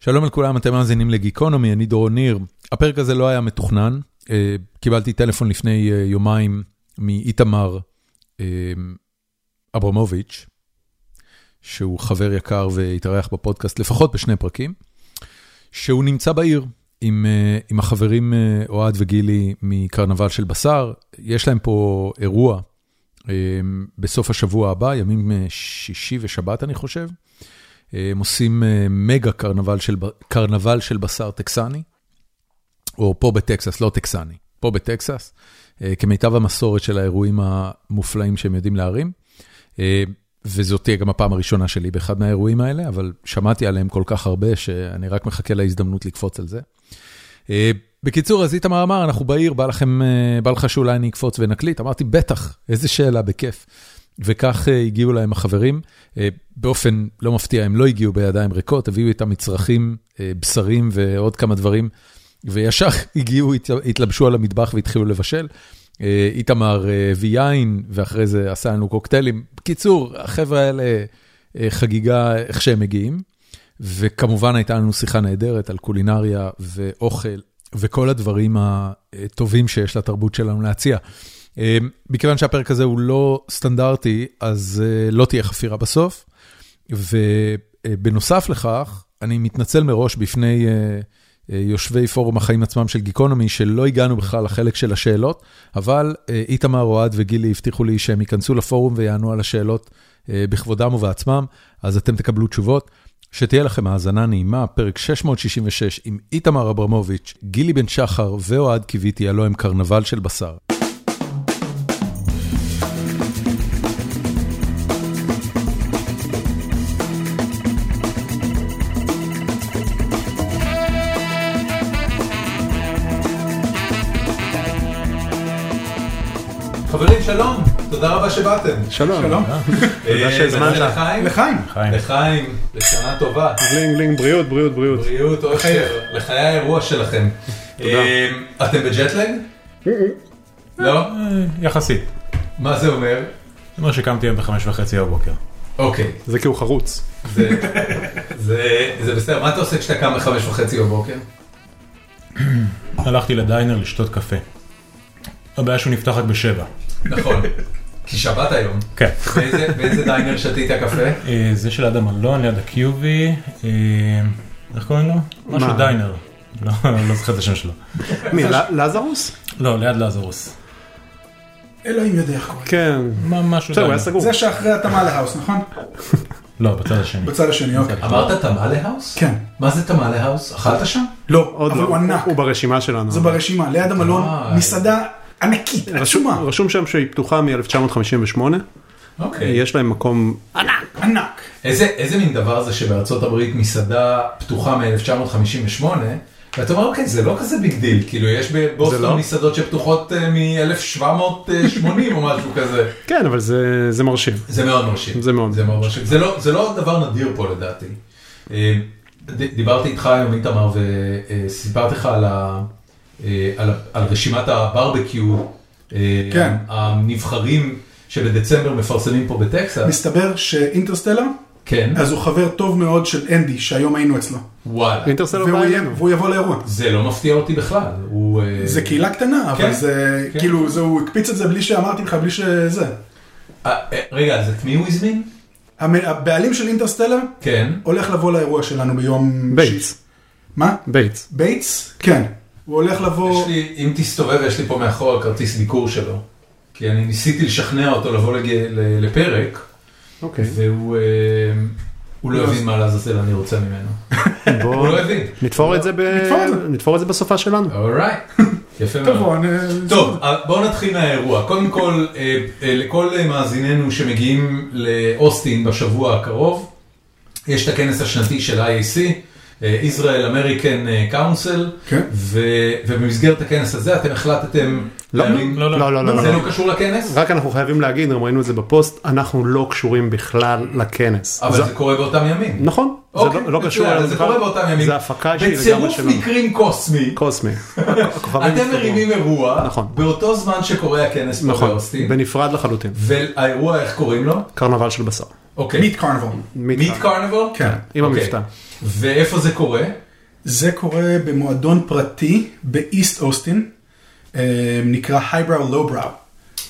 שלום לכולם, אתם מאזינים לגיקונומי, אני דורון ניר. הפרק הזה לא היה מתוכנן, אה, קיבלתי טלפון לפני אה, יומיים מאיתמר אה, אברמוביץ', שהוא חבר יקר והתארח בפודקאסט לפחות בשני פרקים, שהוא נמצא בעיר עם, אה, עם החברים אה, אוהד וגילי מקרנבל של בשר. יש להם פה אירוע אה, בסוף השבוע הבא, ימים אה, שישי ושבת אני חושב. הם עושים אה, מגה קרנבל של, ב- קרנבל של בשר טקסני, או פה בטקסס, לא טקסני, פה בטקסס, אה, כמיטב המסורת של האירועים המופלאים שהם יודעים להרים. אה, וזאת תהיה גם הפעם הראשונה שלי באחד מהאירועים האלה, אבל שמעתי עליהם כל כך הרבה, שאני רק מחכה להזדמנות לקפוץ על זה. אה, בקיצור, אז איתמר אמר, אנחנו בעיר, בא לכם, אה, בא לך שאולי אני אקפוץ ונקליט? אמרתי, בטח, איזה שאלה, בכיף. וכך אה, הגיעו להם החברים. אה, באופן לא מפתיע, הם לא הגיעו בידיים ריקות, הביאו איתם מצרכים, אה, בשרים ועוד כמה דברים, וישר הגיעו, הת- התלבשו על המטבח והתחילו לבשל. אה, איתמר אה, הביא יין, ואחרי זה עשה לנו קוקטיילים. בקיצור, החבר'ה האלה, אה, חגיגה איך שהם מגיעים. וכמובן הייתה לנו שיחה נהדרת על קולינריה ואוכל וכל הדברים הטובים שיש לתרבות שלנו להציע. אה, מכיוון שהפרק הזה הוא לא סטנדרטי, אז אה, לא תהיה חפירה בסוף. ובנוסף לכך, אני מתנצל מראש בפני אה, אה, יושבי פורום החיים עצמם של גיקונומי, שלא הגענו בכלל לחלק של השאלות, אבל אה, איתמר, אוהד וגילי הבטיחו לי שהם ייכנסו לפורום ויענו על השאלות אה, בכבודם ובעצמם, אז אתם תקבלו תשובות. שתהיה לכם האזנה נעימה, פרק 666 עם איתמר אברמוביץ', גילי בן שחר ואוהד קיוויתי, הלוא הם קרנבל של בשר. חברים, שלום, תודה רבה שבאתם. שלום. שלום. תודה שהזמנת. לחיים. לחיים. לחיים, לשנה טובה. גלינג גלינג בריאות בריאות בריאות. בריאות, אושר, לחיי האירוע שלכם. אמ, אתם בג'טלג? לא? אה, יחסית. מה זה אומר? זה אומר שקמתי היום בחמש וחצי בבוקר. אוקיי, זה כי הוא חרוץ. זה- זה זה בסדר. מה אתה עושה כשאתה קם בחמש וחצי בבוקר? הלכתי לדיינר לשתות קפה. הבעיה שהוא נפתח רק בשבע. נכון, כי שבת היום. כן. באיזה- באיזה דיינר שתית קפה? אה, זה של אדם אלון ליד הקיובי. אה, איך קוראים לו? משהו דיינר. לא, לא זוכר את השם שלו. מי, ל- לזרוס? לא, ליד לזרוס. אלוהים יודע איך קוראים. כן. מה- משהו בסדר, הוא היה דיינר. סגור. זה שאחרי התאמה להאוס, נכון? לא, בצד השני. בצד השני, אוקיי. אמרת תמאלה האוס? כן. מה זה תמאלה האוס? אכלת שם? לא, עוד אבל לא. הוא ענק. הוא ברשימה שלנו. זה ברשימה, ליד המלון, אה. מסעדה ענקית, רשום- כן. עצומה, רשום שם שהיא פתוחה מ-1958. אוקיי. יש להם מקום... ענק. איזה- איזה מין דבר זה שבארצות הברית מסעדה פתוחה מ-1958, ואתה אומר, אוקיי, זה לא כזה ביג דיל, כאילו יש זה לא? בבוסטון מסעדות שפתוחות אה, מ-1780 או משהו כזה. כן, אבל זה- זה מרשים. זה מאוד מרשים. זה מאוד. זה מאוד מרשים. זה לא, זה לא דבר נדיר פה לדעתי. אה, ד- דיברתי איתך היום, איתמר, וסיפרתי לך על, ה, אה, על, ה- על רשימת הברבקיו, אה, כן. הנבחרים שבדצמבר מפרסמים פה בטקסס. מסתבר שאינטרסטלה, כן. אז הוא חבר טוב מאוד של אנדי, שהיום היינו אצלו. וואלה. אינטרסלר והוא בא יהיה- אלינו. והוא יבוא לאירוע. זה לא מפתיע אותי בכלל. הוא... אה, זה קהילה קטנה, כן. אבל זה, כן. כאילו, זה, הוא הקפיץ את זה בלי שאמרתי לך, בלי שזה. אה, אה, רגע, אז את מי הוא הזמין? המ- הבעלים של אינטרסטלה כן. הולך לבוא לאירוע שלנו ביום... שישי. בייטס. מה? בייטס. בייטס? כן. הוא הולך לבוא... יש לי, אם תסתובב, יש לי פה מאחורה כרטיס ביקור שלו. כי אני ניסיתי לשכנע אותו לבוא לג... ל- לפרק. אוקיי. והוא אה, הוא לא הבין מה לעזאזל אני רוצה ממנו. הוא בואו לא הבין. נתפור את זה ב- נתפור את זה. נתפור את זה בסופה שלנו. אורייט, יפה מאוד. תבוא, אני... טוב, אה, בואו נתחיל מהאירוע. קודם כל, אה, אה, לכל אה, מאזיננו שמגיעים לאוסטין בשבוע הקרוב, יש את הכנס השנתי של IAC, אה, Israel American אה, Council, כן. ו- ובמסגרת הכנס הזה אתם החלטתם לא, להרים? לא, לא. לא, לא, לא, זה לא. לא קשור לכנס? רק אנחנו חייבים להגיד, גם ראינו את זה בפוסט, אנחנו לא קשורים בכלל לכנס. אבל זה- זה קורה באותם ימים. נכון, זה אוקיי, לא- לא מצוין, קשור אז אלינו זה בכלל. קורה באותם ימים. זה הפקה שהיא לגמרי בצירוף שלנו. מקרים קוסמי, קוסמי. הכוכבים אתם נפטרו. מרימים אירוע, נכון. באותו זמן שקורה הכנס פה נכון, באוסטין, בנפרד לחלוטין. והאירוע איך קוראים לו? קרנבל של בשר. אוקיי. מיט קרנבל. מיטה. מיט קרנבל? כן. עם אוקיי. המבטא. ואיפה זה קורה? זה קורה במועדון פרטי באיסט אוסטין, אה, נקרא הייבראו לובראו.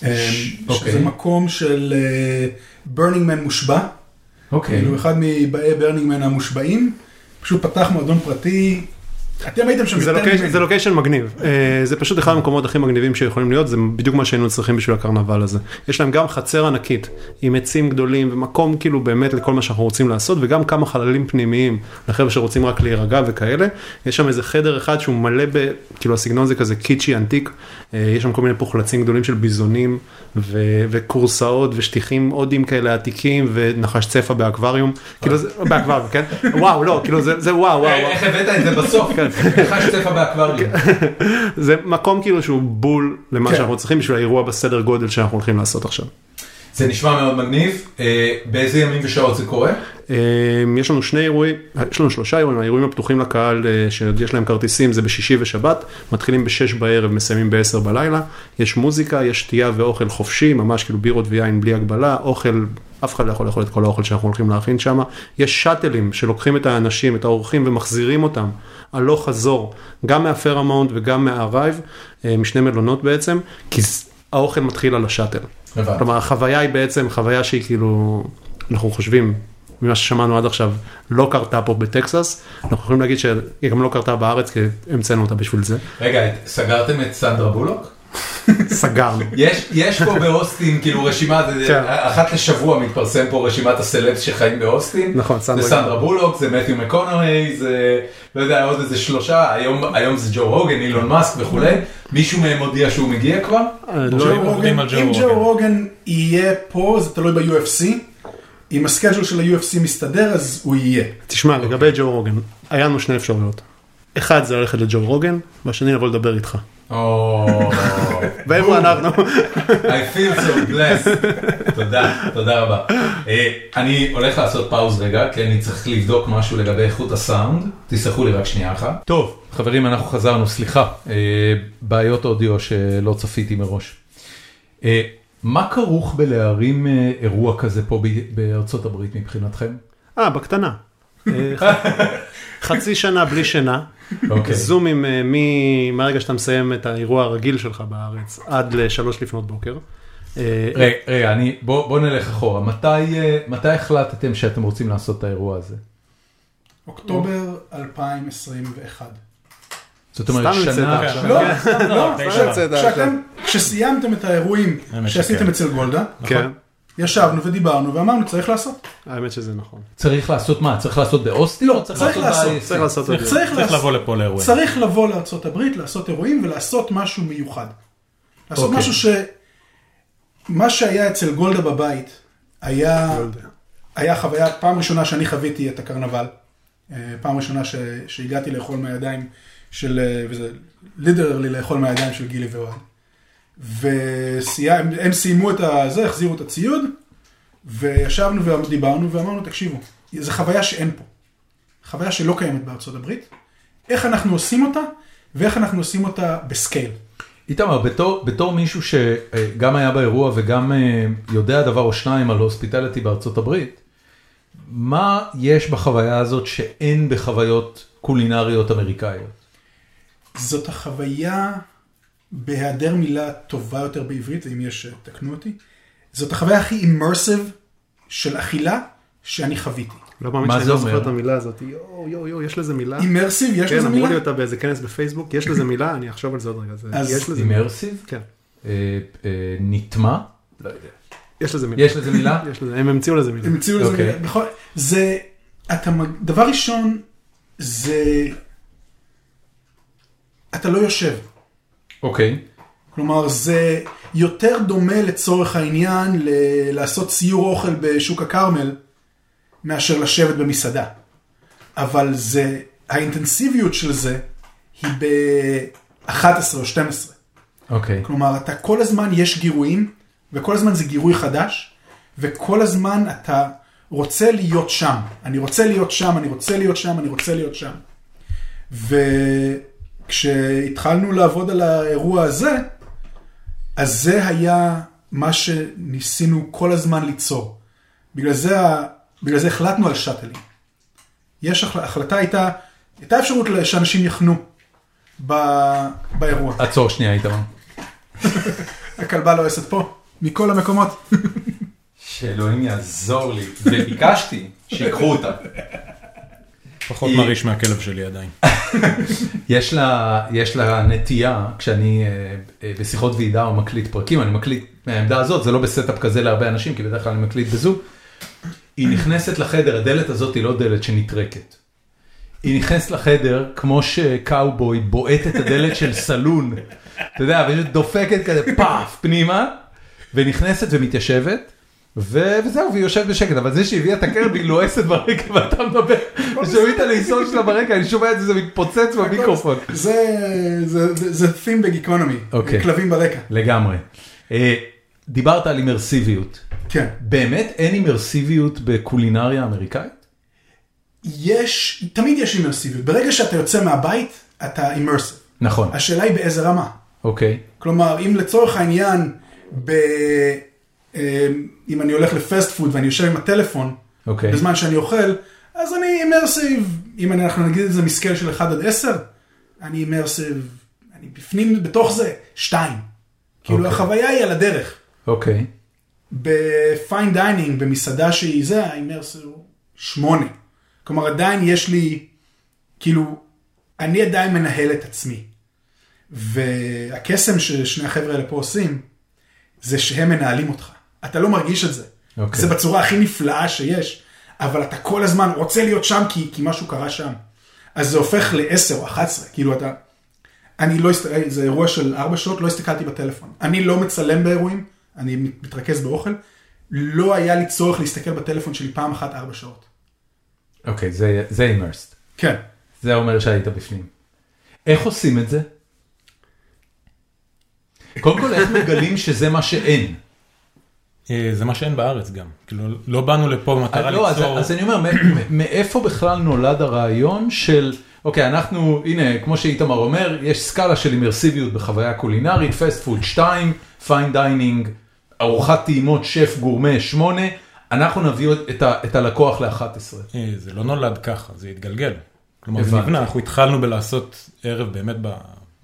אוקיי. שזה מקום של ברנינגמן מושבע, אוקיי. כאילו אחד מבאי ברנינגמן המושבעים, פשוט פתח מועדון פרטי, אתם הייתם שם זה יותר לוקיישן- ממני. זה לוקיישן מגניב, אה, זה פשוט אחד המקומות הכי מגניבים שיכולים להיות, זה בדיוק מה שהיינו צריכים בשביל הקרנבל הזה. יש להם גם חצר ענקית, עם עצים גדולים ומקום כאילו באמת לכל מה שאנחנו רוצים לעשות, וגם כמה חללים פנימיים לחבר'ה שרוצים רק להירגע וכאלה. יש שם איזה חדר אחד שהוא מלא ב... כאילו הסגנון זה כזה קיצ'י ענתיק, אה, יש שם כל מיני פוחלצים גדולים של ביזונים, ו- וכורסאות ושטיחים הודים כאלה עתיקים, ונחש צפע באקווריום, כאילו זה... באקווריום, כן? וואו, לא, כאילו זה, זה וואו, וואו. וואו. איך הבאת את זה בסוף? כן. חש צפע באקווריום. זה מקום כאילו שהוא בול למה כן. שאנחנו צריכים בשביל האירוע בסדר גודל שאנחנו הולכים לעשות עכשיו. זה נשמע מאוד מגניב. אה, באיזה ימים ושעות זה קורה? אמ, יש לנו שני אירועים, יש לנו שלושה אירועים, האירועים הפתוחים לקהל אה, שיש להם כרטיסים זה בשישי ושבת, מתחילים בשש בערב, מסיימים בעשר בלילה, יש מוזיקה, יש שתייה ואוכל חופשי, ממש כאילו בירות ויין בלי הגבלה, אוכל, אף אחד לא יכול לאכול את כל האוכל שאנחנו הולכים להכין שם, יש שאטלים שלוקחים את האנשים, את האורחים ומחזירים אותם הלוך חזור, גם מהפרמונט וגם מהרייב, אה, משני מלונות בעצם, כי ז- האוכל מתחיל על השאטל. הבנתי. כלומר, החוויה היא בעצם חוויה שהיא כאילו, אנחנו חושבים, ממה ששמענו עד עכשיו, לא קרתה פה בטקסס, אנחנו יכולים להגיד שהיא גם לא קרתה בארץ, כי המצאנו אותה בשביל זה. רגע, את- סגרתם את סנדרה בולוק? סגרנו. יש, יש פה באוסטין כאילו רשימה, זה- כן. אחת לשבוע מתפרסם פה רשימת הסלבס שחיים באוסטין. נכון, סנדרה. זה סנדרה בולוק, זה מתיו מקונרי, זה לא יודע עוד איזה שלושה, היום, היום זה ג'ו רוגן, אילון מאסק וכולי. מישהו מהם הודיע שהוא מגיע כבר? אה, ג'ו לא- הם עובדים על רוגן- ג'ו אם ג'ו רוגן. רוגן יהיה פה, זה תלוי ב-UFC, אם הסקייג'ל של ה-UFC מסתדר אז הוא יהיה. תשמע, לגבי ג'ו רוגן, היה לנו שני אפשרויות. אחד זה ללכת לג'ו רוגן, והשני לבוא לדבר איתך. או, ואיפה אנחנו? I feel so blessed. תודה, תודה רבה. אה, אני הולך לעשות פאוז רגע, כי אני צריך לבדוק משהו לגבי איכות הסאונד. תסלחו לי רק שנייה אחת. טוב, חברים, אנחנו חזרנו, סליחה. אה, בעיות אודיו שלא צפיתי מראש. אה, מה כרוך בלהרים אה, אירוע כזה פה ב- בארצות הברית מבחינתכם? אה, בקטנה. אה, ח- חצי שנה בלי שינה, אוקיי. זומים אה, מ- מהרגע שאתה מסיים את האירוע הרגיל שלך בארץ עד לשלוש לפנות בוקר. אה, רגע, רגע, אני, בוא, בוא נלך אחורה. מתי, אה, מתי החלטתם שאתם רוצים לעשות את האירוע הזה? אוקטובר 2021. זאת אומרת, סתם המצאת שנה... עכשיו. לא, כן. סתם, לא, לא, די עכשיו, שנה. כשאתם, כשסיימתם את האירועים האמת שעשיתם שכן. אצל גולדה, נכון? כן, ישבנו ודיברנו ואמרנו צריך לעשות. האמת שזה נכון. צריך לעשות מה? צריך לעשות באוסטין? לא, צריך לעשות, צריך לעשות את זה. צריך צריך לעשות. לבוא לפה לאירועים. צריך לבוא לארצות הברית, לעשות אירועים ולעשות משהו מיוחד. לעשות אוקיי. משהו ש... מה שהיה אצל גולדה בבית, היה, לא היה חוויה, פעם ראשונה שאני חוויתי את הקרנבל, אה, פעם ראשונה ש, שהגעתי לאכול מהידיים של, אה, וזה לידרלי לאכול מהידיים של גילי ואוהד. והם הם סיימו את הזה, החזירו את הציוד, וישבנו ודיברנו ואמרנו, תקשיבו, זו חוויה שאין פה. חוויה שלא קיימת בארצות הברית, איך אנחנו עושים אותה, ואיך אנחנו עושים אותה בסקייל. איתמר, בתור, בתור מישהו שגם היה באירוע וגם אה, יודע דבר או שניים על הוספיטליטי בארצות הברית, מה יש בחוויה הזאת שאין בחוויות קולינריות אמריקאיות? זאת החוויה, בהיעדר מילה טובה יותר בעברית, ואם יש, תקנו אותי, זאת החוויה הכי אימרסיב של אכילה שאני חוויתי. לא מאמין מה שאני זה לא אומר? זוכר את המילה הזאת. יואו, יואו, יואו, יש לזה מילה. אימרסיב, יש כן, לזה אמרו מילה? לי אותה באיזה כנס בפייסבוק, יש לזה מילה, אני אחשוב על זה עוד רגע. זה- אז יש לזה מילה. אימרסיב? כן, אה, אה, נטמע? לא יודע. יש לזה מילה. יש לזה מילה? יש לזה, הם המציאו לזה מילה. הם המציאו לזה אוקיי. מילה. בכל- זה, אתה, מג- דבר ראשון, זה, אתה לא יושב. אוקיי. כלומר, זה יותר דומה לצורך העניין ל- לעשות סיור אוכל בשוק הכרמל, מאשר לשבת במסעדה. אבל זה, האינטנסיביות של זה היא ב-11 או 12. אוקיי. כלומר, אתה כל הזמן יש גירויים, וכל הזמן זה גירוי חדש, וכל הזמן אתה רוצה להיות שם. אני רוצה להיות שם, אני רוצה להיות שם, אני רוצה להיות שם. וכשהתחלנו לעבוד על האירוע הזה, אז זה היה מה שניסינו כל הזמן ליצור. בגלל זה, ה- בגלל זה החלטנו על שאטלים. יש החל... החלטה הייתה, הייתה אפשרות שאנשים יחנו ב... באירוע. עצור שנייה, איתמר. הכלבה לועסת פה, מכל המקומות. שאלוהים יעזור לי, וביקשתי שיקחו אותה. פחות היא- מרעיש מהכלב שלי עדיין. יש לה, יש לה נטייה, כשאני אה, אה, בשיחות ועידה או מקליט פרקים, אני מקליט מהעמדה הזאת, זה לא בסטאפ כזה להרבה אנשים, כי בדרך כלל אני מקליט בזום. היא נכנסת לחדר, הדלת הזאת היא לא דלת שנטרקת. היא נכנסת לחדר כמו שקאובוי בועט את הדלת של סלון, אתה יודע, והיא דופקת כזה פאף פנימה, ונכנסת ומתיישבת. ו- וזהו, והיא יושבת בשקט, אבל זה שהביאה את הכלב היא לועסת ברקע ואתה מדבר, ושומעים את הניסון שלה ברקע, אני שומע את זה, זה מתפוצץ במיקרופון. זה, זה, זה, זה theme בגיקונומי, אוקיי. כלבים ברקע. לגמרי. אה, דיברת על אימרסיביות. כן. באמת אין אימרסיביות בקולינריה אמריקאית? יש, תמיד יש אימרסיביות. ברגע שאתה יוצא מהבית, אתה אימרסיב. נכון, השאלה היא באיזה רמה. אוקיי. כלומר, אם לצורך העניין, ב... אה, אם אני הולך לפסט פוד ואני יושב עם הטלפון, אוקיי. בזמן שאני אוכל, אז אני אימרסיב, אם אני- אנחנו נגיד את זה מסקל של 1 עד 10, אני אימרסיב, אני בפנים, בתוך זה, 2. כאילו אוקיי. החוויה היא על הדרך. אוקיי. בפיין דיינינג, במסעדה שהיא זה, האימרס הוא שמונה. כלומר, עדיין יש לי, כאילו, אני עדיין מנהל את עצמי. והקסם ששני החבר'ה האלה פה עושים, זה שהם מנהלים אותך. אתה לא מרגיש את זה. אוקיי. זה בצורה הכי נפלאה שיש, אבל אתה כל הזמן רוצה להיות שם כי, כי משהו קרה שם. אז זה הופך ל-10 או 11, כאילו אתה... אני לא הסתכלתי, זה אירוע של 4 שעות, לא הסתכלתי בטלפון. אני לא מצלם באירועים, אני מתרכז באוכל. לא היה לי צורך להסתכל בטלפון שלי פעם אחת 4 שעות. אוקיי, זה- זה אימרסט. כן. זה אומר שהיית בפנים. איך עושים את זה? קודם כל, איך מגלים שזה מה שאין? אה, זה מה שאין בארץ גם. כאילו, לא באנו לפה במטרה לא, אז, ליצור... אז אני אומר, מ- מ- מאיפה בכלל נולד הרעיון של, אוקיי, אנחנו, הנה, כמו שאיתמר אומר, יש סקאלה של אימרסיביות בחוויה קולינרית, פסט פוד 2, פיין דיינינג, ארוחת טעימות שף גורמה 8, אנחנו נביא את, ה, את הלקוח ל-11. אה, זה לא נולד ככה, זה התגלגל. כלומר, זה הבנתי. נבנה, אנחנו התחלנו בלעשות ערב באמת, ב...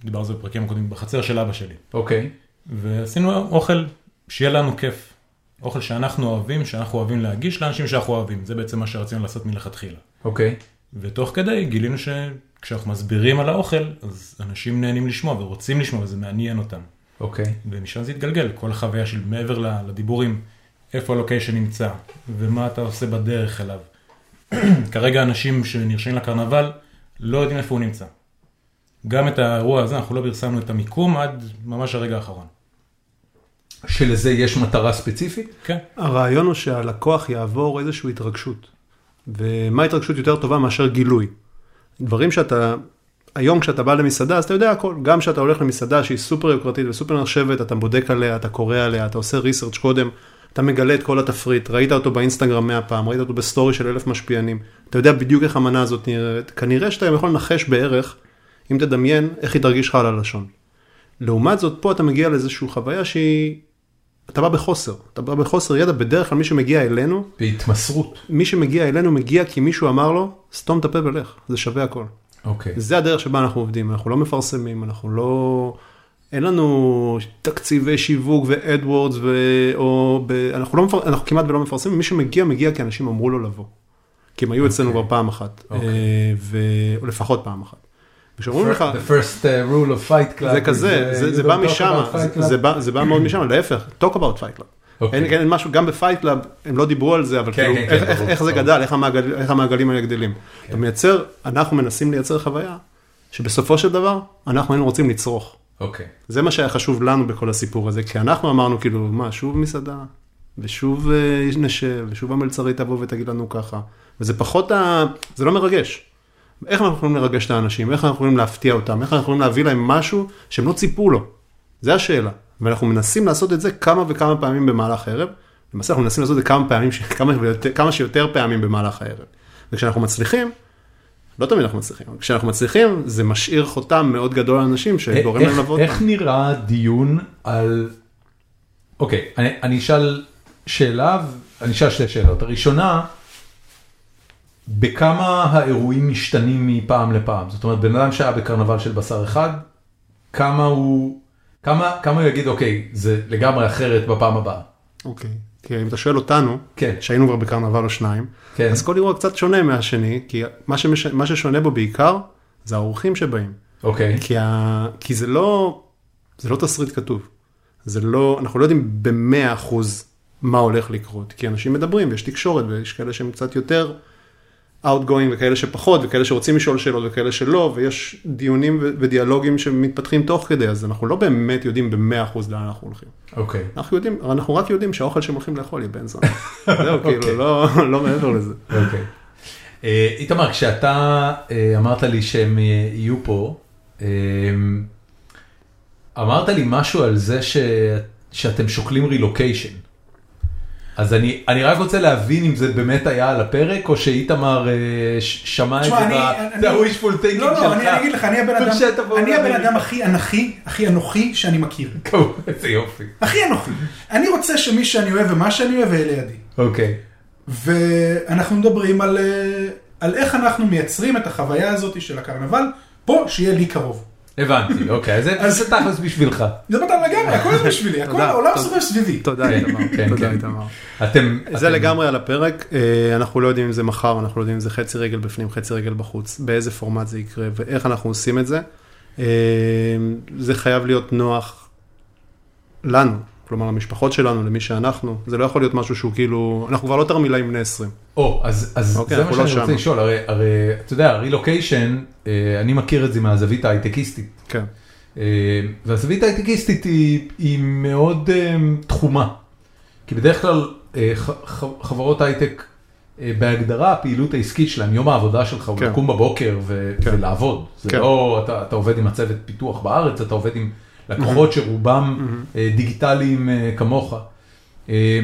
דיברנו על זה בפרקים הקודמים, בחצר של אבא שלי. אוקיי, ועשינו אוכל שיהיה לנו כיף. אוכל שאנחנו אוהבים, שאנחנו אוהבים להגיש לאנשים שאנחנו אוהבים. זה בעצם מה שרצינו לעשות מלכתחילה. אוקיי, ותוך כדי גילינו שכשאנחנו מסבירים על האוכל, אז אנשים נהנים לשמוע ורוצים לשמוע וזה מעניין אותם. אוקיי, ומשם זה התגלגל, כל החוויה של מעבר ל- לדיבורים, איפה הלוקיישן נמצא, ומה אתה עושה בדרך אליו. כרגע אנשים שנרשמים לקרנבל לא יודעים איפה הוא נמצא. גם את האירוע הזה, אנחנו לא פרסמנו את המיקום עד ממש הרגע האחרון. שלזה יש מטרה ספציפית? כן. הרעיון הוא שהלקוח יעבור איזושהי התרגשות. ומה התרגשות יותר טובה מאשר גילוי? דברים שאתה, היום כשאתה בא למסעדה, אז אתה יודע הכל. גם כשאתה הולך למסעדה שהיא סופר יוקרתית וסופר נחשבת, אתה בודק עליה, אתה קורא עליה, אתה עושה ריסרצ' קודם, אתה מגלה את כל התפריט, ראית אותו באינסטגרם 100 פעם, ראית אותו בסטורי של אלף משפיענים, אתה יודע בדיוק איך המנה הזאת נראית. כנראה שאתה גם יכול לנחש בערך, אם תדמיין, איך היא תרגיש לך על הלשון. לעומת זאת, פה אתה מגיע לאיזושהי חוויה שהיא... אתה בא בחוסר, אתה בא בחוסר ידע, בדרך כלל מי שמגיע אלינו, בהתמסרות. מי שמגיע אלינו מגיע כי מישהו אמר לו, סתום את הפה ולך, זה שווה הכל. אוקיי, זה הדרך שבה אנחנו עובדים, אנחנו לא מפרסמים, אנחנו לא... אין לנו תקציבי שיווק ואדוורדס, ו... או ב... אנחנו, לא מפר... אנחנו כמעט ולא מפרסמים, מי שמגיע, מגיע כי אנשים אמרו לו לבוא. כי הם היו אצלנו כבר פעם אחת, אה, ו... או לפחות פעם אחת. וכשאומרים לך... The first uh, rule of fight club. זה is, כזה, uh, זה- you זה don't בא talk about משם, Fight Club. זה בא- זה בא מאוד משם, להפך, talk about fight club. אוקיי. אין אין משהו, גם בפייט קלאב, הם לא דיברו על זה, אבל כן, כאילו, כן, כן, איך- איך ברור, איך זה ברור. כן. גדל, איך המעגל- איך המעגלים האלה גדלים. אתה מייצר, אנחנו מנסים לייצר חוויה, שבסופו של דבר, אנחנו היינו רוצים לצרוך. אוקיי. זה מה שהיה חשוב לנו בכל הסיפור הזה, כי אנחנו אמרנו כאילו, מה, שוב מסעדה, ושוב אה, נשב, ושוב המלצרית תבוא ותגיד לנו ככה, וזה פחות, ה... זה לא מרגש. איך אנחנו יכולים לרגש את האנשים, איך אנחנו יכולים להפתיע אותם, איך אנחנו יכולים להביא להם משהו שהם לא ציפו לו. זה השאלה. ואנחנו מנסים לעשות את זה כמה וכמה פעמים במהלך הערב. למעשה אנחנו מנסים לעשות את זה כמה פעמים, ש- כמה, ויותר, כמה שיותר פעמים במהלך הערב. וכשאנחנו מצליחים, לא תמיד אנחנו מצליחים, אבל כשאנחנו מצליחים זה משאיר חותם מאוד גדול לאנשים שגורם להם אה, איך- לבוא. איך נראה דיון על... אוקיי, אני אני אשאל שאלה, ו- אני אשאל שתי שאלות. הראשונה, בכמה האירועים משתנים מפעם לפעם? זאת אומרת, בן אדם שהיה בקרנבל של בשר אחד, כמה הוא... כמה, כמה הוא יגיד, אוקיי, זה לגמרי אחרת בפעם הבאה. אוקיי. כי אם אתה שואל אותנו, כן. שהיינו כבר בקרנבל או שניים, כן. אז כל אירוע קצת שונה מהשני, כי מה, שמש... מה ששונה בו בעיקר זה האורחים שבאים. אוקיי. כי, ה... כי זה לא, זה לא תסריט כתוב. זה לא, אנחנו לא יודעים במאה אחוז מה הולך לקרות, כי אנשים מדברים ויש תקשורת ויש כאלה שהם קצת יותר outgoing וכאלה שפחות וכאלה שרוצים לשאול שאלות וכאלה שלא, ויש דיונים ו- ודיאלוגים שמתפתחים תוך כדי, אז אנחנו לא באמת יודעים במאה אחוז לאן אנחנו הולכים. אוקיי. אנחנו יודעים, אנחנו רק יודעים שהאוכל שהם הולכים לאכול יהיה בן זונה. זהו, אוקיי. כאילו, לא, לא מעבר לזה. אוקיי. אה, איתמר, כשאתה אה, אמרת לי שהם אה, יהיו פה, אה, אמרת לי משהו על זה ש- שאתם שוקלים רילוקיישן. אז אני, אני רק רוצה להבין אם זה באמת היה על הפרק, או שאיתמר אה, ש- שמע את זה, תשמע, אני... ב- אני- זה ה-wishful thinking לא, שלך. לא, אני אני אגיד לך, אני הבן אדם- וכשתבואו אני הבן לאמריקה. אדם הכי אנכי, הכי אנוכי שאני מכיר. כמובן, איזה יופי. הכי אנוכי. אני רוצה שמי שאני אוהב ומה שאני אוהב יהיה לידי. אוקיי. ואנחנו מדברים על, אה, על איך אנחנו מייצרים את החוויה הזאת של הקרנבל, פה שיהיה לי קרוב. הבנתי, אוקיי, אז זה- אז- זה תכלס בשבילך. זה מתן לגמרי, הכל זה בשבילי, הכל תודה, העולם תודה. סובב סביבי. תודה, איתמר. כן, תודה, כן. איתמר. אתם... זה אתם- לגמרי על הפרק, אה, אנחנו לא יודעים אם זה מחר, אנחנו לא יודעים אם זה חצי רגל בפנים, חצי רגל בחוץ, באיזה פורמט זה יקרה ואיך אנחנו עושים את זה. אה, זה חייב להיות נוח לנו, כלומר למשפחות שלנו, למי שאנחנו, זה לא יכול להיות משהו שהוא כאילו, אנחנו כבר לא תרמילאים בני 20. או, אז, אז אוקיי, זה מה אנחנו שאני לא רוצה שם. לשאול, הרי, הרי אתה יודע, רילוקיישן, אה, אני מכיר את זה מהזווית ההייטקיסטית, כן. אה, והזווית ההייטקיסטית היא, היא מאוד אה, תחומה, כי בדרך כלל אה, ח, ח, חברות הייטק, אה, בהגדרה הפעילות העסקית שלהם, יום העבודה שלך הוא כן. לקום בבוקר ו, כן. ולעבוד, זה כן. לא, אתה, אתה עובד עם הצוות פיתוח בארץ, אתה עובד עם לקוחות Mm-hmm. שרובם אה, דיגיטליים אה, כמוך. אה,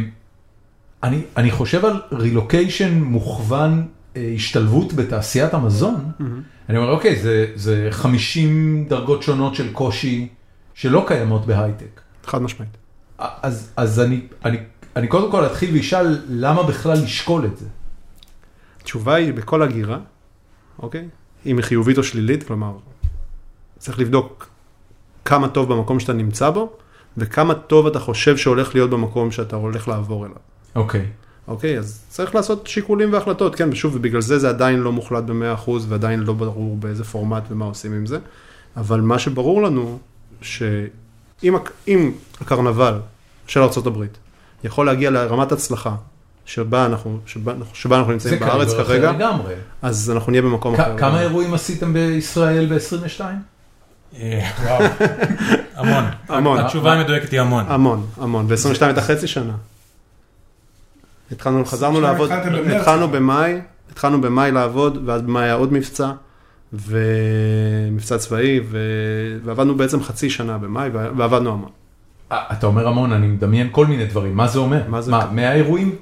אני, אני חושב על רילוקיישן מוכוון אה, השתלבות בתעשיית המזון, Mm-hmm. אני אומר, אוקיי, זה, זה 50 דרגות שונות של קושי שלא קיימות בהייטק. חד משמעית. אז, אז אני, אני, אני קודם כל אתחיל ואשאל למה בכלל לשקול את זה. התשובה היא בכל הגירה, אוקיי? אם היא חיובית או שלילית, כלומר, צריך לבדוק כמה טוב במקום שאתה נמצא בו, וכמה טוב אתה חושב שהולך להיות במקום שאתה הולך לעבור אליו. אוקיי, אוקיי, אז צריך לעשות שיקולים והחלטות, כן, ושוב, ובגלל זה זה עדיין לא מוחלט ב-100% ועדיין לא ברור באיזה פורמט ומה עושים עם זה, אבל מה שברור לנו, שאם הק- אם הקרנבל של ארה"ב יכול להגיע לרמת הצלחה שבה אנחנו, שבה, אנחנו- שבה אנחנו נמצאים בארץ קליבר אחר כרגע, לגמרי. אז אנחנו נהיה במקום אחר. אה, כ- כמה אירועים עשיתם בישראל ב-22? אה, וואו, המון. המון. אה, התשובה המדויקת היא המון. המון, המון, ו-22 הייתה חצי שנה. התחלנו, חזרנו לעבוד, התחלתם במרץ. התחלנו במאי, התחלנו במאי לעבוד, ואז במאי היה עוד מבצע, ומבצע צבאי, ו... ועבדנו בעצם חצי שנה במאי, וה- ועבדנו המון. אה, אתה אומר המון, אני מדמיין כל מיני דברים, מה זה אומר? מה זה- מה, 100 אירועים?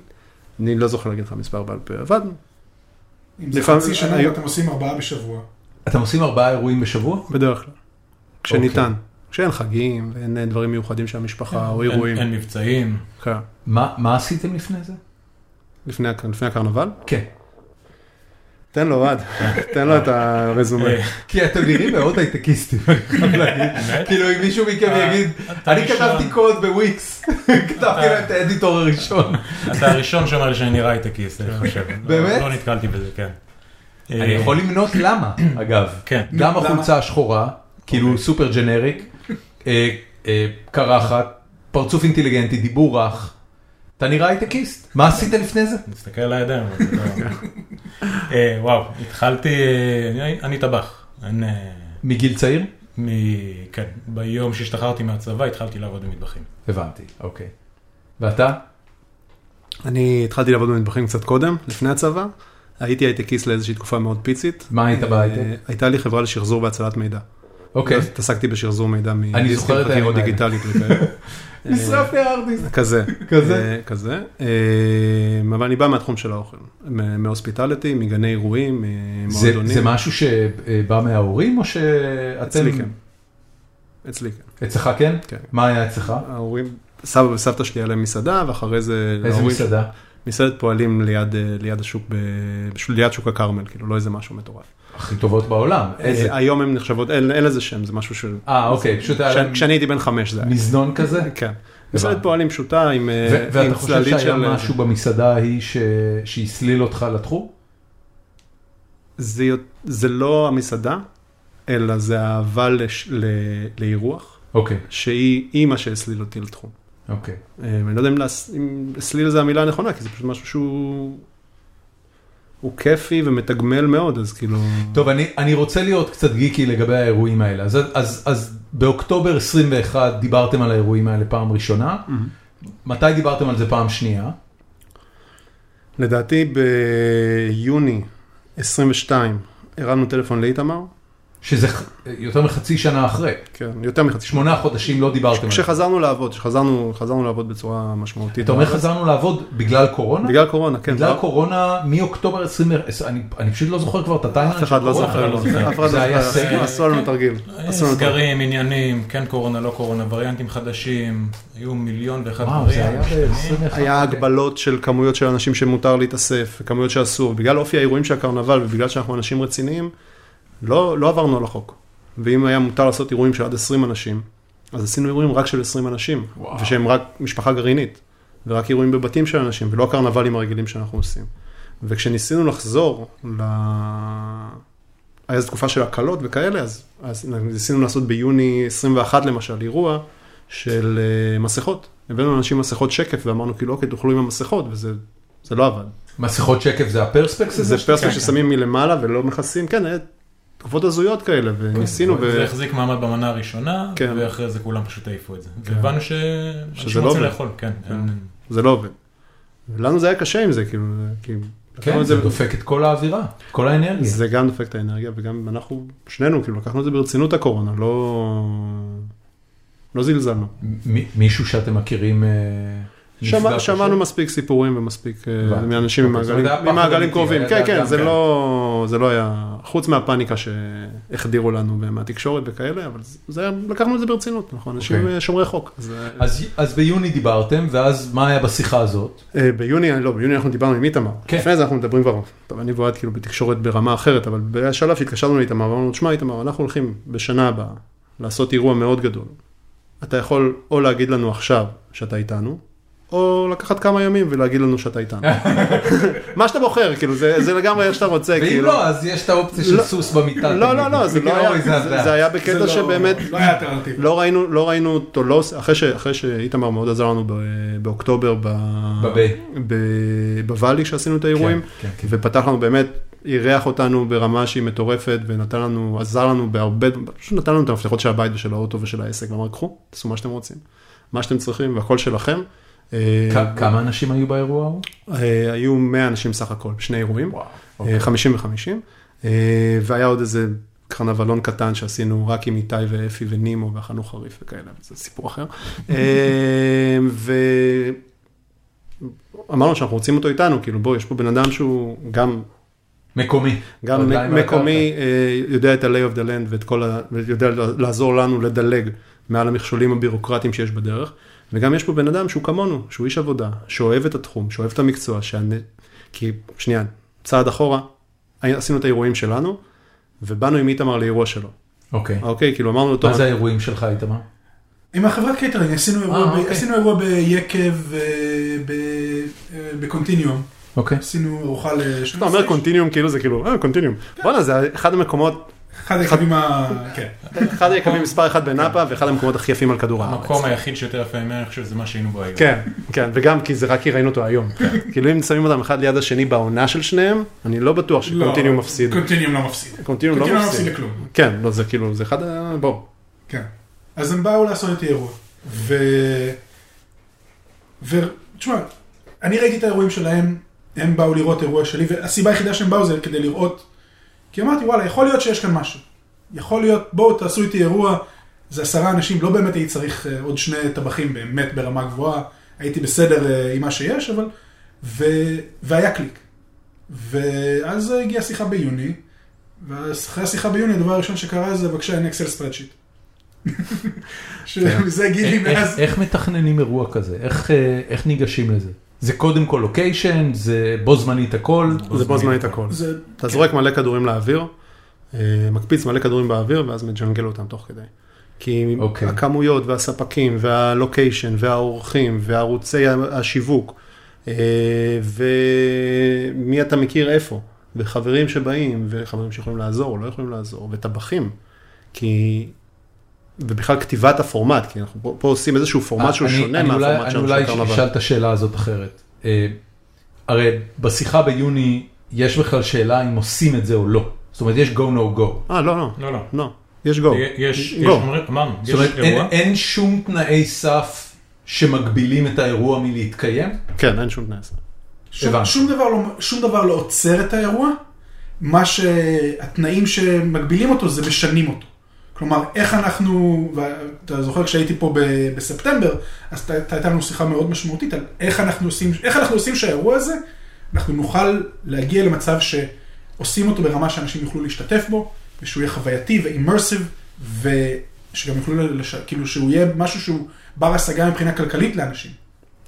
אני לא זוכר להגיד לך מספר בעל פה, עבדנו. אם זה לפעמים- חצי שנה היו- ואתם עושים ארבעה בשבוע. אתם עושים ארבעה אירועים בשבוע? בדרך כלל. כשניתן. כשאין חגים, ואין אה, דברים מיוחדים של המשפחה, או אין- אירועים. אין מבצעים. כן. מה, מה עשיתם לפני זה? לפני הק- לפני הקרנבל? כן. תן לו, אוהד, תן לו את הרזומה. אה, כי אתם נראים מאוד הייטקיסטים, אני חייב להגיד. באמת? כאילו אם מישהו מכם אה, יגיד, אתה אני ראשון." אה. כתבתי קוד בוויקס, כתבתי להם את האדיטור הראשון. אה. אתה הראשון שאומר לי שאני נראה הייטקיסט, אני חושב. לא- באמת? לא נתקלתי בזה, כן. אני יכול למנות למה, אגב. כן. גם למה? החולצה השחורה, אוקיי. כאילו סופר ג'נריק, אה, אה, קרחת, פרצוף אינטליגנטי, דיבור רך. אתה נראה הייטקיסט, מה עשית לפני זה? נסתכל על הידיים. אבל זה לא- אה, וואו, התחלתי, אה, אני- אני טבח. אין, אה, מגיל צעיר? מ- כן, ביום שהשתחררתי מהצבא התחלתי לעבוד במטבחים. הבנתי, אוקיי. ואתה? אני התחלתי לעבוד במטבחים קצת קודם, לפני הצבא. הייתי הייטקיסט לאיזושהי תקופה מאוד פיצית. מה היית בהייטק? אה, הייתה לי חברה לשחזור והצלת מידע. אוקיי. התעסקתי בשחזור מידע אני זוכר את הימים חקירות האלה. דיגיטלית וכאלה. אה, נשרף לי הארדיסט. כזה. כזה? אה, כזה. אה, אבל אני בא מהתחום של האוכל. מ- מהוספיטליטי, מגני אירועים, ממועדונים. זה משהו שבא מההורים או שאתם... אצלי כן. אצלי כן. אצלך כן? כן. מה היה אצלך? ההורים, סבא וסבתא שלי היה להם מסעדה, ואחרי זה... איזה להורים- מסעדה? מסעדת פועלים ליד, אה, ליד השוק, ב... בש- ליד שוק הכרמל, כאילו, לא איזה משהו מטורף. הכי טובות בעולם. איזה? אה, היום הן נחשבות, אין, אין לזה שם, זה משהו של... אה, אוקיי, פשוט היה כש- להם כשאני הייתי בן חמש זה היה. מזנון כזה? כן. מסעדת פועלים פשוטה עם אה, ו- עם ואתה חושב צללית שהיה של... אה, משהו במסעדה ההיא ש- שהסליל אותך לתחום? זה, יות- זה לא המסעדה, אלא זה האהבה לש, ל, לאירוח, אוקיי, שהיא אימא שהסליל אותי לתחום. אוקיי. אה, אני לא יודע אם, להס, אם הסליל זה המילה הנכונה, כי זה פשוט משהו שהוא... הוא כיפי ומתגמל מאוד, אז כאילו... טוב, אני, אני רוצה להיות קצת גיקי לגבי האירועים האלה. אז, אז, אז באוקטובר 21 דיברתם על האירועים האלה פעם ראשונה. Mm-hmm. מתי דיברתם על זה פעם שנייה? לדעתי ביוני 22 הרמנו טלפון לאיתמר, שזה ח- יותר מחצי שנה אחרי. כן, יותר מחצי שנה. שמונה חודשים לא דיברתם על זה. כשחזרנו לעבוד, כשחזרנו חזרנו לעבוד בצורה משמעותית. אתה אומר בארץ. חזרנו לעבוד בגלל קורונה? בגלל קורונה, כן. בגלל לא- קורונה מאוקטובר 20, אני, אני פשוט לא זוכר כבר את הטיימליין אף אחד לא זוכר, אף אחד לא אף אחד לא זה היה זוכר, סגר? עשו לנו תרגיל. עשו לנו תרגיל. סגרים, עניינים, כן קורונה, לא קורונה, וריאנטים חדשים, היו מיליון ואחד וואו, אה, זה דברים. היה ב-21. היה הגבלות של כמויות של אנשים שמותר להתאסף, וכמויות שאסור, בגלל אופי האירועים של הקרנבל ובגלל שאנחנו אנשים רציניים, לא, לא עברנו על החוק. ואם היה מותר לעשות אירועים של עד 20 אנשים, אז עשינו אירועים רק של 20 אנשים, וואו. ושהם רק משפחה גרעינית, ורק אירועים בבתים של אנשים, ולא הקרנבלים הרגילים שאנחנו עושים. וכשניסינו לחזור ל... היה איזו תקופה של הקלות וכאלה, אז, אז ניסינו לעשות ביוני 21 למשל אירוע של אה, מסכות. הבאנו לאנשים מסכות שקף ואמרנו כאילו אוקיי תאכלו עם המסכות וזה זה לא עבד. מסכות שקף זה הפרספקס הזה? זה פרספק ששמים מלמעלה ולא מכסים, כן, היה תקופות הזויות כאלה וניסינו כן, זה ו... החזיק מעמד במנה הראשונה, כן. ואחרי זה כולם פשוט העיפו את זה. והבנו ש... שזה שזה לא לא עובד. לאכול, כן. אין- זה לא עובד. ולנו זה היה קשה עם זה כאילו, זה- כי לקחנו כן, את זה דופק את כל האווירה, כל האנרגיה. זה גם דופק את האנרגיה וגם אנחנו שנינו כאילו לקחנו את זה ברצינות הקורונה, לא... לא זלזלנו. מ- מישהו שאתם מכירים... אה, שמע, נפגע שמענו קשה? מספיק סיפורים ומספיק אה, הבנתי. מאנשים אוקיי, זאת ממעגלים אומרת, היה פחד ממעגלים אמיתי, קרובים, היה כן דאגה, כן, זה כן. לא זה לא היה, חוץ מהפאניקה שהחדירו לנו מהתקשורת וכאלה, אבל זה- זה היה, לקחנו את זה ברצינות, אנחנו אנשים אוקיי. אה, שומרי חוק. אז, אה, אז- אז ביוני דיברתם, ואז מה היה בשיחה הזאת? אה, ביוני, לא, ביוני אנחנו דיברנו עם איתמר, כן. לפני זה אנחנו מדברים כבר, טוב, אני ואוהד כאילו בתקשורת ברמה אחרת, אבל בשלב שהתקשרנו לאיתמר, אמרנו, תשמע איתמר, אנחנו הולכים בשנה הבאה לעשות אירוע מאוד גדול. אתה יכול או להגיד לנו עכשיו שאתה איתנו, או לקחת כמה ימים ולהגיד לנו שאתה איתנו. מה שאתה בוחר, כאילו, זה, זה לגמרי איך שאתה רוצה, ואם כאילו. לא, אז יש את האופציה של לא. סוס במיטה. לא, תמיד. לא, לא, זה לא כאילו, היה, אוי, זה- הזיה. זה היה בקטע שבאמת, לא היה אלטרנטיב. לא ראינו, לא ראינו אותו, לא, אחרי, ש, אחרי שאיתמר מאוד עזר לנו ב, באוקטובר, ב, בביי. ב, בוואלי שעשינו את האירועים, כן, כן. ופתח לנו באמת, אירח אותנו ברמה שהיא מטורפת, ונתן לנו, עזר לנו בהרבה, פשוט נתן לנו את המפתחות של הבית ושל האוטו ושל העסק, ואמר, קחו, תעשו מה שאתם רוצים, מה שאתם צריכים והכל שלכם. אה, כ- כמה אנשים היו באירוע ההוא? אה, היו 100 אנשים סך הכל, שני אירועים, אוקיי. אה, 50 ו-50, והיה עוד איזה קרנבלון קטן שעשינו רק עם איתי ואפי ונימו ואכלנו חריף וכאלה, אבל זה סיפור אחר. ואמרנו שאנחנו רוצים אותו איתנו, כאילו בוא, יש פה בן אדם שהוא גם מקומי. גם רגליים על מקומי אה, יודע את ה-lay of the land ואת כל ה... ויודע לעזור לנו לדלג מעל המכשולים הבירוקרטיים שיש בדרך. וגם יש פה בן אדם שהוא כמונו, שהוא איש עבודה, שאוהב את התחום, שאוהב את המקצוע, שאני... כי שנייה, צעד אחורה, עשינו את האירועים שלנו, ובאנו עם איתמר לאירוע שלו. הקרקע. אוקיי. אוקיי, כאילו אמרנו לו, טוב, מה זה האירועים שלך, איתמר? עם החברת קייטרינג, עשינו אירוע אה, ב- אוקיי. עשינו אירוע ביקב, אה, ב- אה, בקונטיניום, אוקיי. עשינו ארוחה ל... אתה אומר קונטיניום, כאילו זה כאילו, אה, קונטיניום. כן. בואנה, זה אחד המקומות, אחד היקבים ה... כן. אחד היקבים מספר אחת בנאפה, ואחד המקומות הכי יפים על כדור הארץ. המקום היחיד שיותר יפה ממנו, אני חושב, זה מה שהיינו בו היום. כן, כן, וגם כי זה רק כי ראינו אותו היום. כן. כאילו אם שמים אותם אחד ליד השני בעונה של שניהם, אני לא בטוח לא, שקונטיניום מפסיד. קונטיניום לא מפסיד. קונטיניום קונטיניום לא לא מפסיד מפסיד. לכלום. כן, לא, זה כאילו, זה אחד ה... בואו. כן. אז הם באו לעשות איתי אירוע. ו... ו... תשמע, אני ראיתי את האירועים שלהם, הם באו לראות אירוע שלי, והסיבה היחידה שהם באו זה כדי לראות, כי אמרתי, וואלה, יכול להיות שיש כאן משהו. יכול להיות, בואו תעשו איתי אירוע, זה עשרה אנשים, לא באמת הייתי צריך אה, עוד שני טבחים באמת ברמה גבוהה, הייתי בסדר אה, עם מה שיש, אבל... ו... והיה קליק. ואז אה, הגיעה שיחה ביוני, ואחרי השיחה ביוני, הדבר הראשון שקרה זה, בבקשה, אין אקסל ספרדשיט. שמזה גילי אה, איך- מאז... איך מתכננים אירוע כזה? איך, אה, איך ניגשים לזה? זה קודם כל לוקיישן, זה בו זמנית הכל. זה בו זמנית הכל. זה אתה זורק מלא כדורים לאוויר, אה, מקפיץ מלא כדורים באוויר, ואז מג'נגל אותם תוך כדי. כי אוקיי. הכמויות והספקים והלוקיישן והאורחים וערוצי ה- השיווק, אה, ומי אתה מכיר איפה, וחברים שבאים, וחברים שיכולים לעזור או לא יכולים לעזור, וטבחים. כי... ובכלל כתיבת הפורמט, כי אנחנו פה, פה עושים איזשהו פורמט שהוא אה, אני- שונה אני אולי- מהפורמט שלנו של אני אולי הקרנבל. אשאל את השאלה הזאת אחרת. אה, הרי בשיחה ביוני יש בכלל שאלה אם עושים את זה או לא. זאת אומרת, יש go no go. אה, לא, לא, לא, לא. לא. יש גו. יש, יש, גו. אומרים- אמרנו, יש זאת אומרת, אין, אירוע. אין שום תנאי סף שמגבילים את האירוע מלהתקיים? כן, אין שום תנאי עשה. שום, הבנתי. שום, דבר לא, שום דבר לא עוצר את האירוע, מה שהתנאים שמגבילים אותו זה משנים אותו. כלומר, איך אנחנו, ואתה זוכר כשהייתי פה ב, בספטמבר, אז ת- ת- הייתה לנו שיחה מאוד משמעותית על איך אנחנו עושים, איך אנחנו עושים שהאירוע הזה, אנחנו נוכל להגיע למצב שעושים אותו ברמה שאנשים יוכלו להשתתף בו, ושהוא יהיה חווייתי ואימרסיב, ושגם יוכלו, לש, כאילו שהוא יהיה משהו שהוא בר השגה מבחינה כלכלית לאנשים.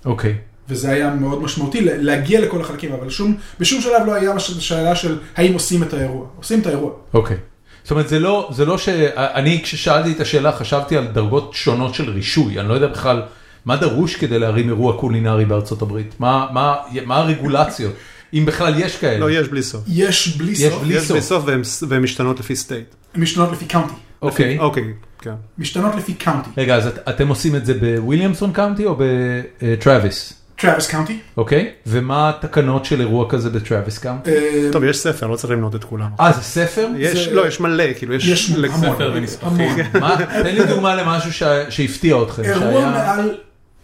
אוקיי. וזה היה מאוד משמעותי ל- להגיע לכל החלקים, אבל שום, בשום שלב לא היה מש- שאלה של האם עושים את האירוע. עושים את האירוע. אוקיי. זאת אומרת, זה לא, זה לא ש... אני, כששאלתי את השאלה, חשבתי על דרגות שונות של רישוי. אני לא יודע בכלל מה דרוש כדי להרים אירוע קולינרי בארצות הברית. מה, מה, מה הרגולציות? אם בכלל יש כאלה. לא, יש בלי סוף. יש בלי יש סוף, בלי- יש סוף. בסוף והן- והן משתנות לפי סטייט. הן משתנות לפי קאונטי. אוקיי. אוקיי, כן. משתנות לפי קאונטי. רגע, אז את, אתם עושים את זה בוויליאמסון קאונטי או בטראביס? טראביס קאונטי. אוקיי. ומה התקנות של אירוע כזה בטראביס קאונטי? אה, טוב, יש ספר, לא צריך למנות את כולם. אה, זה ספר? יש, זה- לא, יש מלא, כאילו, יש... יש לק- המון. ספר ונספחים. המון. מה, תן לי דוגמה למשהו שה- שהפתיע אתכם. אירוע שהיה- מעל,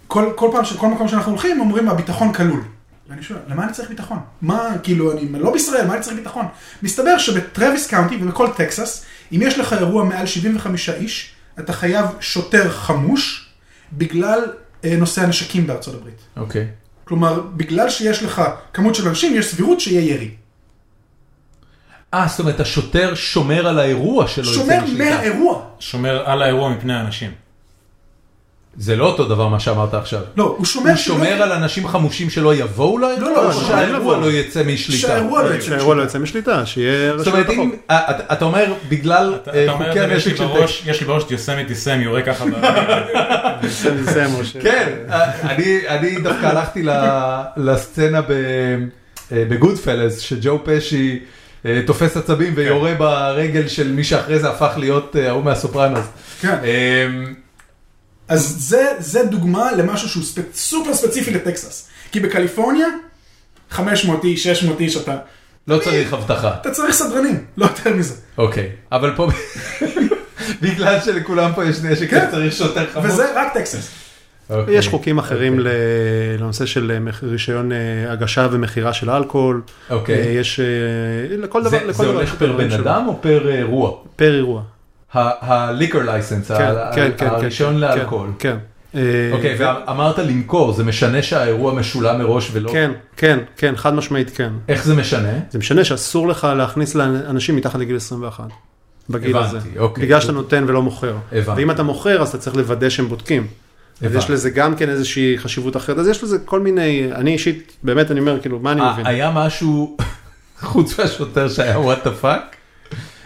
כל כל פעם, ש- כל מקום שאנחנו הולכים, אומרים הביטחון כלול. ואני שואל, למה אני צריך ביטחון? מה, כאילו, אני לא בישראל, מה אני צריך ביטחון? מסתבר שבטרוויס קאונטי ובכל טקסס, אם יש לך אירוע מעל 75 איש, אתה חייב שוטר חמוש, בגלל אה, נושא הנשקים בארצות הברית. אוקיי. כלומר, בגלל שיש לך כמות של אנשים, יש סבירות שיהיה ירי. לא אה, זאת אומרת, השוטר שומר על האירוע שלו. שומר מהאירוע. שומר על האירוע מפני האנשים. זה לא אותו דבר מה שאמרת עכשיו. לא, הוא שומר הוא שומר על אנשים חמושים שלא יבואו לאירוע, לא, או לא, שהאירוע לא. לא יצא משליטה. שהאירוע לא יצא. שהאירוע לא יוצא משליטה, שיהיה זאת אומרת, רשויות אם החוק. אה, אתה- אתה אומר בגלל אתה אה, אתה אומר, חוקי "אבל יש לי הנשק של טקסס. בראש, יש לי בראש את יוסמיטי סם יורה ככה. באוויר." זה- זה משה. כן, אה, אני- אני דווקא הלכתי ל- לסצנה בגוד פלס, שג'ו פשי אה, תופס עצבים כן. ויורה ברגל של מי שאחרי זה הפך להיות אה, ההוא מהסופרנוס. כן. אה, אז זה, זה דוגמה למשהו שהוא ספ... סופר ספציפי לטקסס. כי בקליפורניה, 500 איש, 600 איש, אתה, לא צריך הבטחה. אתה צריך סדרנים, לא יותר מזה. אוקיי, אבל פה בגלל שלכולם פה יש נשק, כן. אז צריך שוטר חמור. וזה רק טקסס. אוקיי. יש חוקים אחרים ל- לנושא של אה, מח- רישיון אה, הגשה ומכירה של אלכוהול. אוקיי. אה, יש אה, לכל דבר, זה לכל זה דבר הולך יש פר דברים בן שלו. אדם או פר אה, אירוע? פר אירוע. הליקר לייסנס, כן, כן, כן. הראשון כן, לאלכוהול. כן. אה, אוקיי, ואמרת למכור, זה משנה שהאירוע משולם מראש ולא... כן, כן, כן, חד משמעית כן. איך זה משנה? זה משנה שאסור לך להכניס לאנשים מתחת לגיל 21. בגיל הבנתי, הזה. אוקיי. בגלל שאתה נותן ולא מוכר. הבנתי. ואם אתה מוכר אז אתה צריך לוודא שהם בודקים. אז הבנתי. יש לזה גם כן איזושהי חשיבות אחרת. אז יש לזה כל מיני, אני אישית, באמת אני אומר, כאילו, מה אני אה, מבין? היה משהו, חוץ מהשוטר שהיה וואט דה פאק?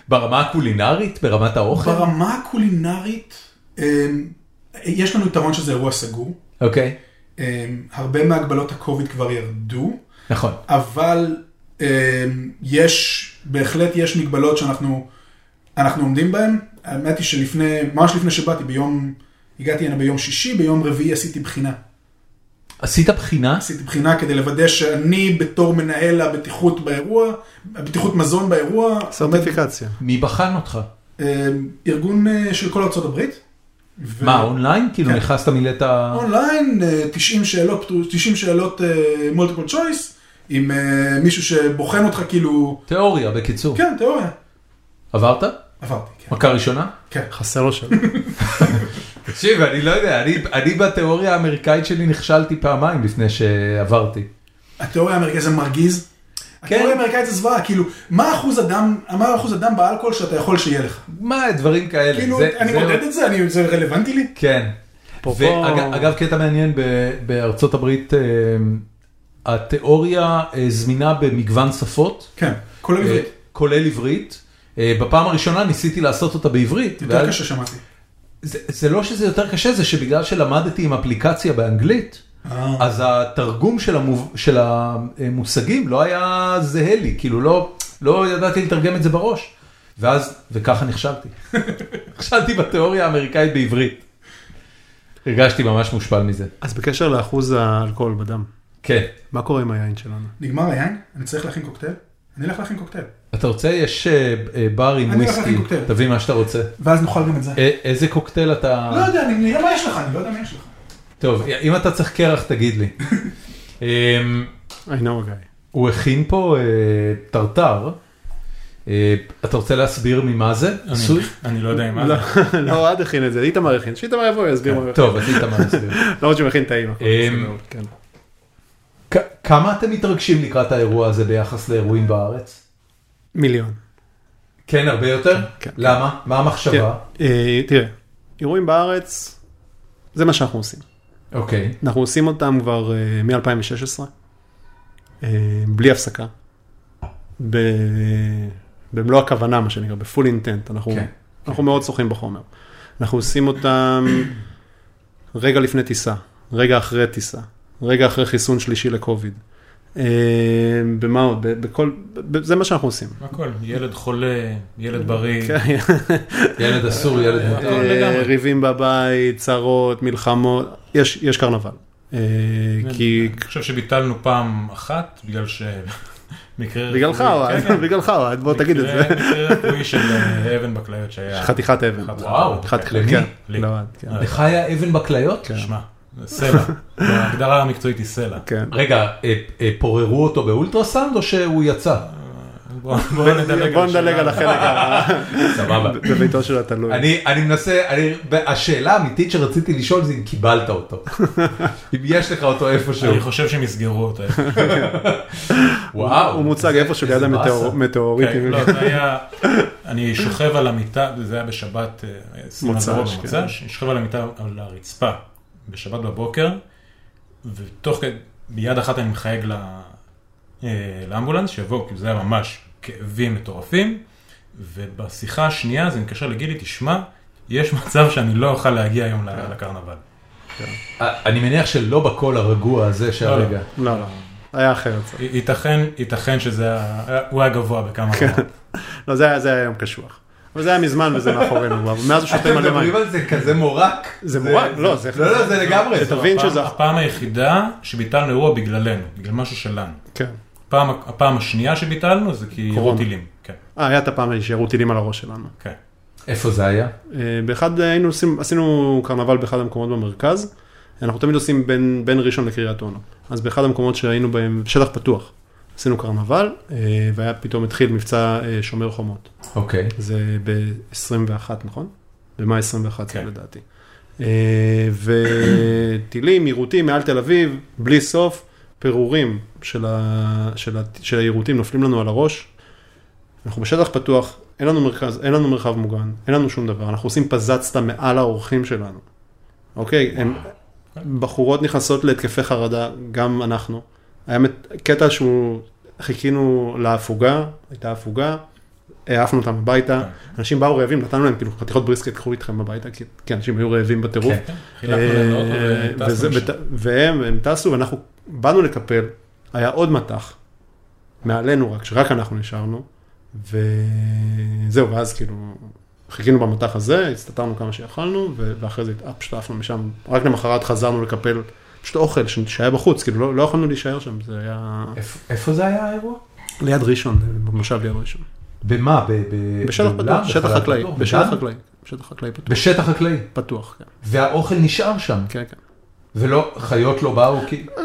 ברמה הקולינרית? ברמת האוכל? ברמה הקולינרית, אמ, יש לנו יתרון שזה אירוע סגור. אוקיי, אמ, הרבה מהגבלות הקוביד כבר ירדו. נכון. אבל אמ, יש, בהחלט יש מגבלות שאנחנו אנחנו עומדים בהן. האמת היא שלפני, ממש לפני שבאתי, ביום, הגעתי הנה ביום שישי, ביום רביעי עשיתי בחינה. עשית בחינה? עשיתי בחינה כדי לוודא שאני בתור מנהל הבטיחות באירוע, הבטיחות מזון באירוע, סרטיפיקציה. מי בחן אותך? אמ, ארגון אה, של כל ארצות הברית. ו- מה, אונליין? כאילו כן. נכנסת מילאת... ה- אונליין, אה, 90 שאלות, פתו- 90 שאלות מולטיפול צ'וייס, עם אה, מישהו אה, שבוחן אותך כאילו, תיאוריה, בקיצור. כן, תיאוריה. עברת? עברתי, כן. מכה ראשונה? כן. חסר לו שם. תקשיב, אני לא יודע, אני, אני בתיאוריה האמריקאית שלי נכשלתי פעמיים לפני שעברתי. התיאוריה האמריקאית זה מרגיז. כן. התיאוריה האמריקאית זה זוועה, כאילו, מה אחוז הדם, מה אחוז הדם באלכוהול שאתה יכול שיהיה לך? מה, דברים כאלה. כאילו, זה- אני זה- לא- מודד את זה, אני- זה רלוונטי לי? כן. אפרופו- ואגב, אגב, קטע מעניין, ב- בארצות הברית אה, התיאוריה אה, זמינה במגוון שפות. כן, כולל אה, עברית. כולל עברית. אה, בפעם הראשונה ניסיתי לעשות אותה בעברית. יותר ואז- קשה שמעתי. זה, זה לא שזה יותר קשה, זה שבגלל שלמדתי עם אפליקציה באנגלית, אה. אז התרגום של, המוב... של המושגים לא היה זהה לי, כאילו לא, לא ידעתי לתרגם את זה בראש. ואז, וככה נכשלתי. נכשלתי בתיאוריה האמריקאית בעברית. הרגשתי ממש מושפל מזה. אז בקשר לאחוז האלכוהול בדם, כן. מה קורה עם היין שלנו? נגמר היין? אני צריך להכין קוקטייל? אני אלך להכין קוקטייל. אתה רוצה? יש אה, אה, בר עם אני הולך וויסקי, להכין קוקטייל. תביא מה שאתה רוצה. ואז נאכל גם את זה. אה, איזה קוקטייל אתה... לא יודע, אני נראה מה יש לך, אני לא יודע מה יש לך. טוב, אם אתה צריך קרח תגיד לי. אמ, I know a guy. הוא הכין פה אה, טרטר. אה, אתה רוצה להסביר ממה זה? אני- עשוי? אני לא יודע אם מה לא, זה. לא, אוהד הכין את זה, איתמר הכין, שאיתמר יבוא יסביר מה הוא הכין. כן, טוב, אז איתמר יסביר. למרות שהוא הכין טעים. הכל אמ, בסדר, כן. כ- כמה אתם מתרגשים לקראת האירוע הזה ביחס לאירועים בארץ? מיליון. כן, הרבה יותר? כן. למה? מה המחשבה? כן. אה, תראה, אירועים בארץ, זה מה שאנחנו עושים. כן. אוקיי. אנחנו עושים אותם כבר אה, מ-2016, אה, בלי הפסקה. ב- במלוא הכוונה, מה שנקרא, בפול אינטנט. אנחנו כן. אנחנו מאוד שוחים בחומר. אנחנו עושים אותם רגע לפני טיסה, רגע אחרי טיסה, רגע אחרי חיסון שלישי לקוביד. אה, במה עוד? ב- בכל, ב- זה מה שאנחנו עושים. הכל, ילד חולה, ילד בריא, כן. ילד אסור, ילד מותר. אה, לגמרי. ריבים בבית, צרות, מלחמות, יש, יש קרנבל. אה, כן, כי אני חושב שביטלנו פעם אחת, בגלל ש... מקרה... בגללך, רפואי- כן, אוהד, כן. בגללך, אוהד, בוא תגיד את מקרה- זה. מקרה רפואי של אה, אבן בכליות שהיה... חתיכת אבן. חתיכת וואו. אבן. חתיכת למי? כן. לי. לא, אוהד, כן. אה, לך היה אבן בכליות? שמע, זה סלע. ההגדרה המקצועית היא סלע. כן. רגע, אה, אה, פוררו אותו באולטרסאונד או שהוא יצא? בוא בוא נדלג בוא על נדלג השאלה. על החלק ה- סבבה. בביתו של התלוי. אני, אני מנסה, אני, השאלה האמיתית שרציתי לשאול זה אם קיבלת אותו. אם יש לך אותו איפשהו. אני חושב שהם יסגרו אותה. וואו. הוא מוצג זה- איפשהו ליד איזה באסה. כן, המטאוריטים. לא, זה היה, אני שוכב על המיטה, זה היה בשבת, אה, עשרים מוצ"ש, לדרום, כן. במוצ"ש, אני שוכב על המיטה, על הרצפה, בשבת בבוקר, ותוך כדי, ביד אחת אני מחייג ל- אה, לאמבולנס, שיבואו, כי זה היה ממש כאבים מטורפים, ובשיחה השנייה זה מתקשר לגילי, תשמע, יש מצב שאני לא אוכל להגיע היום כן. ל- לקרנבל. אה, אני מניח שלא בקול הרגוע הזה שהרגע. לא, לא, היה אחר. זה. י- ייתכן, ייתכן שזה, היה- הוא היה גבוה בכמה רמות. לא, זה היה- זה היה יום קשוח. אבל זה היה מזמן וזה מאחורינו, כבר, ומאז הוא אתם שותים מלא מים. מדברים על זה כזה מורק. זה מורק, לא, זה... לא, לא, זה לגמרי. תבין הפעם- שזה... הפעם היחידה שביטלנו אירוע בגללנו, בגלל משהו שלנו. כן. פעם, הפעם השנייה שביטלנו זה כי ירו קורונה. טילים. כן, אה, היה את הפעם ההיא שירו טילים על הראש שלנו. כן. איפה זה היה? אה, באחד אה, היינו עושים, עשינו קרנבל באחד המקומות במרכז, אנחנו תמיד עושים בין, בין ראשון לקריית אונו. אז באחד המקומות שהיינו בהם, שטח פתוח, עשינו קרנבל, אה, והיה פתאום התחיל מבצע אה, שומר חומות. אוקיי. זה ב-21, נכון? במאי 21 זה כן. לדעתי. אה, וטילים, יירוטים מעל תל אביב, בלי סוף, פירורים של, ה... של, ה... של היירוטים נופלים לנו על הראש. אנחנו בשטח פתוח, אין לנו מרכז, אין לנו מרחב מוגן, אין לנו שום דבר, אנחנו עושים פזצתא מעל האורחים שלנו. אוקיי? הם... בחורות נכנסות להתקפי חרדה, גם אנחנו. היה מת- קטע שהוא, חיכינו להפוגה, הייתה הפוגה, העפנו אותם הביתה, אנשים באו רעבים, נתנו להם כאילו חתיכות בריסקט, קחו איתכם הביתה, כי- כי אנשים היו רעבים בטירוף. כן. חילקנו להם לאוטו אה, וטסנו וזה- משם. ות- והם הם טסו, ואנחנו באנו לקפל, היה עוד מטח, מעלינו רק, שרק אנחנו נשארנו, וזהו, ואז כאילו, חיכינו במטח הזה, הסתתרנו כמה שיכלנו, ו- ואחרי זה התע- פשוט עפנו משם, רק למחרת חזרנו לקפל, פשוט אוכל ש- שהיה בחוץ, כאילו לא, לא יכולנו להישאר שם, זה היה איפ- איפה זה היה האירוע? ליד ראשון, במושב ליד ראשון. במה? ב- ב- בשטח באולם? פתוח, שטח בחלל חקלאי, פתוח? בשטח בגן? חקלאי, בשטח חקלאי פתוח, בשטח חקלאי. פתוח, כן, והאוכל נשאר שם. כן, כן. ולא, חיות לא באו כי... זה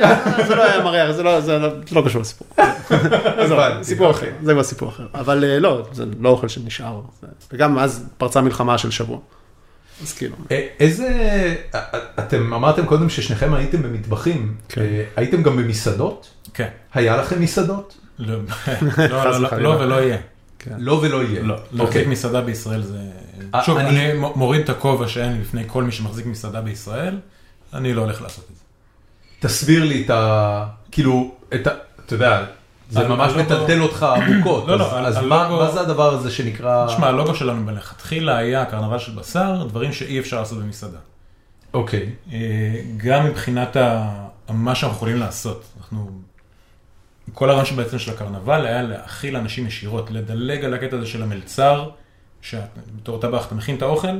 היה- זה לא היה מריח, זה לא- זה לא זה לא קשור לסיפור. עזוב, הבנתי, סיפור אחר, זה כבר סיפור אחר. אבל אה, לא, זה לא אוכל שנשאר. זה- וגם אז פרצה מלחמה של שבוע. אז כאילו, אה, איזה... אה, אתם אמרתם קודם ששניכם הייתם במטבחים. כן. אה, הייתם גם במסעדות? כן. היה לכם מסעדות? לא, לא, לא, לא, וחלילה. כן. לא ולא יהיה. לא ולא יהיה. לא, אוקיי. להחזיק מסעדה בישראל זה... אה, שוב, אני- אני מ- מוריד את הכובע שאין לי לפני כל מי שמחזיק מסעדה בישראל, אני לא הולך לעשות את זה. תסביר לי את ה... כאילו, את ה... אתה יודע, זה על- ממש על לוגו- מטלטל אותך עמוקות. לא, לא, אז- על- אז על מה לוגו- מה זה הדבר הזה אה. שנקרא... תשמע, הלוגו שלנו מלכתחילה היה קרנבל של בשר, דברים שאי אפשר לעשות במסעדה. אוקיי. אה, גם מבחינת ה... מה שאנחנו יכולים לעשות. אנחנו... כל הרעיון שבעצם של הקרנבל היה להאכיל אנשים ישירות, לדלג על הקטע הזה של המלצר, שבתור טבח אתה מכין את האוכל,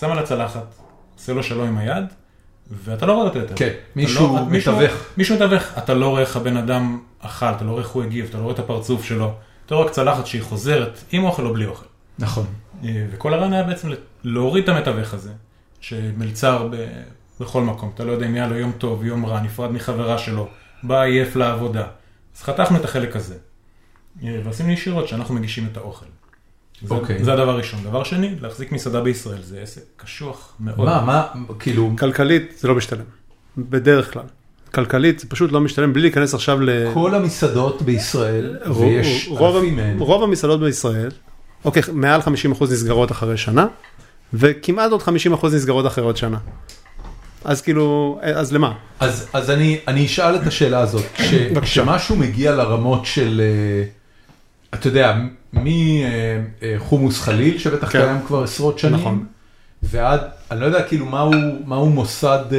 שם על הצלחת, עושה לו שלום עם היד, ואתה לא רואה אותו יותר. כן, אתה מישהו את- מישהו- מתווך. מישהו מתווך, אתה לא רואה איך הבן אדם אכל, אתה לא רואה איך הוא הגיב, אתה לא רואה את הפרצוף שלו, אתה רואה רק צלחת שהיא חוזרת, עם אוכל או בלי אוכל. נכון. אה, וכל הרעיון היה בעצם להוריד את המתווך הזה, שמלצר ב... בכל מקום, אתה לא יודע אם היה לו יום טוב, יום רע, נפרד מחברה שלו, בא עייף לעבודה. אז חתכנו את החלק הזה. אה, ועשינו ישירות שאנחנו מגישים את האוכל. זה, אוקיי. זה הדבר הראשון. דבר שני, להחזיק מסעדה בישראל זה עסק קשוח מאוד. מה, מה, כאילו, כן. כלכלית זה לא משתלם. בדרך כלל. כלכלית זה פשוט לא משתלם, בלי להיכנס עכשיו ל... כל המסעדות בישראל, רוב- ויש רוב- אלפים מהן, רוב המסעדות בישראל, אוקיי, מעל 50% נסגרות אחרי שנה, וכמעט עוד 50% נסגרות אחרי עוד שנה. אז כאילו, אז למה? אז, אז אני, אני אשאל את השאלה הזאת, כש- כשמשהו מגיע לרמות של, אה, אתה יודע, מחומוס חליל, שבטח כן. קיים כבר עשרות שנים, נכון. ועד, אני לא יודע כאילו מהו, מהו מוסד, אה,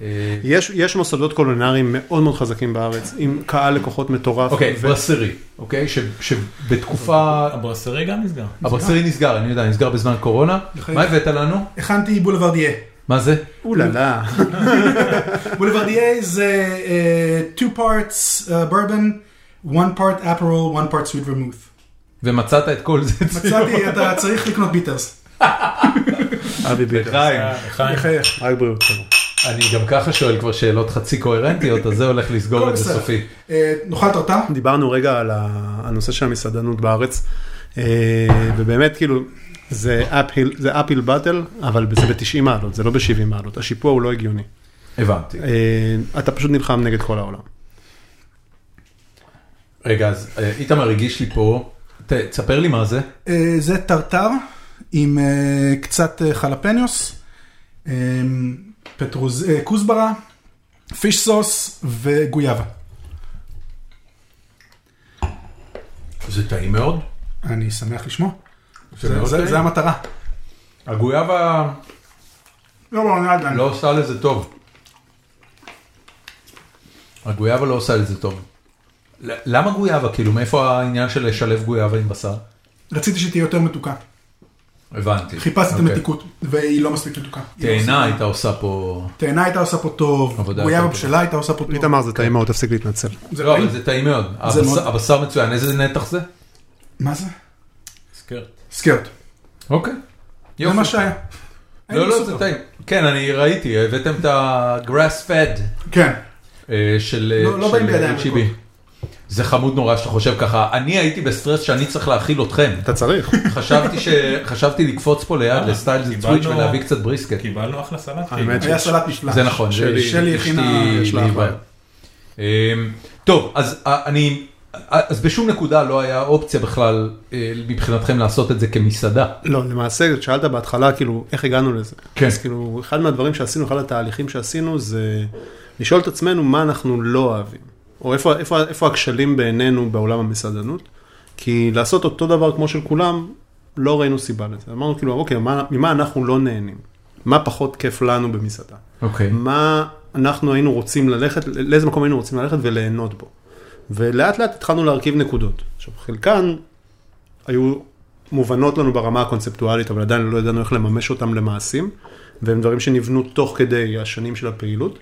אה, יש, יש מוסדות קולינריים מאוד מאוד חזקים בארץ, עם קהל לקוחות מטורף. אוקיי, ו- ברסרי, אוקיי, ש- שבתקופה, הברסרי גם נסגר. הברסרי נסגר, אני יודע, נסגר בזמן קורונה, לחיים. מה הבאת לנו? הכנתי בולוורדיה. מה זה? אוללה. בולוורדיה זה אה, two parts אה, bourbon, one part apparel, one part sweet vermouth. ומצאת את כל זה אצלנו. מצאתי, אתה צריך לקנות ביטרס. אבי ביטר. לחיים. לחיים. יחייך. רק בריאות כן. שלו. אני גם ככה שואל כבר שאלות חצי קוהרנטיות, אז זה הולך לסגור הכל את זה בסדר. סופי. אה, נאכל תרתה? דיברנו רגע על ה- הנושא של המסעדנות בארץ, אה, ובאמת כאילו, זה אפל באטל, אבל זה ב-90 מעלות, זה לא ב-70 מעלות, השיפוע הוא לא הגיוני. הבנתי. אה, אתה פשוט נלחם נגד כל העולם. רגע, אז אה, איתמר הגיש לי פה, ת- תספר לי מה זה. אה, זה טרטר עם אה, קצת אה, חלפניוס, אה, פטרוז, אה, כוסברה, פיש סוס וגויאבה. זה טעים מאוד. אני שמח לשמוע. זה זה- מאוד זה- טעים. זה המטרה. הגויאבה לא, לא, אני עדיין. לא עושה לזה טוב. הגויאבה לא עושה לזה טוב. ל- למה גויאבה? כאילו, מאיפה העניין של לשלב גויאבה עם בשר? רציתי שתהיה יותר מתוקה. הבנתי. חיפשתי את אוקיי. המתיקות, והיא לא מספיק מתוקה. היא לא תאנה מספיק- הייתה עושה פה... תאנה הייתה עושה פה טוב, עבודה גויאבה יותר טובה. בשלה הייתה עושה פה טוב. איתמר זה טעים מאוד, תפסיק להתנצל. זה לא, טעים? אבל זה טעים מאוד. זה הבשר- מאוד- הבשר מצוין, איזה נתח זה? מה זה? סקרט. סקרט. אוקיי. זה מה שהיה. לא, לא, זה טעים. כן, אני ראיתי, הבאתם את הגראס פד כן. אה, של לא- לא של באים בידיים HEB. זה חמוד נורא שאתה חושב ככה, אני הייתי בסטרס שאני צריך להאכיל אתכם. אתה צריך. חשבתי ש... חשבתי לקפוץ פה ליד אה, לסטייל זה קיבלנו- צוויץ' ולהביא קצת בריסקט. קיבלנו אחלה אה, סלט. כאילו. האמת היה שיש. סלט נפלא. זה נכון, זה שלי- אשתי- שלי הכינה- אשתי יש לה ליבה. אחלה. אמ, טוב, אז אה, אני... אה, אז בשום נקודה לא היה אופציה בכלל אה, מבחינתכם לעשות את זה כמסעדה. לא, למעשה, שאלת בהתחלה, כאילו, איך הגענו לזה? כן. אז כאילו, אחד מהדברים שעשינו, אחד התהליכים שעשינו, זה לשאול את עצמנו מה אנחנו לא אוהבים, או איפה, איפה, איפה הכשלים בעינינו בעולם המסעדנות, כי לעשות אותו דבר כמו של כולם, לא ראינו סיבה לזה. אמרנו כאילו, אוקיי, מה, ממה אנחנו לא נהנים? מה פחות כיף לנו במסעדה? אוקיי. מה אנחנו היינו רוצים ללכת, לאיזה מקום היינו רוצים ללכת וליהנות בו. ולאט לאט התחלנו להרכיב נקודות. עכשיו, חלקן היו מובנות לנו ברמה הקונספטואלית, אבל עדיין לא ידענו איך לממש אותם למעשים, והם דברים שנבנו תוך כדי השנים של הפעילות,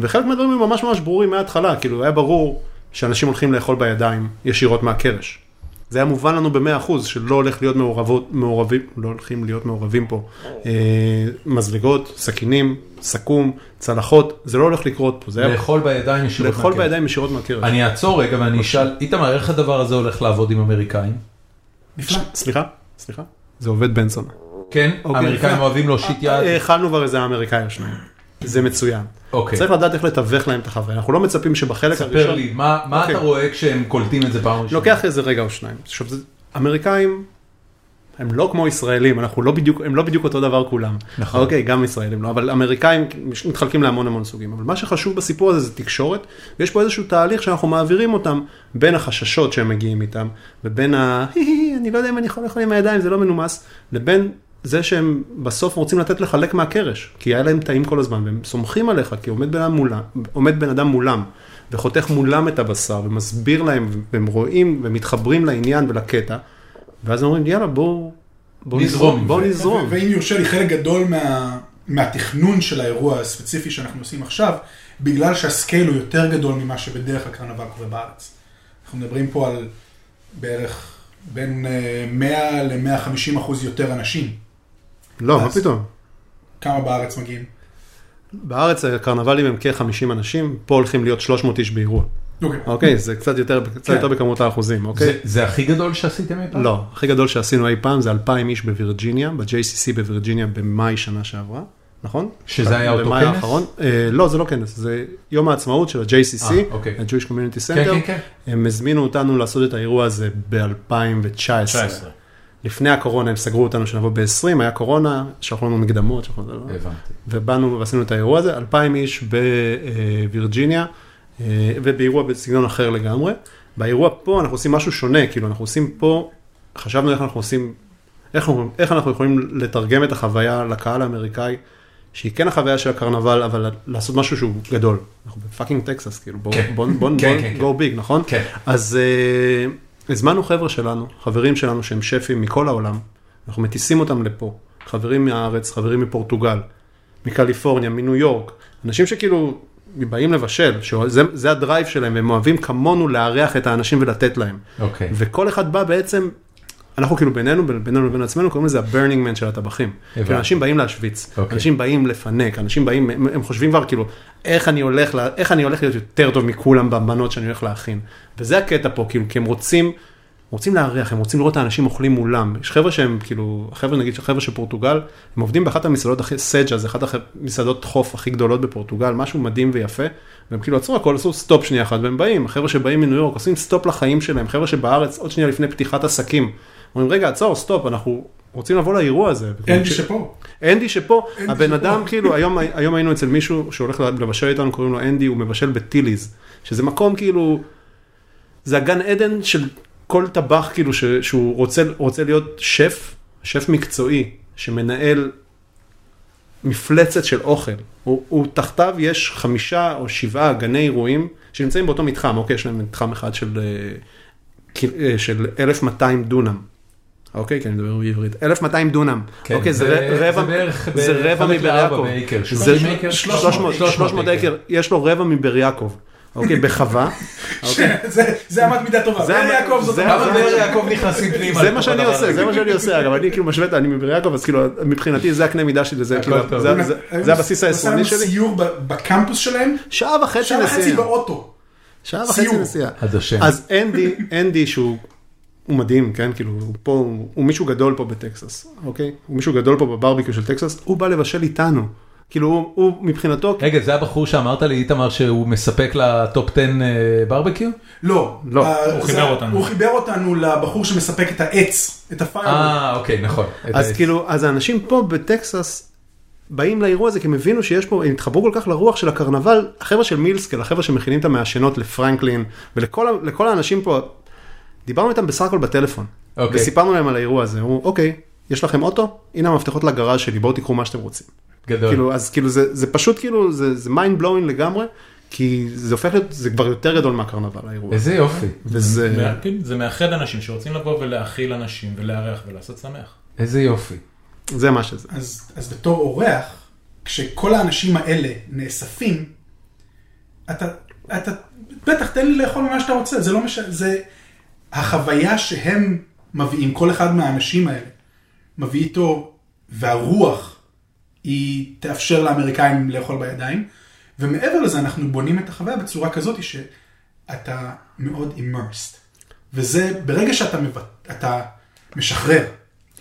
וחלק מהדברים הם ממש ממש ברורים מההתחלה, כאילו היה ברור שאנשים הולכים לאכול בידיים ישירות מהקרש. זה היה מובן לנו ב-100% שלא הולך להיות מעורבות, מעורבים, לא הולכים להיות מעורבים פה אה, מזלגות, סכינים, סכו"ם, צלחות, זה לא הולך לקרות פה, זה היה לאכול בידיים ישירות לאכול מהקרן. בידיים ישירות מהקרש. אני אעצור רגע ואני אשאל, איתמר, איך הדבר הזה הולך לעבוד עם אמריקאים? נפלא. סליחה, סליחה, זה עובד בן סונה. כן? אוקיי, האמריקאים יפה. אוהבים להושיט אה, יד? אכלנו כבר איזה אמריקאי או שניים, זה מצוין. אוקיי. צריך לדעת איך לתווך להם את החוויה, אנחנו לא מצפים שבחלק הראשון... ספר לי, מה מה אוקיי. אתה רואה כשהם קולטים את זה פעם ראשונה? לוקח איזה רגע או שניים. עכשיו, זה- אמריקאים הם לא כמו ישראלים, אנחנו לא בדיוק, הם לא בדיוק אותו דבר כולם. נכון. אוקיי, גם ישראלים לא, אבל אמריקאים מש- מתחלקים להמון המון סוגים. אבל מה שחשוב בסיפור הזה זה תקשורת, ויש פה איזשהו תהליך שאנחנו מעבירים אותם בין החששות שהם מגיעים איתם, ובין ה... "הי, הי, הי, אני לא יודע אם אני יכול לאכול עם הידיים, זה לא מנומס, לבין... זה שהם בסוף רוצים לתת לך לק מהקרש, כי היה להם טעים כל הזמן, והם סומכים עליך, כי עומד בן אדם מולם, עומד בן אדם מולם וחותך מולם את הבשר, ומסביר להם, והם רואים, ומתחברים לעניין ולקטע, ואז הם אומרים, יאללה, בואו... בואו נזרום עם בואו זה." נזרום. ו- ואם יורשה לי, חלק גדול מה, מהתכנון של האירוע הספציפי שאנחנו עושים עכשיו, בגלל שהסקייל הוא יותר גדול ממה שבדרך כלל קרנבל קורה בארץ. אנחנו מדברים פה על בערך בין אה, 100 ל-150 אחוז יותר אנשים. לא, מה אז- פתאום. כמה בארץ מגיעים? בארץ הקרנבלים הם כ-50 אנשים, פה הולכים להיות 300 איש באירוע. אוקיי. אוקיי, זה קצת יותר, קצת כן. יותר בכמות האחוזים, אוקיי? זה- זה הכי גדול שעשיתם אי פעם? לא, הכי גדול שעשינו אי פעם זה 2,000 איש בווירג'יניה, ב-JCC בווירג'יניה במאי שנה שעברה, נכון? שזה היה אותו במאי כנס? האחרון. אה, לא, זה לא כנס, זה יום העצמאות של ה-JCC, אה, אוקיי. ה-Jewish Community Center. כן, כן, כן. הם הזמינו אותנו לעשות את האירוע הזה ב-2019. 19. לפני הקורונה הם סגרו אותנו שנבוא ב-20, היה קורונה, שלחו לנו מקדמות, שלחו לנו... הבנתי. ובאנו ועשינו את האירוע הזה, 2,000 איש בווירג'יניה, אה, ובאירוע בסגנון אחר לגמרי. באירוע פה אנחנו עושים משהו שונה, כאילו אנחנו עושים פה, חשבנו איך אנחנו עושים, איך, אנחנו- איך אנחנו יכולים לתרגם את החוויה לקהל האמריקאי, שהיא כן החוויה של הקרנבל, אבל לעשות משהו שהוא גדול. אנחנו בפאקינג טקסס, כאילו בואו, כן. בואו, בואו, כן, כן, כן. בואו, go big, נכון? כן. אז uh, הזמנו חבר'ה שלנו, חברים שלנו שהם שפים מכל העולם, אנחנו מטיסים אותם לפה, חברים מהארץ, חברים מפורטוגל, מקליפורניה, מניו יורק, אנשים שכאילו באים לבשל, שזה זה הדרייב שלהם, והם אוהבים כמונו לארח את האנשים ולתת להם. אוקיי. וכל אחד בא בעצם, אנחנו כאילו בינינו, בינינו לבין עצמנו, קוראים לזה הברנינג מן של הטבחים. הבנתי. כאילו אנשים באים להשוויץ, אוקיי. אנשים באים לפנק, אנשים באים, הם, הם חושבים כבר כאילו, איך אני, הולך, לה- איך אני הולך להיות יותר טוב מכולם במנות שאני הולך להכין. וזה הקטע פה, כאילו, כי הם רוצים, רוצים לארח, הם רוצים לראות את האנשים אוכלים מולם. יש חבר'ה שהם כאילו, החבר'ה נגיד, חבר'ה של פורטוגל, הם עובדים באחת המסעדות הכי, סג'ה, זה אחת המסעדות חוף הכי גדולות בפורטוגל, משהו מדהים ויפה, והם כאילו עצרו הכל, עשו סטופ שנייה אחת, והם באים, החבר'ה שבאים מניו יורק עושים סטופ לחיים שלהם, חבר'ה שבארץ עוד שנייה לפני פתיחת עסקים, אומרים רגע עצור, סטופ, אנחנו רוצים לבוא לאירוע הזה. אין לי שפה. אנדי שפה, אנדי הבן שפה. אדם כאילו, היום, היום היינו אצל מישהו שהולך לבשל איתנו, קוראים לו אנדי, הוא מבשל בטיליז, שזה מקום כאילו, זה הגן עדן של כל טבח כאילו, ש, שהוא רוצה, רוצה להיות שף, שף מקצועי, שמנהל מפלצת של אוכל. הוא, הוא תחתיו יש חמישה או שבעה גני אירועים שנמצאים באותו מתחם, אוקיי, יש להם מתחם אחד של, אה, קיל- אה, של 1200 דונם. אוקיי, כי אני מדבר בעברית. 1200 דונם. כן, אוקיי, זה, זה- ר- זה רבע, בערך- זה בערך רבע חלק מבאר לארבע יעקב. באקר, זה 80 אקר? 300, 300 אוקיי. אקר, יש לו רבע מבאר יעקב. אוקיי, בחווה. אוקיי. זה- זה אמת מידה טובה. זה זה אמת- יעקב זאת זה אמת כמה זה- מידה זה- באר יעקב נכנסים פנימה? זה לתוך מה שאני הדבר עושה, הזה? זה מה שאני עושה, אגב, אני כאילו משווה את, אני מבאר יעקב, אז כאילו, מבחינתי זה הקנה מידה שלי, זה הכל כאילו, טוב. זה- זה- זה הבסיס העשרוני הוא עשה לנו שלי. סיור ב- בקמפוס שלהם, שעה וחצי שעה וחצי נסיעה. באוטו. שעה וחצי סיור. נסיעה. עד השם. אז אנדי, אנדי שהוא הוא מדהים, כן? כאילו, הוא פה, הוא, הוא מישהו גדול פה בטקסס, אוקיי? הוא מישהו גדול פה בברביקיו של טקסס, הוא בא לבשל איתנו. כאילו, הוא, הוא מבחינתו, רגע, זה הבחור שאמרת לי, איתמר, שהוא מספק לטופ 10 אה, ברבקיו? לא. לא, ה- הוא זה- חיבר אותנו. הוא חיבר אותנו לבחור שמספק את העץ, את הפיירוול. אה, אוקיי, נכון. אז כאילו, אז האנשים פה בטקסס באים לאירוע הזה כי הם הבינו שיש פה, הם התחברו כל כך לרוח של הקרנבל, החבר'ה של מילסקל, החבר'ה שמכינים את המעשנות לפרנקלין, ולכל ה- לכל האנשים פה, דיברנו איתם בסך הכל בטלפון, אוקיי. וסיפרנו להם על האירוע הזה, אמרו, אוקיי, יש לכם אוטו? הנה המפתחות לגראז' שלי, בואו תיקחו מה שאתם רוצים. גדול. כאילו, אז כאילו זה, זה פשוט כאילו, זה, זה mind blowing לגמרי, כי זה הופך להיות, זה כבר יותר גדול מהקרנבל האירוע. איזה יופי, אה. וזה, מה- כן, זה מאחד אנשים שרוצים לבוא ולהכיל אנשים ולארח ולעשות שמח. איזה יופי. זה מה שזה. אז, אז בתור אורח, כשכל האנשים האלה נאספים, אתה, אתה, בטח תן לי לאכול מה שאתה רוצה, זה לא משנה, זה, החוויה שהם מביאים, כל אחד מהאנשים האלה, מביא איתו, והרוח היא תאפשר לאמריקאים לאכול בידיים. ומעבר לזה, אנחנו בונים את החוויה בצורה כזאת שאתה מאוד immersed. וזה, ברגע שאתה מבט... אתה משחרר,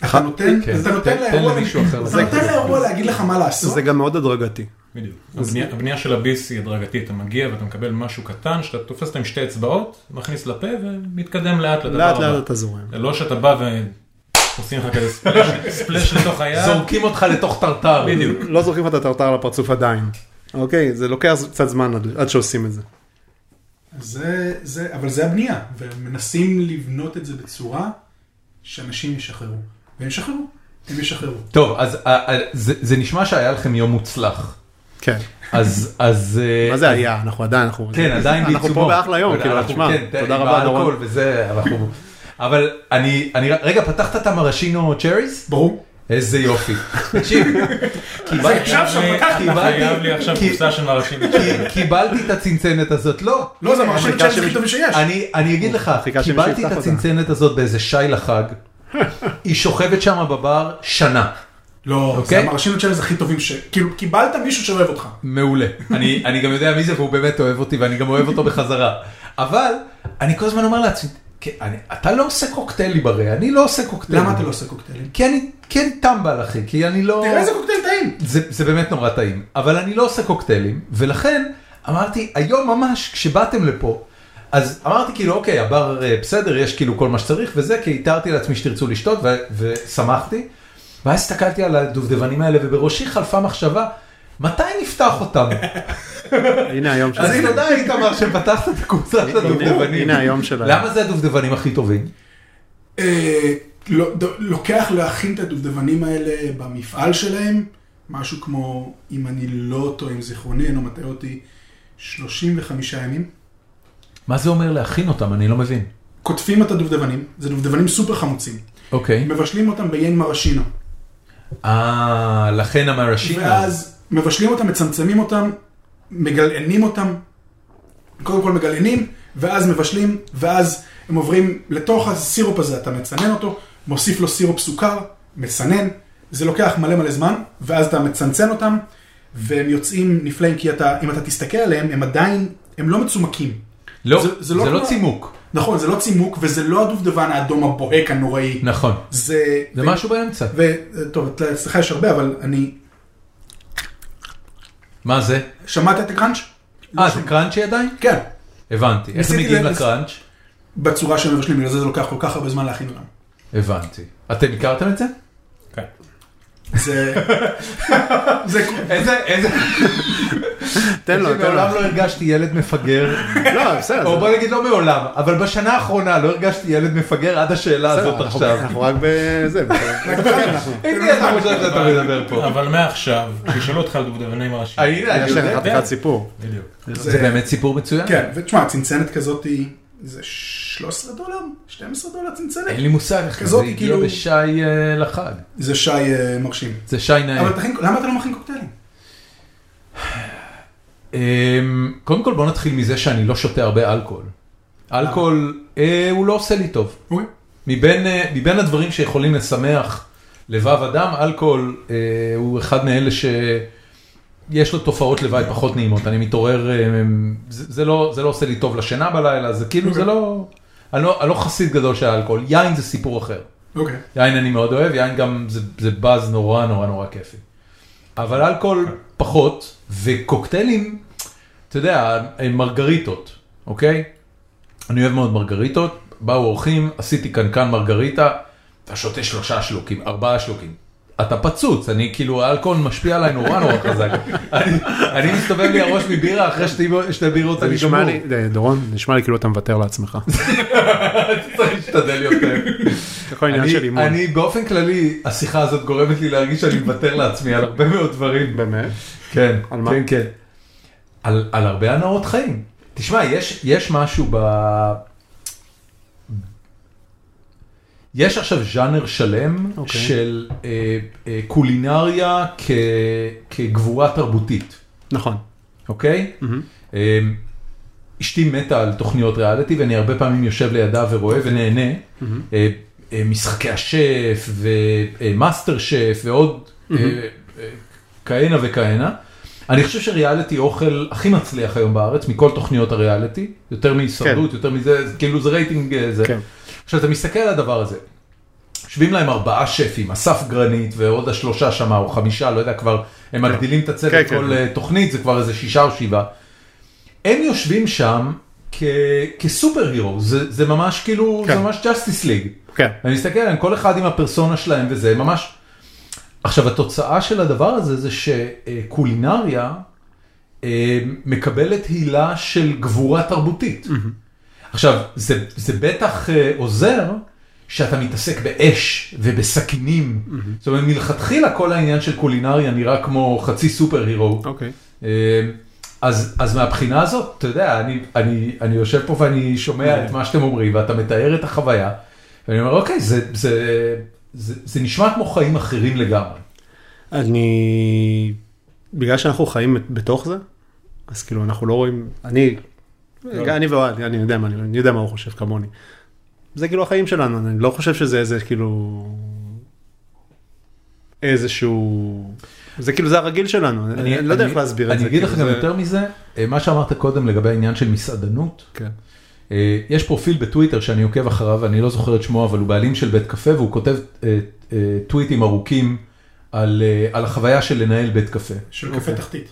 אתה נותן, כן. אתה נותן תן- תן לאירוע, למישהו אחר אתה נותן לעשות את זה. לאירוע להגיד לך מה לעשות. זה גם מאוד הדרגתי. בדיוק. הבנייה, הבנייה של הביס היא הדרגתית, אתה מגיע ואתה מקבל משהו קטן, שאתה תופס אותו עם שתי אצבעות, מכניס לפה ומתקדם לאט לדבר לאט הבא. לאט אתה זורם. זה לא שאתה בא ועושים לך כזה ספלאש, ספלאש לתוך אה. היד, זורקים אותך לתוך טרטר. בדיוק. לא זוכרים לך את הטרטר על הפרצוף עדיין. אוקיי? זה לוקח קצת זמן עד- עד שעושים את זה. זה, זה, אבל זה הבנייה, ומנסים לבנות את זה בצורה שאנשים ישחררו, והם ישחררו, הם ישחררו. טוב, אז אה, אה, זה זה נשמע שהיה לכם יום מוצלח. כן. אז, אז... אה, מה זה היה? אנחנו עדיין, אנחנו... כן, עדיין בעיצומו. אנחנו פה באחלה יום, כאילו, אנחנו- תשמע, כן, תודה עם רבה, האלכוהול דורון. וזה, אנחנו... אבל אני, אני, רגע, פתחת את המרשינו צ'ריז? ברור. איזה יופי. תקשיב, קיבלתי- עכשיו שם, אני- פתחתי, אתה קיבלתי- חייב לי עכשיו כי- קופסה של מרשים. קיבלתי את הצנצנת הזאת, לא. לא, זה מרשים המחיקה את הכי של- טוב שיש. אני, אני אגיד לך, חיכה שמישהו קיבלתי את יפתח אותה. הצנצנת הזאת באיזה שי לחג, היא שוכבת שם בבר שנה. לא, זה אוקיי. המרשים את הכי טובים ש... כאילו, קיבלת מישהו שאוהב אותך. מעולה. אני, אני גם יודע מי זה והוא באמת אוהב אותי ואני גם אוהב אותו בחזרה. אבל אני כל הזמן אומר לעצמי, "כן, אני, אתה לא עושה קוקטיילי ברי, אני לא עושה קוקטיילי. למה אתה לא עושה קוקטיילים? כי אני כן טמבל אחי, כי אני לא... תראה איזה קוקטייל טעים. זה, זה באמת נורא טעים, אבל אני לא עושה קוקטיילים, ולכן אמרתי, היום ממש כשבאתם לפה, אז אמרתי כאילו, אוקיי, הבר אה, בסדר, יש כאילו כל מה שצריך וזה, כי התארתי לעצמי שתרצו לשתות, ו- ושמחתי. ואז הסתכלתי על הדובדבנים האלה, ובראשי חלפה מחשבה, מתי נפתח אותם? הנה היום של... אז תודה איתמר שפתחת את הקבוצה של הדובדבנים. הנה היום שלהם. למה זה הדובדבנים הכי טובים? אה, לא- ד- לוקח להכין את הדובדבנים האלה במפעל שלהם, משהו כמו, אם אני לא טועה, אם זיכרוני אינו מטעה אותי, 35 ימים. מה זה אומר להכין אותם? אני לא מבין. קוטפים את הדובדבנים, זה דובדבנים סופר חמוצים. אוקיי. מבשלים אותם ביין מרשינו. אה, לכן המרשינה. ואז מבשלים אותם, מצמצמים אותם, מגלענים אותם, קודם כל מגלענים, ואז מבשלים, ואז הם עוברים לתוך הסירופ הזה, אתה מצנן אותו, מוסיף לו סירופ סוכר, מצנן, זה לוקח מלא מלא זמן, ואז אתה מצנצן אותם, והם יוצאים נפלאים, כי אתה, אם אתה תסתכל עליהם, הם עדיין, הם לא מצומקים. לא, זה- זה זה לא לא כמו- צימוק. נכון, זה לא צימוק, וזה לא הדובדבן האדום הבוהק הנוראי. נכון. זה... זה משהו באמצע. וטוב, אצלך יש הרבה, אבל אני... מה זה? שמעת את הקראנץ'? לא אה, זה קראנצ'י עדיין? כן. הבנתי. איך ניסיתי מגיעים לה- לקראנץ'? בצורה שהם מבשלים, בגלל זה זה לוקח כל כך הרבה זמן להכין אותם. הבנתי. אתם הכרתם את זה? כן. זה... זה... איזה, איזה, תן לו, תן לו. מעולם לא הרגשתי ילד מפגר, לא, בסדר. או זה- בוא נגיד לא מעולם, אבל בשנה האחרונה לא הרגשתי ילד מפגר עד השאלה בסדר, הזאת אוקיי. אנחנו- עכשיו. אנחנו רק בזה. כן, אין לי אתה חושב שאתה מדבר פה. אבל מעכשיו, כשישאלו אותך על דובדבנים הראשיים. אה, הנה, אני יש לך יודע. חתיכת סיפור. בדיוק. זה באמת סיפור מצוין. כן, ותשמע, צנצנת כזאת היא... זה 13 דולר? 12 דולר צנצנת? אין לי מושג, אחי, זה כזאת, הגיע כאילו- בשי אה, לחג. זה שי אה, מרשים. זה שי נעים. אבל תכין- למה אתה לא מכין קוקטיילים? אמ, קודם כל בוא נתחיל מזה שאני לא שותה הרבה אלכוהול. אלכוהול אה, הוא לא עושה לי טוב. אוקיי. מבין, אה, מבין הדברים שיכולים לשמח לבב אדם, אלכוהול אה, הוא אחד מאלה שיש לו תופעות לוואי פחות נעימות. אני מתעורר, אה, זה, זה, לא, זה לא עושה לי טוב לשינה בלילה, זה כאילו זה לא... אני לא, אני לא חסיד גדול של אלכוהול, יין זה סיפור אחר. אוקיי. יין אני מאוד אוהב, יין גם זה, זה באז נורא נורא נורא כיפי. אבל כן. אלכוהול פחות, וקוקטיילים, אתה יודע, הם מרגריטות, אוקיי? אני אוהב מאוד מרגריטות, באו אורחים, עשיתי קנקן מרגריטה, אתה שותה שלושה שלוקים, ארבעה שלוקים. אתה פצוץ, אני כאילו, האלכוהול משפיע עליי נורא נורא חזק. אני, אני מסתובב לי הראש מבירה אחרי שתי, שתי בירות זה אני נשמע גמור. לי, דורון, נשמע לי כאילו אתה מוותר לעצמך. צריך להשתדל יותר. זה כל עניין אני- של אימון. אני באופן כללי, השיחה הזאת גורמת לי להרגיש שאני מוותר לעצמי על הרבה מאוד דברים. באמת? כן, על מה? כן, כן. על, על הרבה הנאות חיים. תשמע, יש, יש משהו ב... יש עכשיו ז'אנר שלם okay. אוקיי. של אה, אה, קולינריה כ, כגבורה תרבותית, נכון. אוקיי? מהמם. אה, אשתי מתה על תוכניות ריאליטי, ואני הרבה פעמים יושב לידה ורואה ונהנה. אה, אה, משחקי השף ומאסטר שף ועוד אה, אה, כהנה וכהנה. אני חושב שריאליטי אוכל הכי מצליח היום בארץ מכל תוכניות הריאליטי, יותר מהישרדות, יותר מזה, זה- כאילו זה רייטינג אה, זה. כן. עכשיו אתה מסתכל על הדבר הזה, יושבים להם ארבעה שפים, אסף גרנית ועוד השלושה שמה או חמישה, לא יודע כבר, הם מגדילים את הצוות כן, כן. כל אה, תוכנית, זה כבר איזה שישה או שבעה. הם יושבים שם כ- כסופר הירו, זה זה ממש כאילו, כן. זה ממש ג'סטיס ליג. כן. אני מסתכל עליהם, כל אחד עם הפרסונה שלהם וזה ממש... עכשיו התוצאה של הדבר הזה זה שקולינריה אה, מקבלת הילה של גבורה תרבותית. עכשיו זה, זה בטח אה, עוזר שאתה מתעסק באש ובסכינים. זאת אומרת מלכתחילה כל העניין של קולינריה נראה כמו חצי סופר הירו. אוקיי. אה, אז, אז מהבחינה הזאת, אתה יודע, אני, אני, אני יושב פה ואני שומע את מה שאתם אומרים, ואתה מתאר את החוויה, ואני אומר, אוקיי, זה, זה, זה, זה נשמע כמו חיים אחרים לגמרי. אני... בגלל שאנחנו חיים בתוך זה, אז כאילו אנחנו לא רואים... אני... לא. אני ואוהד, אני יודע מה אני אני יודע מה הוא חושב כמוני. זה כאילו החיים שלנו, אני לא חושב שזה איזה כאילו... איזשהו... זה כאילו זה הרגיל שלנו, אני לא יודע איך להסביר את זה. אני אגיד כאילו, לך גם זה- יותר מזה, אה, מה שאמרת קודם לגבי העניין של מסעדנות, כן. אה, יש פרופיל בטוויטר שאני עוקב אחריו, אני לא זוכר את שמו, אבל הוא בעלים של בית קפה, והוא כותב אה, אה, טוויטים ארוכים על, אה, על החוויה של לנהל בית קפה. של קפה תחתית.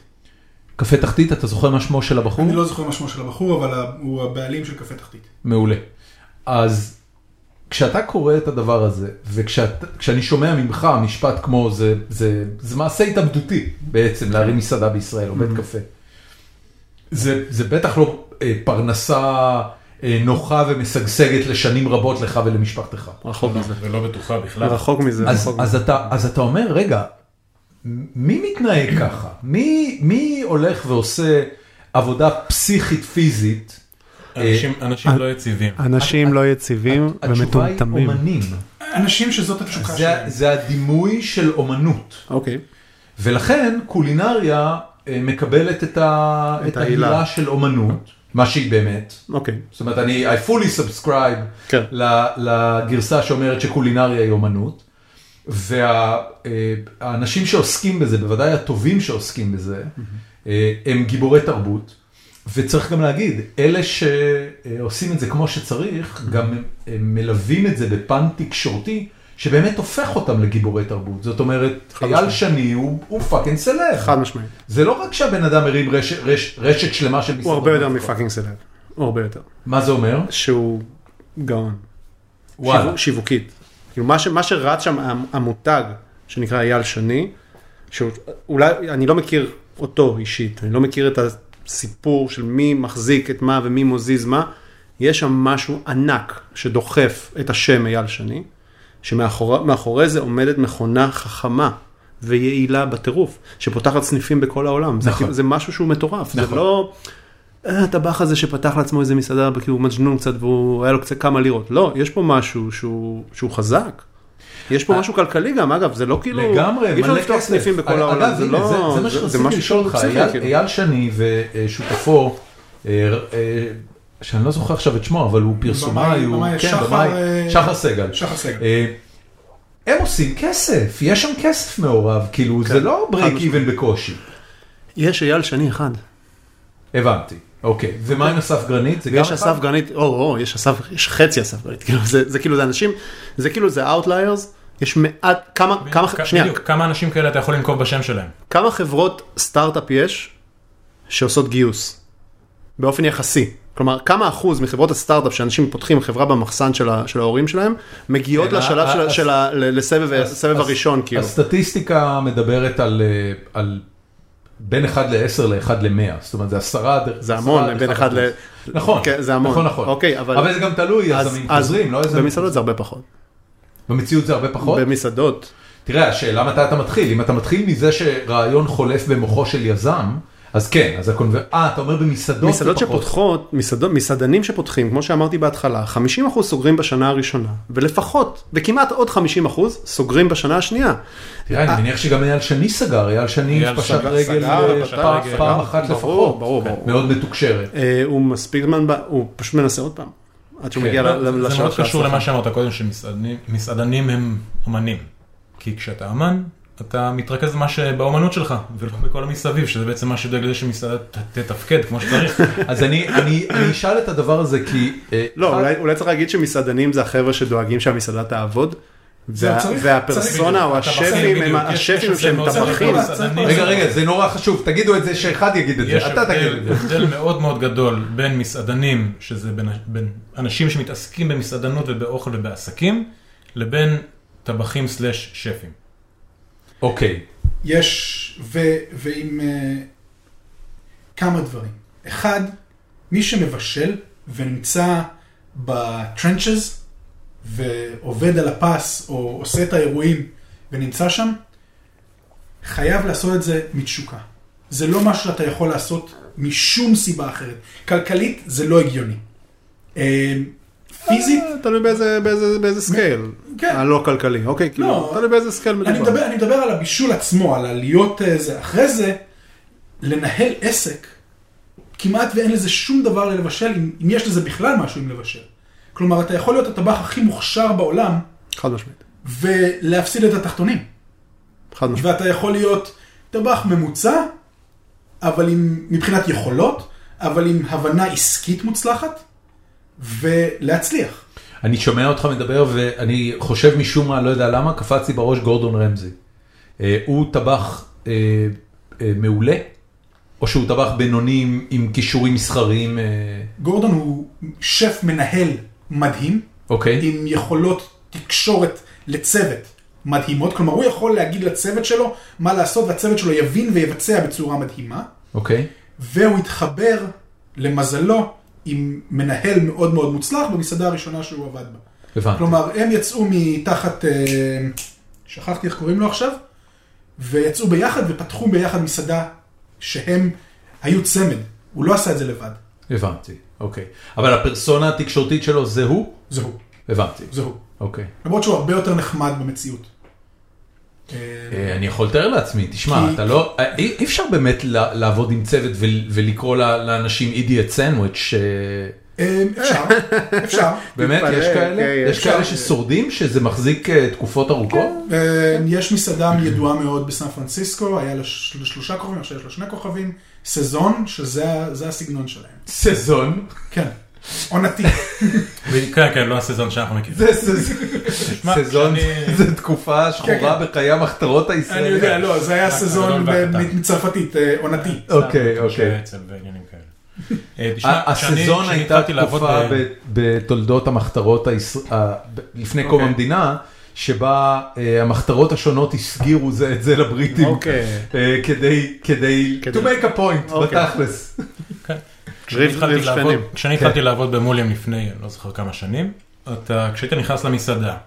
קפה תחתית, אתה זוכר מה שמו של הבחור? אני לא זוכר מה שמו של הבחור, אבל ה- הוא הבעלים של קפה תחתית. מעולה. אז כשאתה קורא את הדבר הזה, וכשאני שומע ממך משפט כמו זה, זה, זה מעשה התאבדותי בעצם להרים מסעדה בישראל או בית קפה. זה, זה בטח לא אה, פרנסה אה, נוחה ומשגשגת לשנים רבות לך ולמשפחתך. רחוק מזה. ולא בטוחה בכלל. רחוק מזה, לא, אז, רחוק מזה. אז, אתה, אז אתה אומר, רגע, מי מתנהג ככה? מי, מי הולך ועושה עבודה פסיכית פיזית? אה, אנשים- אנשים לא יציבים. אנשים לא יציבים התשובה היא ומטומטמים. אומנים. אנשים שזאת התשוקה זה, שלהם. זה הדימוי של אומנות, אוקיי. ולכן קולינריה אה, מקבלת את, ה, את, את ההילה. ההילה של אומנות, מה שהיא באמת. אוקיי. זאת אומרת, אני I fully subscribe כן. ל- לגרסה שאומרת שקולינריה היא אומנות, והאנשים שעוסקים בזה, בוודאי הטובים שעוסקים בזה, Mm-hmm. אה, הם גיבורי תרבות, וצריך גם להגיד, אלה שעושים את זה כמו Mm-hmm. שצריך, גם הם- הם מלווים את זה בפן תקשורתי. שבאמת הופך אותם לגיבורי תרבות, זאת אומרת, אייל שני הוא- הוא פאקינג סלב. חד משמעית. זה לא רק שהבן אדם הרים רש- רש- רשת שלמה של הוא מסעדות. הרבה יותר מפאקינג סלב. הוא הרבה יותר. מה זה אומר? שהוא גאון. וואלה. שיווק- שיווקית. כאילו מה, ש, מה שרץ שם, המ- המותג שנקרא אייל שני, שאולי, אני לא מכיר אותו אישית, אני לא מכיר את הסיפור של מי מחזיק את מה ומי מוזיז מה, יש שם משהו ענק שדוחף את השם אייל שני, שמאחורי זה עומדת מכונה חכמה. ויעילה בטירוף, שפותחת סניפים בכל העולם. נכון. זה, נכון. כאילו- זה משהו שהוא מטורף. נכון. זה לא... אה, הטבח הזה שפתח לעצמו איזה מסעדה, כי הוא מג'נון קצת והוא היה לו קצת כמה לירות. לא, יש פה משהו שהוא, שהוא חזק. יש פה משהו כלכלי גם, אגב, זה לא כאילו... אה, לגמרי, אי אפשר מלא לפתוח כסף. אה, סניפים בכל אגב, העולם, זה הנה, לא... זה מה שרציתי לשאול אותך, פסיכי, אייל- כאילו. אייל שני ושותפו, אה, אה, שאני לא זוכר עכשיו את שמו, אבל הוא פרסומאי, במאי- הוא... במאי כן, שחר, במאי, אה, שחר סגל. שחר סגל. אה, הם עושים כסף, יש שם כסף מעורב, כאילו זה לא כן, חד break משמעית. even בקושי. יש אייל שני אחד. הבנתי, אוקיי. ומה עם אסף גרנית? זה גם ויש אחד? אסף גרנית, או, או, יש אסף, יש חצי אסף גרנית. כאילו, זה זה כאילו, זה אנשים, זה כאילו, זה Outliers, יש מעט, כמה, כמה, כ- שנייה, בדיוק, כמה אנשים כאלה אתה יכול לנקוב בשם שלהם? כמה חברות סטארט-אפ יש שעושות גיוס באופן יחסי? כלומר, כמה אחוז מחברות הסטארט-אפ שאנשים פותחים חברה במחסן של, ה, של ההורים שלהם, מגיעות כן, לשלב ה- של, ה- ה- של ה, ל- לסבב, הסבב הראשון, כאילו. הסטטיסטיקה מדברת על, אה, על בין 1 ל-10 ל-1 ל-100, זאת אומרת זה 10 עד... זה המון, בין אחד ל- נכון, כן, זה המון. נכון, נכון. אוקיי, אבל- אבל... זה גם תלוי, יזמים חוזרים, לא יזמים. במסעדות זה הרבה פחות. במציאות זה הרבה פחות. במסעדות. תראה, השאלה מתי אתה מתחיל, אם אתה מתחיל מזה שרעיון חולף במוחו של יזם, אז כן, אז הקונבר... אה, אתה אומר במסעדות מסעדות ופחות. שפותחות, מסעדות, מסעדנים שפותחים, כמו שאמרתי בהתחלה, 50% סוגרים בשנה הראשונה, ולפחות, וכמעט עוד 50% סוגרים בשנה השנייה. תראה, אה. אני מניח שגם אייל שני סגר, אייל שני אייל פשט סגר, רגל סגר, אה, פשט פעם- רגל, פעם סגר. אחת ברור, לפחות. ברור, כן, ברור. מאוד מתוקשרת. אה, הוא מספיק זמן, ב- הוא פשוט מנסה עוד פעם, עד שהוא כן, מגיע ל- לא, זה לשלב של מאוד קשור ההצלחה. למה שאמרת קודם, שמסעדנים מסעדנים הם אמנים. כי כשאתה אמן, אתה מתרכז במה שבאמנות שלך, ולא בכל המסביב, שזה בעצם מה שדואג לזה שמסעדה ת- תתפקד כמו שצריך. אז אני אני- אני אשאל את הדבר הזה כי... אה, לא, אחד- אולי, אולי צריך להגיד שמסעדנים זה החבר'ה שדואגים שהמסעדה תעבוד, וה, צריך- והפרסונה או צריך בדיוק. השפים, הם, בדיוק. יש- השפים יש שהם הבדל מאוד טבחים, גדול במסעדנים. רגע, רגע, זה נורא חשוב, תגידו את זה שאחד יגיד את יש זה, אתה תגיד הבדל את זה. הבדל מאוד מאוד גדול בין מסעדנים, שזה בין- בין אנשים שמתעסקים במסעדנות ובאוכל ובעסקים, לבין טבחים סלאש שפים. אוקיי, יש, ו, ועם אה, כמה דברים. אחד, מי שמבשל ונמצא בטרנצ'ז ועובד על הפס או עושה את האירועים ונמצא שם, חייב לעשות את זה מתשוקה. זה לא משהו שאתה יכול לעשות משום סיבה אחרת. כלכלית זה לא הגיוני. אה, פיזית, אה, תלוי באיזה, באיזה, באיזה סקייל, כן. הלא כלכלי, אוקיי, כאילו, תלוי באיזה סקייל אני מדובר. מדבר, אני מדבר על הבישול עצמו, על הלהיות אה, זה. אחרי זה, לנהל עסק, כמעט ואין לזה שום דבר ללבשל, אם, אם יש לזה בכלל משהו עם לבשל. כלומר, אתה יכול להיות הטבח הכי מוכשר בעולם, חד משמעית, ולהפסיד את התחתונים. חד משמעית. ואתה יכול להיות טבח ממוצע, אבל עם, מבחינת יכולות, אבל עם הבנה עסקית מוצלחת, ולהצליח. אני שומע אותך מדבר ואני חושב משום מה, לא יודע למה, קפץ לי בראש גורדון רמזי. אה, הוא טבח אה, אה, מעולה, או שהוא טבח בינוני עם- עם כישורים מסחריים, אה, גורדון הוא שף מנהל מדהים, אוקיי? עם יכולות תקשורת לצוות מדהימות, כלומר הוא יכול להגיד לצוות שלו מה לעשות והצוות שלו יבין ויבצע בצורה מדהימה, אוקיי. והוא התחבר למזלו עם מנהל מאוד מאוד מוצלח במסעדה הראשונה שהוא עבד בה. הבנתי. כלומר הם יצאו מתחת, אה, שכחתי איך קוראים לו עכשיו, ויצאו ביחד ופתחו ביחד מסעדה שהם היו צמד, הוא לא עשה את זה לבד, הבנתי, אוקיי. אבל הפרסונה התקשורתית שלו זה הוא? זה הוא, הבנתי, זה הוא. אוקיי. למרות שהוא הרבה יותר נחמד במציאות. אה, אה, אני יכול לתאר לעצמי, תשמע, כי- אתה לא, אה, אי אי אפשר באמת לה- לעבוד עם צוות ול- ולקרוא ל- לאנשים אידיאט סנדוויץ', אה, אפשר, אפשר. באמת, תתפלא, יש כן, כאלה? אוקיי, יש אפשר. כאלה ששורדים, שזה מחזיק אה, תקופות ארוכות? אה, יש מסעדה ידועה מאוד בסן פרנסיסקו, היה לה של- שלושה כוכבים, עכשיו יש לה שני כוכבים, סזון, שזה ה- זה הסגנון שלהם. סזון. כן, עונתי. כן, כן, לא הסזון שאנחנו מכירים. זה סזון. שמע, סזון כשאני- זה תקופה שחורה כן, בחיי המחתרות אני הישראלית. יודע, לא, זה היה סזון והקטן. ב- מצרפתית, אה, עונתי. אוקיי, אוקיי. אצל ועניינים כאלה. אה, תשמע, ה- כשאני- הסזון כשאני הייתה התחלתי לעבוד תקופה ב- ב- בתולדות המחתרות הישראל- ה- ב- לפני קום אוקיי. המדינה, שבה אה, המחתרות השונות הסגירו זה את זה לבריטים. אוקיי. אה, כדי, כדי, to כדי- make a point, אוקיי. בתכלס. כשאני ריב- התחלתי ריב לעבוד- שכנים. כשאני כן. התחלתי לעבוד במוליאם לפני, אני לא זוכר כמה שנים, אתה, כשהיית נכנס למסעדה, מי היה-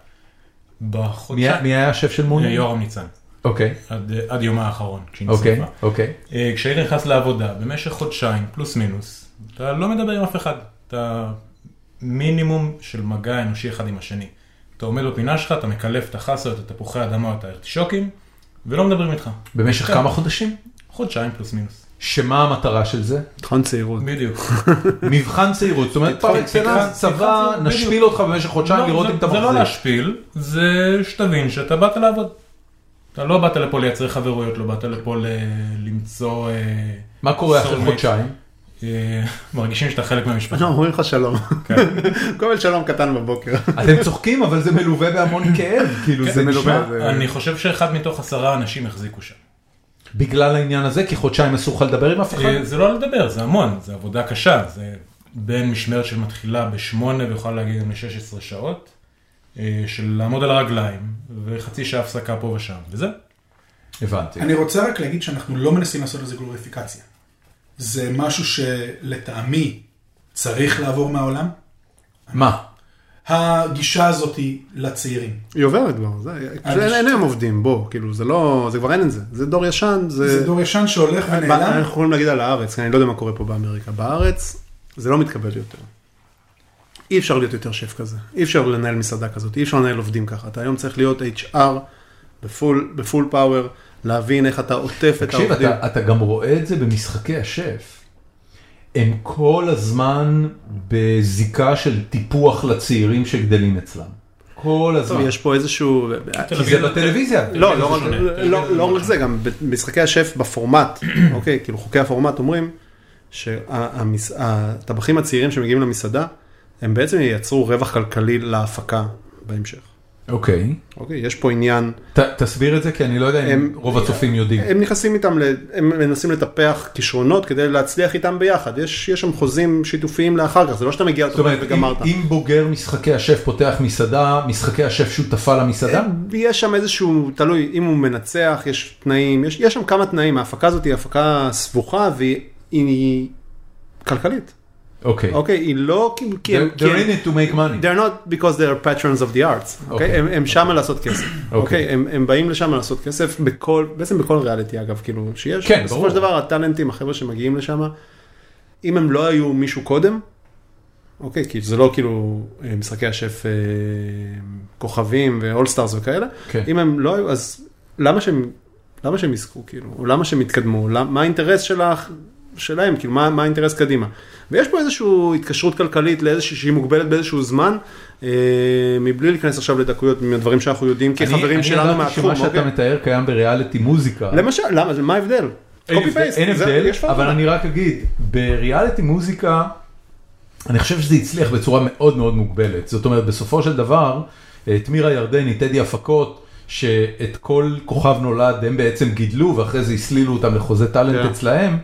בחודשיים, מי היה השף של אה, מוני? יורם ניצן, אוקיי, עד- עד יומה האחרון, כשהיא אוקיי, נשרפה. אוקיי. אה, כשהיית נכנס לעבודה במשך חודשיים, פלוס מינוס, אתה לא מדבר עם אף אחד. אתה מינימום של מגע אנושי אחד עם השני. אתה עומד בפינה שלך, אתה מקלף את החסות, את תפוחי האדמה, את הארטישוקים, ולא מדברים איתך. במשך כן. כמה חודשים? חודשיים פלוס מינוס. לא, שמה המטרה של זה? נכון צעירות. בדיוק. מבחן צעירות, זאת אומרת פר תתחיל, אקסלנס, תתחיל, צבא, תתחיל, נשפיל בדיוק. אותך במשך חודשיים לראות זה- אם אתה זה לא מחזיק. להשפיל, זה שתבין שאתה באת לעבוד. אתה לא באת לפה לייצר חברויות, לא באת לפה ל... למצוא... אה, מה קורה אחרי soulmate. חודשיים? אה, מרגישים שאתה חלק מהמשפחה. לא, אומרים לך שלום. כן. קובל שלום קטן בבוקר. אתם צוחקים, אבל זה מלווה בהמון כאב, כאילו כן, זה נשמע. מלווה. זה- אני חושב שאחד מתוך עשרה אנשים החזיקו שם. בגלל העניין הזה, כי חודשיים אסור לך לדבר עם אף אחד? אה, זה לא לדבר, זה המון, זה עבודה קשה, זה בין משמרת שמתחילה בשמונה ויכולה להגיד גם ל-16 שעות, אה, של לעמוד על הרגליים, וחצי שעה הפסקה פה ושם, וזהו. הבנתי. אני רוצה רק להגיד שאנחנו לא מנסים לעשות לזה גלוריפיקציה. זה משהו שלטעמי צריך לעבור מהעולם. מה? הגישה הזאתי לצעירים. היא עוברת כבר, זה- אני- אין אין היום עובדים, בוא, כאילו, זה לא, זה כבר אין את זה, זה דור ישן, זה דור ישן שהולך ונעלם. אנחנו יכולים להגיד על הארץ, כי אני לא יודע מה קורה פה באמריקה. בארץ זה לא מתקבל יותר. אי אפשר להיות יותר שף כזה, אי אפשר לנהל מסעדה כזאת, אי אפשר לנהל עובדים ככה. אתה היום צריך להיות HR בפול, בפול פאוור, להבין איך אתה עוטף את תקשיב, העובדים. אתה, אתה גם רואה את זה במשחקי השף. הם כל הזמן בזיקה של טיפוח לצעירים שגדלים אצלם. כל טוב, הזמן. יש פה איזשהו... כי זה בטלוויזיה. לא, לא רק- שונה. לא- לא רק זה, גם במשחקי השף בפורמט, אוקיי, כאילו חוקי הפורמט אומרים שהטבחים הצעירים שמגיעים למסעדה, הם בעצם ייצרו רווח כלכלי להפקה בהמשך. אוקיי. אוקיי, יש פה עניין ת- תסביר את זה כי אני לא יודע אם הם- אה, רוב הצופים יודעים. הם נכנסים איתם, ל... הם מנסים לטפח כישרונות כדי להצליח איתם ביחד, יש, יש שם חוזים שיתופיים לאחר כך, זה לא שאתה מגיע זאת לתוכנית אומרת, אם- וגמרת. אם בוגר משחקי השף פותח מסעדה, משחקי השף שותפה למסעדה? יש שם איזשהו, תלוי, אם הוא מנצח, יש תנאים, יש, יש שם כמה תנאים, ההפקה הזאת היא הפקה סבוכה והיא היא כלכלית, אוקיי. אוקיי? היא לא כי... כי הם- They're כי הם- they're in it to make money. They're not because they are patrons of the arts, אוקיי. אוקיי? הם- הם שם לעשות כסף, אוקיי. אוקיי? הם- הם באים לשם לעשות כסף בכל, בעצם בכל ריאליטי אגב, כאילו, שיש. כן, ברור. בסופו של דבר הטאלנטים, החבר'ה שמגיעים לשם, אם הם לא היו מישהו קודם, אוקיי, כי זה לא כאילו אה, משחקי השף אה, כוכבים ואולסטארס וכאלה, כן. אם הם לא היו, אז למה שהם, למה שהם יזכו, כאילו, או למה שהם יתקדמו, למ- מה האינטרס שלך? שלהם, כאילו מה, מה האינטרס קדימה. ויש פה איזושהי התקשרות כלכלית לאיזושהי שהיא מוגבלת באיזשהו זמן, אה, מבלי להיכנס עכשיו לדקויות מהדברים שאנחנו יודעים אני- כחברים שלנו מהתחום. אני ידעתי שמה אוקיי? לא, שאתה מתאר קיים בריאליטי מוזיקה. למשל, למה, מה ההבדל? אין Copy-paste, הבדל, אין זה- הבדל, יש אבל פורמט. אני רק אגיד, בריאליטי מוזיקה, אני חושב שזה הצליח בצורה מאוד מאוד מוגבלת. זאת אומרת, בסופו של דבר, אה, את מירה ירדני, טדי הפקות, שאת כל כוכב נולד הם בעצם גידלו, ואחרי זה הסלילו אותם לחוזה כן. טאלנט אצלהם,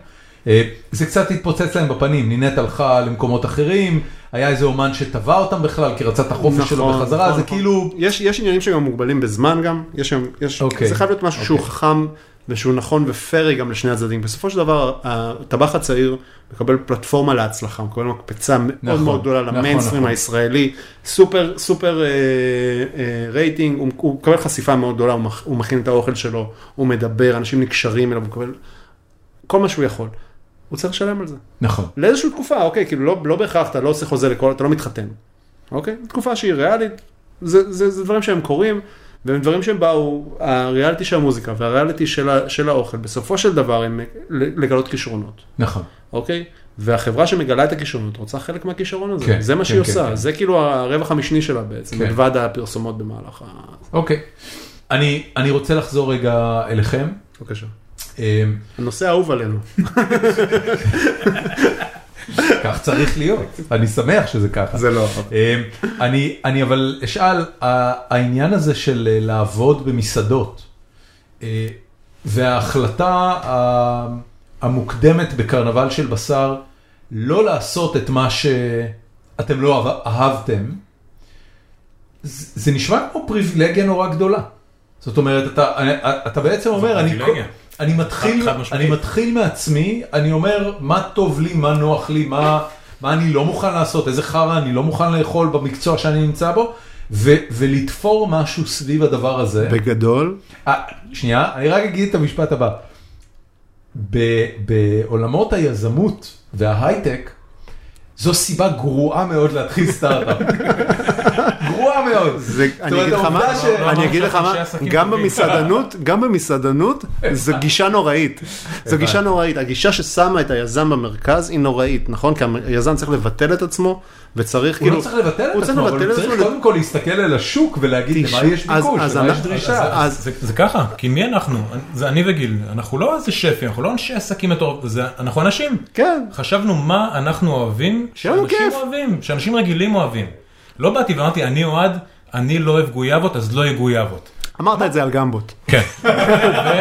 אה, זה קצת התפוצץ להם בפנים. נינט הלכה למקומות אחרים, היה איזה אומן שתבע אותם בכלל, כי רצה את החופש שלו נכון, בחזרה, נכון, זה נכון. כאילו... יש, יש עניינים שגם מוגבלים בזמן גם, יש, שם- יש, אוקיי. זה חייב להיות משהו שהוא חכם ושהוא נכון ופרי גם לשני הצדדים. בסופו של דבר, הטבח הצעיר מקבל פלטפורמה להצלחה, הוא מקבל מקפצה מאוד נכון, מאוד גדולה נכון, למיינסטרים נכון. הישראלי, סופר, סופר אה, אה, רייטינג, הוא, הוא מקבל חשיפה מאוד גדולה, הוא, מכ, הוא מכין את האוכל שלו, הוא מדבר, אנשים נקשרים אליו, הוא מקבל כל מה שהוא יכול. הוא צריך לשלם על זה. נכון. לאיזושהי תקופה, אוקיי, כאילו לא, לא בהכרח אתה לא עושה חוזה לכל, אתה לא מתחתן, אוקיי? תקופה שהיא ריאלית, זה, זה, זה דברים שהם קורים, והם דברים שהם באו, הריאליטי של המוזיקה והריאליטי של, ה, של האוכל, בסופו של דבר הם לגלות כישרונות, נכון. אוקיי? והחברה שמגלה את הכישרונות רוצה חלק מהכישרון הזה, כן, זה מה כן, שהיא כן, עושה, כן. זה כאילו הרווח המשני שלה בעצם, כן. מלבד הפרסומות במהלך ה... אוקיי. אני, אני רוצה לחזור רגע אליכם. בבקשה. אה, הנושא האהוב עלינו. כך צריך להיות, אני שמח שזה ככה. לא. אמ, אני, אני אבל אשאל, ה- העניין הזה של אה, לעבוד במסעדות, אה, וההחלטה ה- המוקדמת בקרנבל של בשר, לא לעשות את מה שאתם לא אהב- אהבתם, זה זה נשמע כמו פריבילגיה נורא גדולה. זאת אומרת, אתה, אני- אתה בעצם אומר, אני, פריבילגיה. אני, מתחיל, חד- חד משמעית. אני מתחיל מעצמי, אני אומר, מה טוב לי, מה נוח לי, מה, מה אני לא מוכן לעשות, איזה חרא אני לא מוכן לאכול במקצוע שאני נמצא בו, ו, ולתפור משהו סביב הדבר הזה. בגדול, אה, שנייה, אני רק אגיד את המשפט הבא. ב- בעולמות היזמות וההייטק, זו סיבה גרועה מאוד להתחיל סטארט-אפ. גרועה מאוד. זה, אני אומרת, אגיד לך העובדה מה, ש- לא אני אמרנו אגיד לך שאנחנו מה, אנשי עסקים גם טובים. במסעדנות, גם במסעדנות, זו גישה נוראית. זו גישה נוראית. הגישה ששמה את היזם במרכז היא נוראית, נכון? כי היזם צריך לבטל את עצמו, וצריך הוא כאילו... לא צריך לבטל הוא את צריך עצמו, אבל לבטל הוא את עצמו. צריך קודם כל להסתכל על השוק ולהגיד למה יש אז- ביקוש, אז למה יש אנחנו- דרישה. אז- זה, זה ככה, כי מי אנחנו? זה אני וגיל, אנחנו לא איזה שפים, אנחנו לא אנשי עסקים מטורפים, זה- אנחנו אנשים. כן. חשבנו מה אנחנו אוהבים, שיהיה לנו שאנשים כיף. אוהבים, שאנשים רגילים אוהבים. לא באתי ואמרתי, אני אוהד, אני לא אוהב גויאבות, אז לא יהיו גויאבות. אמרת את זה על גמבות. כן.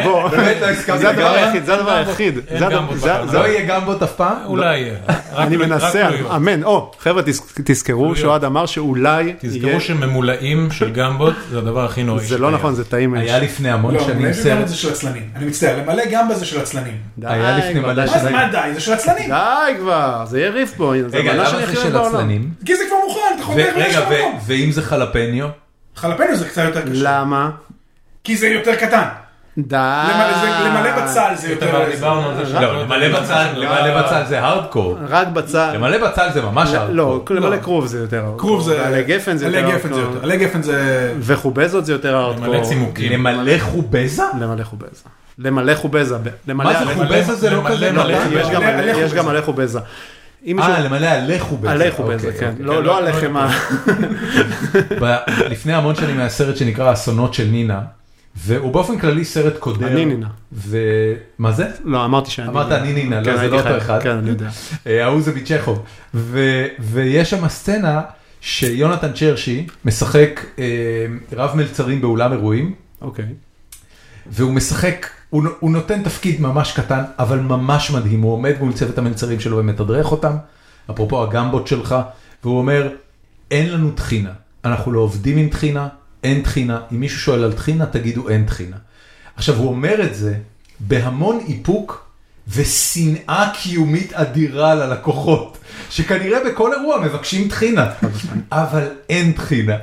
בוא, באמת לא הסכמתי זה הדבר לגמרי. היחיד, זה הדבר גמבות. היחיד. אין זה הד- גמבות זה- בקרנבל. זה- לא יהיה גמבות אף פעם? אולי יהיה. רק אני לא- רק לא מנסה, אה, יהיו. לא אמן. או, חבר'ה, תז- תזכרו שאוהד אמר שאולי יהיה, תזכרו שממולאים של גמבות זה הדבר הכי נוראי. זה לא שקיים. נכון, זה טעים. היה לפני המון לא, שנים מלא סרט, גמבה זה של עצלנים. אני מצטער, למלא גמבה זה של עצלנים. די היה לפני כבר, מלא די שנים. מה שזה- זה- מה די? זה של עצלנים. די כבר, זה יהיה ריף פה, הנה, זה רגע, המנה למה לא שאני זה הכי של אוהב בעולם. עצלנים? כי זה כבר מוכן, אתה חותך ו- רגע, ויש לך ו- מקום. ואם זה חלפניו? חלפנו זה קצת יותר קשה. למה? כי זה יותר קטן. די. אה, למלא- זה- למלא בצל זה אבל יותר... דיברנו על זה שלא- לא, למלא בצל, למלא בצל זה הארדקור. רק בצל. למלא בצל זה ממש לא, הארדקור. למלא כרוב זה יותר ארוך. כרוב זה... עלי גפן זה יותר עלי גפן זה ארוך. יותר. עלי גפן זה... וחובזות זה יותר ארדקור. למלא צימוקים. למלא חובזה? למלא חובזה. למלא חובזה. ב- למלא זה עלי- חובזה? זה לא כזה מלא מלא. יש גם מלא עלי- עלי יש גם עלי חובזה. אם מישהו- אה, למלא עלי חובזה. עלי חובזה, אוקיי, כן. אוקיי. לא לא הלחם ה... ב- לפני המון שנים היה סרט שנקרא אסונות של נינה, והוא באופן כללי סרט קודר. אני נינה. ו... מה זה? לא, אמרתי שאני... אמרת אני נינה, כן, לא, זה הייתי לא אותו חייב. אחד. כן, אני יודע. אה, ההוא זה מצ'כוב. ו- ויש שם סצנה שיונתן צ'רשי משחק אה, רב מלצרים באולם אירועים, אוקיי. והוא משחק, הוא, נו- הוא נותן תפקיד ממש קטן, אבל ממש מדהים. הוא עומד מול צוות המלצרים שלו ומתדרך אותם, אפרופו הגמבות שלך, והוא אומר, אין לנו טחינה, אנחנו לא עובדים עם טחינה, אין טחינה, אם מישהו שואל על טחינה, תגידו אין טחינה. עכשיו, הוא אומר את זה בהמון איפוק ושנאה קיומית אדירה ללקוחות, שכנראה בכל אירוע מבקשים טחינה, אבל אין טחינה.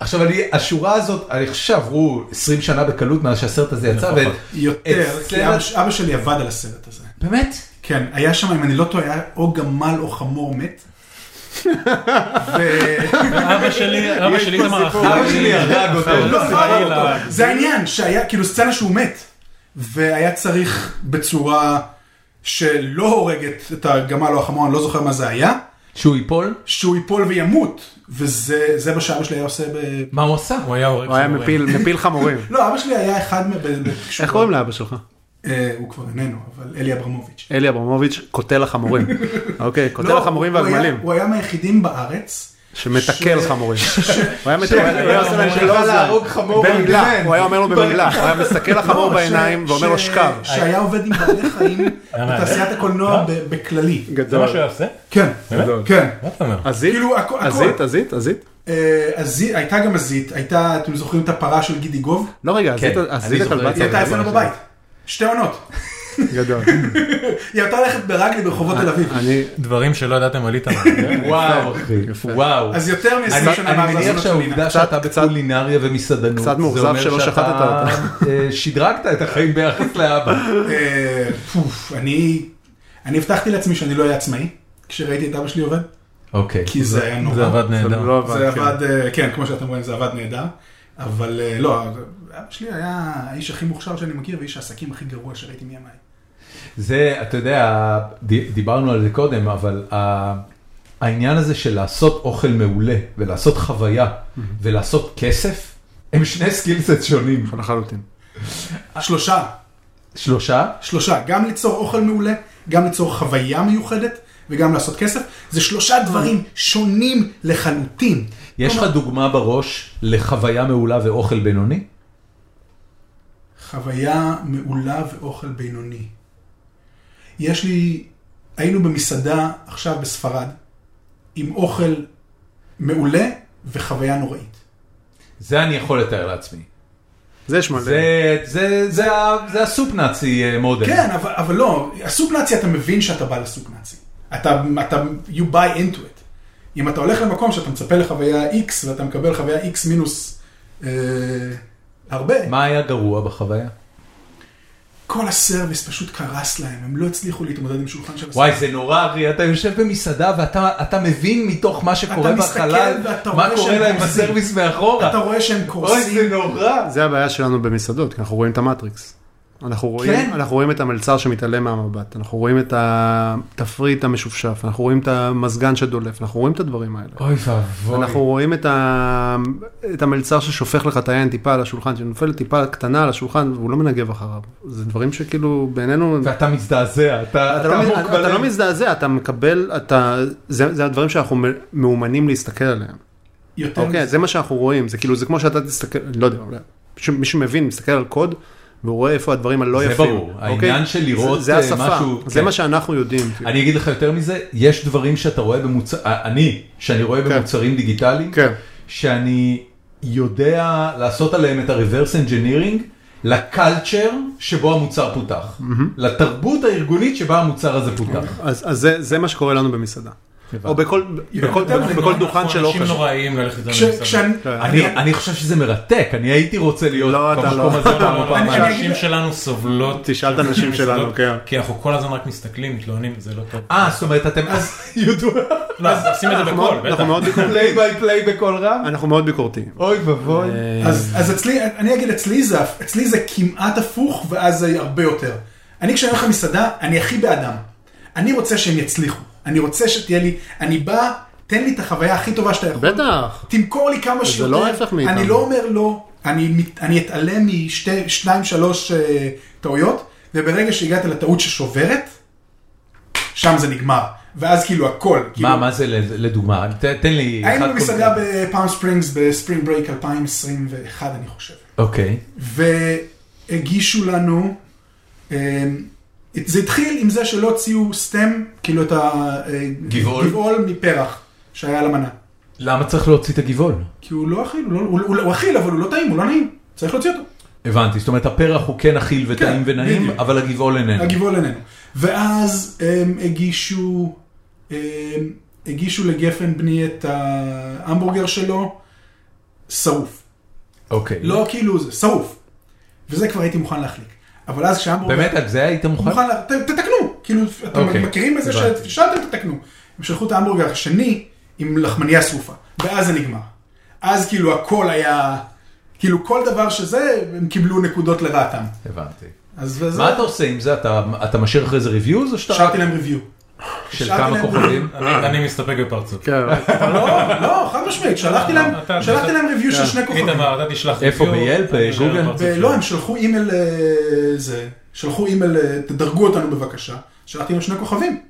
עכשיו, אני, השורה הזאת, אני חושב שעברו 20 שנה בקלות מאז שהסרט הזה יצא, ואת... יותר, את כי סרט- אבא ש- אבא שלי עבד על הסרט הזה. באמת? כן, היה שם, אם אני לא טועה, היה או גמל או חמור מת. ו- אבא שלי, אבא שלי זה מערכה. אבא שלי הרג חלילה. אותו. לא, לא הרג אותו. זה העניין, שהיה כאילו סצנה שהוא מת, והיה צריך בצורה שלא הורגת את הגמל או החמור, אני לא זוכר מה זה היה, שהוא ייפול? שהוא ייפול וימות, וזה זה מה שאבא שלי היה עושה ב... מה הוא עשה? הוא היה הורג. הוא היה ציבורים. מפיל מפיל חמורים. לא, אבא שלי היה אחד מ... ב- ב- איך קוראים לאבא שלך? אה, הוא כבר איננו, אבל אלי אברמוביץ'. אלי אברמוביץ', קוטל החמורים. אוקיי, קוטל לא, החמורים הוא היה- והגמלים. הוא היה מהיחידים בארץ. שמתקל ש- חמורים. הוא היה מתקל, הוא היה עושה להם שלא שלא להרוג חמור במילה, ברגליים. הוא היה אומר לו במילה, הוא היה מסתכל לחמור לא, בעיניים ש- ואומר לו ש- שקר. שהיה עובד עם בעלי חיים בתעשיית הקולנוע ב- בכללי. זה מה שהוא היה עושה? כן, באמת? כן. מה אתה אומר? עזית? כאילו, הכ- הכל. עזית, עזית, עזית. אה, הזי- הייתה גם הזית, הייתה, אתם זוכרים את הפרה של גידי גוב? לא רגע, עזית- כן, אני עזית זוכר הכלבה את היא זה. צדקה. הייתה אצלנו בבית. אה, שתי עונות. גדול. היא הייתה הולכת ברגלי ברחובות תל אביב. אני, דברים שלא ידעתם על איתמר. כן? וואו, אחי, אוקיי. וואו. אז יותר מ-20 אני שנה אני מאז מניח האסונות של שהעובדה לינה. שאתה בקולינריה ומסעדנות, קצת מאוכזב זה אומר שלא שאתה, שחטת אה, שדרגת את החיים ביחס לאבא. אה, פוף, אני אני הבטחתי לעצמי שאני לא אהיה עצמאי, כשראיתי את אבא שלי עובד, אוקיי. כי זה היה נורא. זה עבד זה נהדר. לא זה עבד. כן. עבד, אה, כן, כמו שאתם רואים, זה עבד נהדר. אבל אה, לא, אבא שלי היה האיש הכי מוכשר שאני מכיר, ואיש העסקים הכי גרוע שראיתי מימיי. זה, אתה יודע, ד- דיברנו על זה קודם, אבל ה- העניין הזה של לעשות אוכל מעולה ולעשות חוויה ולעשות כסף, הם שני סקילסט שונים. נכון לחלוטין. שלושה, שלושה? שלושה, גם ליצור אוכל מעולה, גם ליצור חוויה מיוחדת, וגם לעשות כסף. זה שלושה דברים שונים לחלוטין. יש לך דוגמה בראש לחוויה מעולה ואוכל בינוני? חוויה מעולה ואוכל בינוני. יש לי, היינו במסעדה עכשיו בספרד, עם אוכל מעולה וחוויה נוראית. זה אני יכול לתאר לעצמי. זה יש מלא. זה, זה, זה, ה- זה הסופ נאצי אה, מודל. כן, אבל, אבל לא, הסוג נאצי אתה מבין שאתה בא לסוג נאצי. אתה, אתה, you buy into it. אם אתה הולך למקום שאתה מצפה לחוויה X ואתה מקבל חוויה X מינוס אה, הרבה, מה היה גרוע בחוויה? כל הסרוויס פשוט קרס להם, הם לא הצליחו להתמודד עם שולחן של וואי, זה נורא, אחי, אתה יושב במסעדה ואתה אתה מבין מתוך מה שקורה מסתכל בחלל, ואתה מה רואה קורה שהם להם קורסים. בסרוויס מאחורה. אתה רואה שהם אוי, קורסים. זה נורא. זה הבעיה שלנו במסעדות, כי אנחנו רואים את המטריקס. אנחנו רואים, כן. אנחנו רואים את המלצר שמתעלם מהמבט, אנחנו רואים את התפריט המשופשף, אנחנו רואים את המזגן שדולף, אנחנו רואים את הדברים האלה. אוי ואבוי. אנחנו רואים את, ה... את המלצר ששופך לך את היין טיפה על השולחן, שנופלת טיפה קטנה על השולחן והוא לא מנגב אחריו. זה דברים שכאילו בינינו... ואתה מזדעזע, אתה אתה, אתה לא, עמוק אתה, אתה לא בלב. מזדעזע, אתה מקבל, אתה... זה, זה הדברים שאנחנו מ- מאומנים להסתכל עליהם. יותר אוקיי, מזה. זה מה שאנחנו רואים, זה כאילו, זה כמו שאתה תסתכל, לא יודע, אולי פשוט מי שמבין, מסתכל על קוד, והוא רואה איפה הדברים הלא זה יפים. ברור. אוקיי? העניין של לראות, זה, זה אה, השפה, משהו- זה כן. מה שאנחנו יודעים. כאילו. אני אגיד לך יותר מזה, יש דברים שאתה רואה במוצרים, אני, שאני רואה כן. במוצרים דיגיטליים, כן. שאני יודע לעשות עליהם את ה-reverse engineering לקלצ'ר שבו המוצר פותח, לתרבות הארגונית שבה המוצר הזה פותח. אז, אז זה, זה מה שקורה לנו במסעדה. או בכל, בכל, יותר מזה, בכל דוכן של אוכל. אנשים נוראיים ללכת כש- איתם למסעדה. כשאני- כן. אני אני חושב שזה מרתק, אני הייתי רוצה לא, להיות אתה במקום לא. הזה פעם או אבל פעמיים. אני- הנשים שלנו סובלות. תשאל את הנשים שלנו, מסעדות, כן. כי אנחנו כל הזמן רק מסתכלים, מתלוננים, זה לא טוב. אה, זאת אומרת אתם אז יודו, לא, אז עושים את זה אנחנו מאוד- בקול, בטח. אנחנו מאוד ביקור- פליי ביי פליי בקול רם, אנחנו מאוד ביקורתיים. אוי ואבוי. אה, אז אז אצלי, אני אגיד אצלי זה, אצלי זה כמעט הפוך, ואז זה הרבה יותר. אני כשאני הולך למסעדה, אני הכי באדם. אני רוצה שהם יצליחו. אני רוצה שתהיה לי, אני בא, תן לי את החוויה הכי טובה שאתה יכול. בטח. תמכור לי כמה שיותר. לא ההפך מאיתנו. אני לא אומר לא, אני, מת- אני אתעלם משתי, שניים, שלוש אה, טעויות, וברגע שהגעת לטעות ששוברת, שם זה נגמר. ואז כאילו הכל. כאילו, מה, מה זה לדוגמה? ת- תן לי... היינו אחד במסעדה קונקרטי. בפאונד ספרינגס בספרינג ברייק 2021, אני חושב. אוקיי. והגישו לנו, אה, זה התחיל עם זה שלא הוציאו סטם, כאילו את גבעול? הגבעול מפרח שהיה על המנה. למה צריך להוציא את הגבעול? כי הוא לא אכיל, הוא, לא, הוא, הוא, הוא אכיל אבל הוא לא טעים, הוא לא נעים, צריך להוציא אותו. הבנתי, זאת אומרת הפרח הוא כן אכיל וטעים כן, ונעים, בדיוק. אבל הגבעול איננו. הגבעול איננו. ואז הם הגישו, הם הגישו לגפן בני את ההמבורגר שלו, שרוף. אוקיי. לא כאילו זה, שרוף. וזה כבר הייתי מוכן להחליק. אבל אז כשההמבורגר... באמת, על זה היית מוכן? מוכן, לה- ת- תתקנו, כאילו, אוקיי, אתם מכירים את זה הבנתי. שפישלתם, תתקנו. הם שלחו את ההמבורגר השני עם לחמניה שרופה, ואז זה נגמר. אז כאילו הכל היה, כאילו כל דבר שזה, הם קיבלו נקודות לרעתם. הבנתי. אז וזה, מה אתה עושה עם זה? אתה אתה משאיר אחרי זה reviews או שאתה רק השארתי להם ריוויו. של השארתי כמה להם- כוכבים? אני- אני מסתפק בפרצוף. לא, לא, חד משמעית, שלחתי להם, אתה- שלחתי אתה- להם ריוויו של כן. שני כוכבים. איתמר, אתה תשלח... איפה, לי וידאו, ב-Yelp, אני אשאר גוגל? בפרצוף ב- שלו. לא, הם שלחו אימייל אה, זה, שלחו אימייל, אה, תדרגו אותנו בבקשה, שלחתי להם שני כוכבים.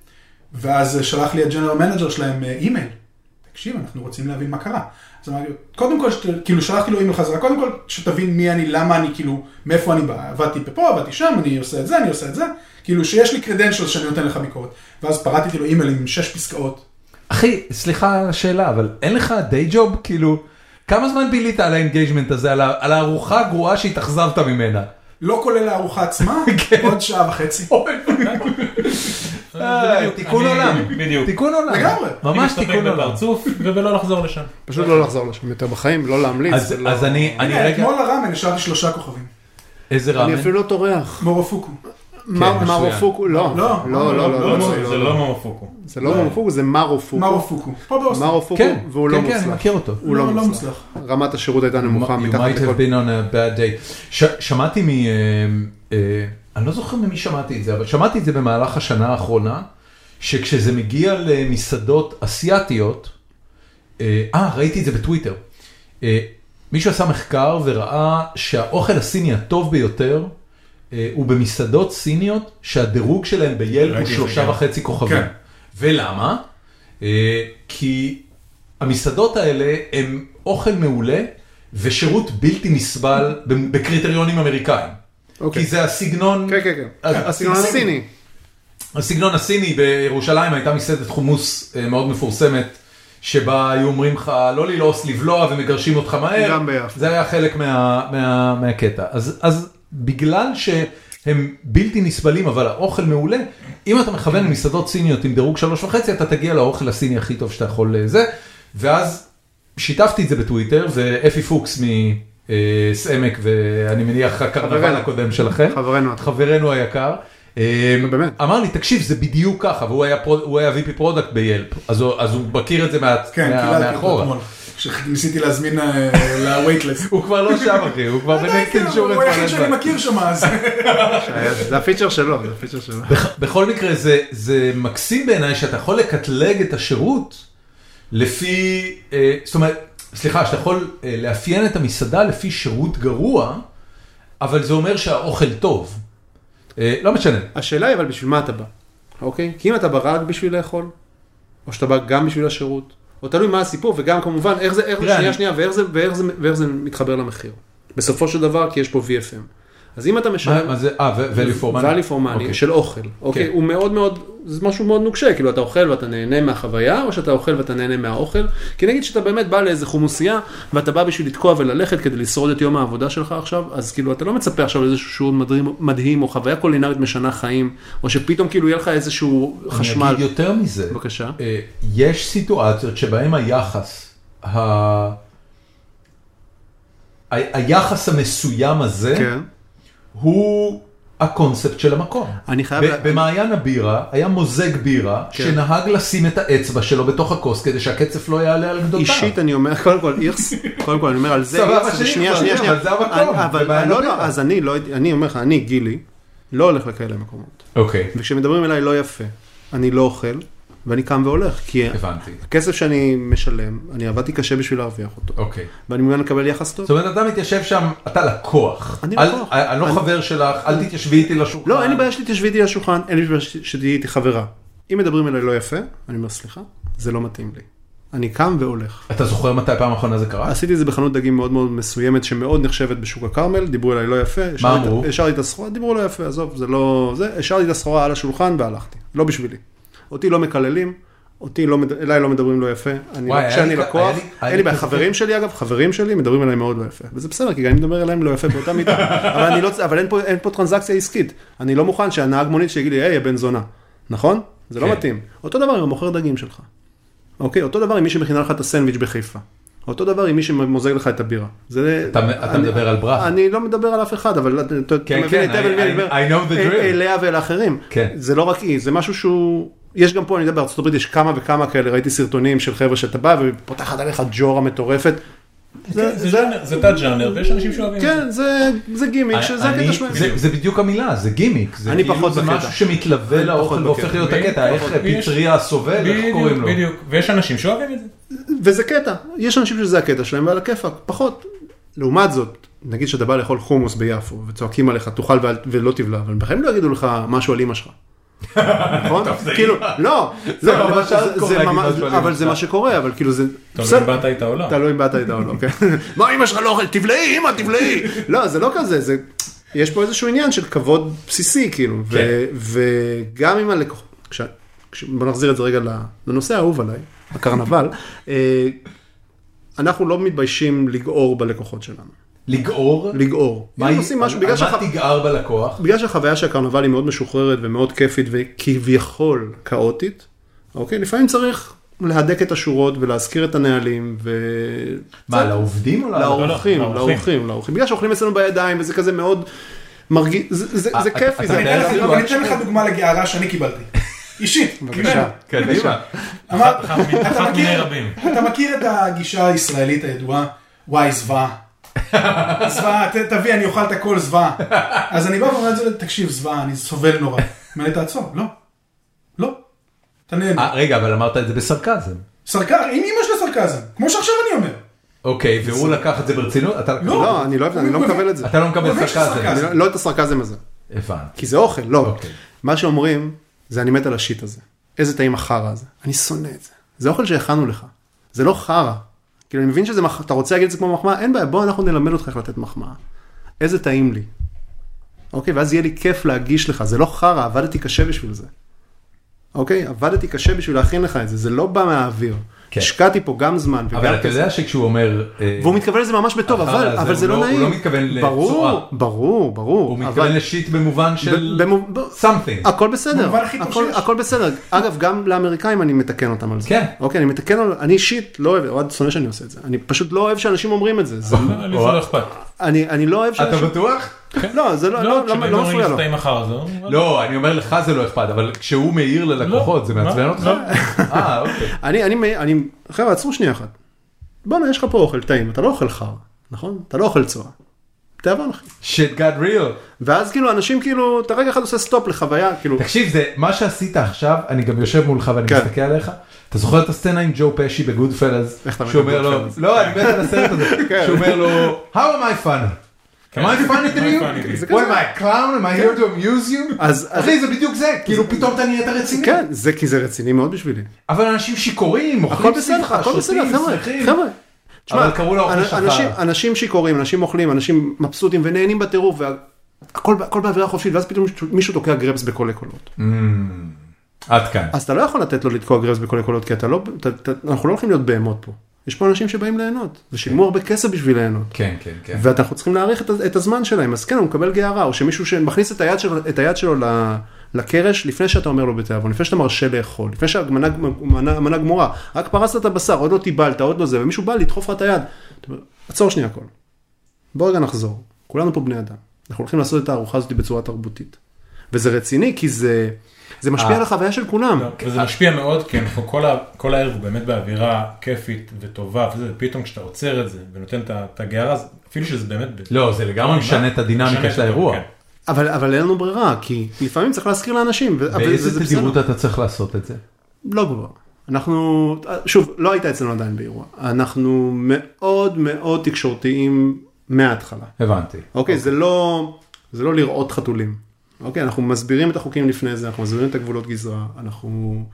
ואז אה, שלח לי הג'נרל מנג'ר שלהם אה, אימייל. תקשיב, אנחנו רוצים להבין מה קרה. אז אמרתי לו, קודם כל, שת- כאילו שלחתי לו אימייל חזרה, קודם כל שתבין מי אני, למה אני, כאילו, מאיפה אני בא, עבדתי פה, עבדתי שם, אני עושה את זה, אני עושה את זה, כאילו שיש לי קרדנשל שאני נותן לך ביקורת. ואז פרטתי לו אימייל עם שש פסקאות. אחי, סליחה על השאלה, אבל אין לך די ג'וב? כאילו, כמה זמן בילית על האינגייג'מנט הזה, על ה- על הארוחה הגרועה שהתאכזבת ממנה? אה, לא כולל הארוחה עצמה, כן. עוד שעה וחצי. אה, בדיוק, תיקון אני- עולם. בדיוק. תיקון עולם. לגמרי. אני ממש מסתפק תיקון עולם. בפרצוף, ולא לחזור לשם. פשוט לא לחזור לשם יותר בחיים, לא להמליץ. אז ולא- אז אני, אני הנה, רגע, אתמול לראמן השארתי שלושה כוכבים. איזה אני ראמן? אפילו לא טורח. מורפוקו. מר מצוין. מרו פוקו, לא, לא, לא, לא, לא, לא, לא, לא, זה לא. לא מרופוקו. זה לא מרו פוקו, זה מרו פוקו. מורפוקו. פה באוסטר. מרו פוקו, כן, והוא לא כן, כן, אני מוצלח. מכיר אותו. הוא לא, לא לא מוצלח. רמת השירות הייתה נמוכה You מתחת might לכל... have been on a bad day. ש, שמעתי מ... אה, אה, אני לא זוכר ממי שמעתי את זה, אבל שמעתי את זה במהלך השנה האחרונה, שכשזה מגיע למסעדות אסיאתיות, אה, אה, ראיתי את זה בטוויטר. אה, מישהו עשה מחקר וראה שהאוכל הסיני הטוב ביותר אה, הוא במסעדות סיניות שהדירוג שלהם ביילפ הוא ראיתי את זה שלושה גם. וחצי כוכבים. כן. ולמה? אה, כי המסעדות האלה הם אוכל מעולה ושירות בלתי נסבל ב- בקריטריונים אמריקאים. אוקיי. כי זה הסגנון, כן, כן, כן. ה- הסגנון הסיני. הסגנון הסיני בירושלים הייתה מסעדת חומוס אה, מאוד מפורסמת, שבה היו אומרים לך לא ללעוס לבלוע ומגרשים אותך מהר. גם ביפו. זה היה חלק מה, מה, מהקטע. אז, אז בגלל שהם בלתי נסבלים אבל האוכל מעולה, אם אתה מכוון למסעדות סיניות עם דירוג שלוש וחצי אתה תגיע לאוכל הסיני הכי טוב שאתה יכול אה, זה. ואז שיתפתי את זה בטוויטר ואפי פוקס מסעמק ואני מניח הקרנבל חברנו. הקודם שלכם. חברנו, אתה- חברנו היקר. אה, באמת? אמר לי תקשיב זה בדיוק ככה והוא היה פרו- הוא היה VP פרודקט בילפ אז הוא אז הוא מכיר את זה מה- כן, מה- קיללתי אותו מאחורה. אתמול. כשניסיתי להזמין ל-waitless. הוא כבר לא שם אחי הוא כבר כאילו בנקסט אינשורנס. כאילו, הוא היחיד שאני מכיר שם אז. זה הפיצ'ר שלו, זה הפיצ'ר שלו. בכל מקרה זה, זה מקסים בעיניי שאתה יכול לקטלג את השירות לפי, אה, זאת אומרת, סליחה, שאתה יכול אה, לאפיין את המסעדה לפי שירות גרוע, אבל זה אומר שהאוכל טוב. אה, לא משנה, השאלה היא אבל בשביל מה אתה בא, אוקיי? כי אם אתה בא רק בשביל לאכול, או שאתה בא גם בשביל השירות, או תלוי מה הסיפור, וגם כמובן איך זה, איך זה, תראה, שנייה, אני- שנייה, ואיך זה, ואיך זה, ואיך זה מתחבר למחיר. בסופו של דבר, כי יש פה VFM. אז אם אתה משלם... מה מה זה? אה, ו- value for money. value for money אוקיי. של אוכל, אוקיי? הוא מאוד מאוד, זה משהו מאוד נוקשה, כאילו אתה אוכל ואתה נהנה מהחוויה, או שאתה אוכל ואתה נהנה מהאוכל, כי נגיד שאתה באמת בא לאיזה חומוסייה, ואתה בא בשביל לתקוע וללכת כדי לשרוד את יום העבודה שלך עכשיו, אז כאילו אתה לא מצפה עכשיו לאיזשהו שיעור מדהים- מדהים, או חוויה קולינרית משנה חיים, או שפתאום כאילו יהיה לך איזשהו אני חשמל. אגיד יותר מזה. בבקשה. אה, יש סיטואציות שבהן היחס, ה... ה- היחס המסוים הזה, כן. הוא הקונספט של המקום. אני חייב... ב- במעיין הבירה היה מוזג בירה כן. שנהג לשים את האצבע שלו בתוך הכוס כדי שהקצף לא יעלה על גדותיו. אישית אני אומר, קודם כל איכס, קודם כל אני אומר על זה, סבבה, איכס, שני שנייה, כבר, שנייה, אבל שנייה, זה המקום, אני- אבל בבעיה לא, לא לא, בטח. אז אני לא, הייתי- אני אומר לך, אני גילי, לא הולך לכאלה מקומות, אוקיי, וכשמדברים אליי לא יפה, אני לא אוכל, ואני קם והולך, כי הבנתי. הכסף שאני משלם, אני עבדתי קשה בשביל להרוויח אותו, אוקיי. ואני מעוניין לקבל יחס טוב. זאת אומרת, אתה מתיישב שם, אתה לקוח. אני אל- לקוח. אני אני לא אני- חבר שלך, אל תתיישבי איתי לשולחן. לא, אין לי בעיה שתתיישבי איתי לשולחן, אין לי בעיה שת- שתהיי איתי חברה. אם מדברים אליי לא יפה, אני אומר סליחה, זה לא מתאים לי. אני קם והולך. אתה זוכר מתי הפעם האחרונה זה קרה? עשיתי את זה בחנות דגים מאוד מאוד מסוימת שמאוד נחשבת בשוק הכרמל, דיברו אליי לא יפה. השארתי את- אמרו? השארתי את הסחורה, דיברו לא יפה, עזוב, זה לא... זה, השארתי את הסחורה על השולחן והלכתי, לא בשבילי. אותי לא מקללים, אותי לא, מד- אליי לא מדברים לא יפה, אני, וואי, וואי, היה כשאני לי- לקוח, היה לי- היה אין לי לי בעיה, כזה- חברים שלי אגב, חברים שלי מדברים אליי מאוד לא יפה, וזה בסדר, כי גם אני מדבר אליהם לא יפה באותה מידה, אבל, אני לא, צ- אבל אין, פה, אין פה טרנזקציה עסקית, אני לא מוכן שהנהג מונית שיגיד לי, היי, הבן זונה, נכון? זה לא כן. מתאים. אותו דבר עם המוכר דגים שלך. אוקיי, אותו דבר עם מי שמכינה לך את הסנדוויץ' בחיפה. אותו דבר עם מי שמוזג לך את הבירה. זה... אתה- אתה אני- מדבר על ברכה. אני לא מדבר על אף אחד, אבל אתה אתה- אתה כן, מבין כן, היטב I- על מי אני מדבר. I- I know the אל- drill. אליה ואל האחרים. כן. זה לא רק אי, זה משהו שהוא... יש גם פה, אני יודע, בארצות הברית יש כמה וכמה כאלה, ראיתי סרטונים של חבר'ה שאתה בא ופותחת עליך ג'ורה מטורפת. כן, זה- זה ז'אנר, זה תת ז'אנר, ויש אנשים שאוהבים את זה. כן, זה זה גימיק, שזה לא נכון. אני- הקטע שלהם. זה- זה בדיוק המילה, זה גימיק. זה אני כאילו פחות זה בקטע. משהו שמתלווה אני לאוכל פחות והופך בקטע. להיות הקטע, מבין? איך פחות. יש- פטריה הסובל, איך קוראים בדיוק, לו. בדיוק, ויש אנשים שאוהבים את זה. וזה קטע, יש אנשים שזה הקטע שלהם ועל הכיפאק, פחות. לעומת זאת, נגיד שאתה בא לאכול חומוס ביפו וצועקים עליך תאכל ואל- ולא תבלע, אבל בחיים לא יגידו לך משהו על אימא שלך. נכון? כאילו, לא, זה לא, ממש זה- hardcore זה להגיד ממש- משהו על אמא אבל זה שלך. מה שקורה, אבל כאילו זה, אתה בסדר, מבין, באת איתה או לא? אתה לא אם באת איתה או לא, כן. מה אימא שלך לא אוכל, תבלעי, אימא תבלעי. לא, זה לא כזה, זה, יש פה איזשהו עניין של כבוד בסיסי, כאילו, ו- וגם אם הלקוח, כש- כש- בוא נחזיר את זה רגע לנושא האהוב עליי, הקרנבל, אה, אנחנו לא מתביישים לגעור בלקוחות שלנו, לגעור? לגעור. מה אם היא- עושים משהו, על- בגלל על שהחו- מה תגער בלקוח? בגלל שהחוויה של הקרנבל היא מאוד משוחררת ומאוד כיפית וכביכול כאוטית, אוקיי? לפעמים צריך להדק את השורות ולהזכיר את הנהלים ו... מה, לעובדים או לעבוד? לאורחים, לא, לא, לאורחים. לאורחים, לאורחים. בגלל שאוכלים אצלנו בידיים וזה כזה מאוד מרגיש, זה- זה זה אה, כיפי. אתה זה- לא יודע, אני אתן לך- לא, כאילו, אני עד אתן לך דוגמה לגערה שאני קיבלתי. אישית. בבקשה. קדימה. אמרת, אחת מ- אתה אחת מיני מכיר- רבים. אתה מכיר את הגישה הישראלית הידועה, וואי זוועה. זוועה, ת- תביא, אני אוכל את הכל זוועה. אז אני בא ואומר את זה, תקשיב, זוועה, אני סובל נורא. אומר לי, תעצור, לא. לא. אתה נהנה. אה, רגע, אבל אמרת את זה בסרקזם. סרקר, עם אמא של סרקזם, כמו שעכשיו אני אומר. אוקיי, והוא לקח את זה ברצינות? אתה לקח- לא. לא, אני לא אוהב- אני לא הוא מקבל מבין. את זה. אתה לא מקבל הוא מבין שזה סרקזם. סרקזם. אני לא- לא את הסרקזם הזה. הבנתי. כי זה אוכל, לא. אוקיי. מה שאומרים, זה אני מת על השיט הזה. איזה טעים החרא הזה. אני שונא את זה. זה אוכל שהכנו לך. זה לא חרא. כאילו, אני מבין שזה, מח- אתה רוצה להגיד את זה כמו מחמאה, אין בעיה, בוא אנחנו נלמד אותך איך לתת מחמאה. איזה טעים לי. אוקיי, ואז יהיה לי כיף להגיש לך, זה לא חרא, עבדתי קשה בשביל זה. אוקיי, עבדתי קשה בשביל להכין לך את זה, זה לא בא מהאוויר. כן. השקעתי פה גם זמן וגם אבל אתה יודע שכשהוא אומר... אה, והוא מתכוון לזה ממש בטוב, החרא אבל, הזה, אבל זה הוא לא לא- הוא נעים. לא מתכוון ברור, לצורה. ברור, ברור. הוא אבל- מתכוון לשיט במובן של... במו- ב- something. הכל בסדר, במובן הכי טוב הכל, שיש. הכל בסדר. אגב, גם לאמריקאים אני מתקן אותם על זה. כן. אוקיי, אני מתקן, על- אני אישית לא אוהב, אוהד שונא שאני עושה את זה. אני פשוט לא אוהב שאנשים אומרים את זה. זה לי זה לא אכפת. אני, אני לא אוהב אתה שאנשים... בטוח? כן. לא, זה לא, לא, לא, לא, כשבאים מפריע אומרים לו. לי מחר זה... לא, לא, אני אומר לך זה לא אכפת, אבל כשהוא מעיר ללקוחות זה מה? מעצבן אותך? לא. אה, אוקיי. אני, אני, מ- אני, חבר'ה, עצרו שנייה אחת. בואנה, יש לך פה אוכל טעים, אתה לא אוכל חר, נכון? אתה לא אוכל צואה. תיאבון אחי. shit got real. ואז כאילו, אנשים כאילו, אתה רגע אחד עושה סטופ לחוויה, כאילו, תקשיב, זה מה שעשית עכשיו, אני גם יושב מולך ואני כן. מסתכל עליך. אתה זוכר את הסצנה עם ג'ו פשי בגוד פלאז? איך אתה מת שאומר על לו, Goodfellas? לא, אני מת על הסרט הזה. כן. שאומר לו, How am I funny? Am I funny to כן. Am I you? funny to What am you? I, a clown? Am I here to amuse you? אז- אחי, זה בדיוק זה, כאילו פתאום אתה נהיית רציני. כן, זה כי זה רציני מאוד בשבילי. אבל אנשים שיכורים, הכל אוכלים בסדר, שמחה, הכל בסדר, שותים, חבר'ה, שמחים. חבר'ה. תשמע, אבל קראו לאוכל אנ- שחר. אנשים- אנשים שיכורים, אנשים אוכלים, אנשים מבסוטים ונהנים בטירוף, והכל הכל באווירה חופשית, ואז פתאום מישהו תוקע גרפס בקולי קולות. עד כאן. אז אתה לא יכול לתת לו לתקוע גרפס בקולי קולות, כי אתה לא, אתה- אתה- אנחנו לא הולכים להיות בהמות פה. יש פה אנשים שבאים ליהנות, ושילמו הרבה כסף בשביל ליהנות. כן, כן, כן. ואנחנו צריכים להעריך את, ה- את הזמן שלהם, אז כן, הוא מקבל גערה, או שמישהו שמכניס את היד שלו, את היד שלו ל- לקרש לפני שאתה אומר לו בתיאבון, לפני שאתה מרשה לאכול, לפני שהמנה מנה- מנה גמורה, רק פרסת את הבשר, עוד לא טיבלת, עוד לא זה, ומישהו בא לדחוף לך את היד. אתה אומר, עצור שנייה הכל. בוא רגע נחזור, כולנו פה בני אדם, אנחנו הולכים לעשות את הארוחה הזאת בצורה תרבותית. וזה רציני, כי זה, זה אה. משפיע על החוויה של כולם. לא. וזה משפיע מאוד, כי אנחנו כל, ה, כל הערב הוא באמת באווירה כיפית וטובה, וזה, ופתאום כשאתה עוצר את זה ונותן את ה- את הגערה, אז אפילו שזה באמת... ב- לא, זה לגמרי משנה את הדינמיקה משנה של האירוע. כן. אבל, אבל אין לנו ברירה, כי לפעמים צריך להזכיר לאנשים. ו- אבל זה- זה באיזה בסדר. תדירות אתה צריך לעשות את זה? לא גבוה. אנחנו, שוב, לא היית אצלנו עדיין באירוע. אנחנו מאוד מאוד תקשורתיים מההתחלה. הבנתי. אוקיי, זה לא, זה לא לראות חתולים. אוקיי, אנחנו מסבירים את החוקים לפני זה, אנחנו מסבירים את הגבולות גזרה, אנחנו,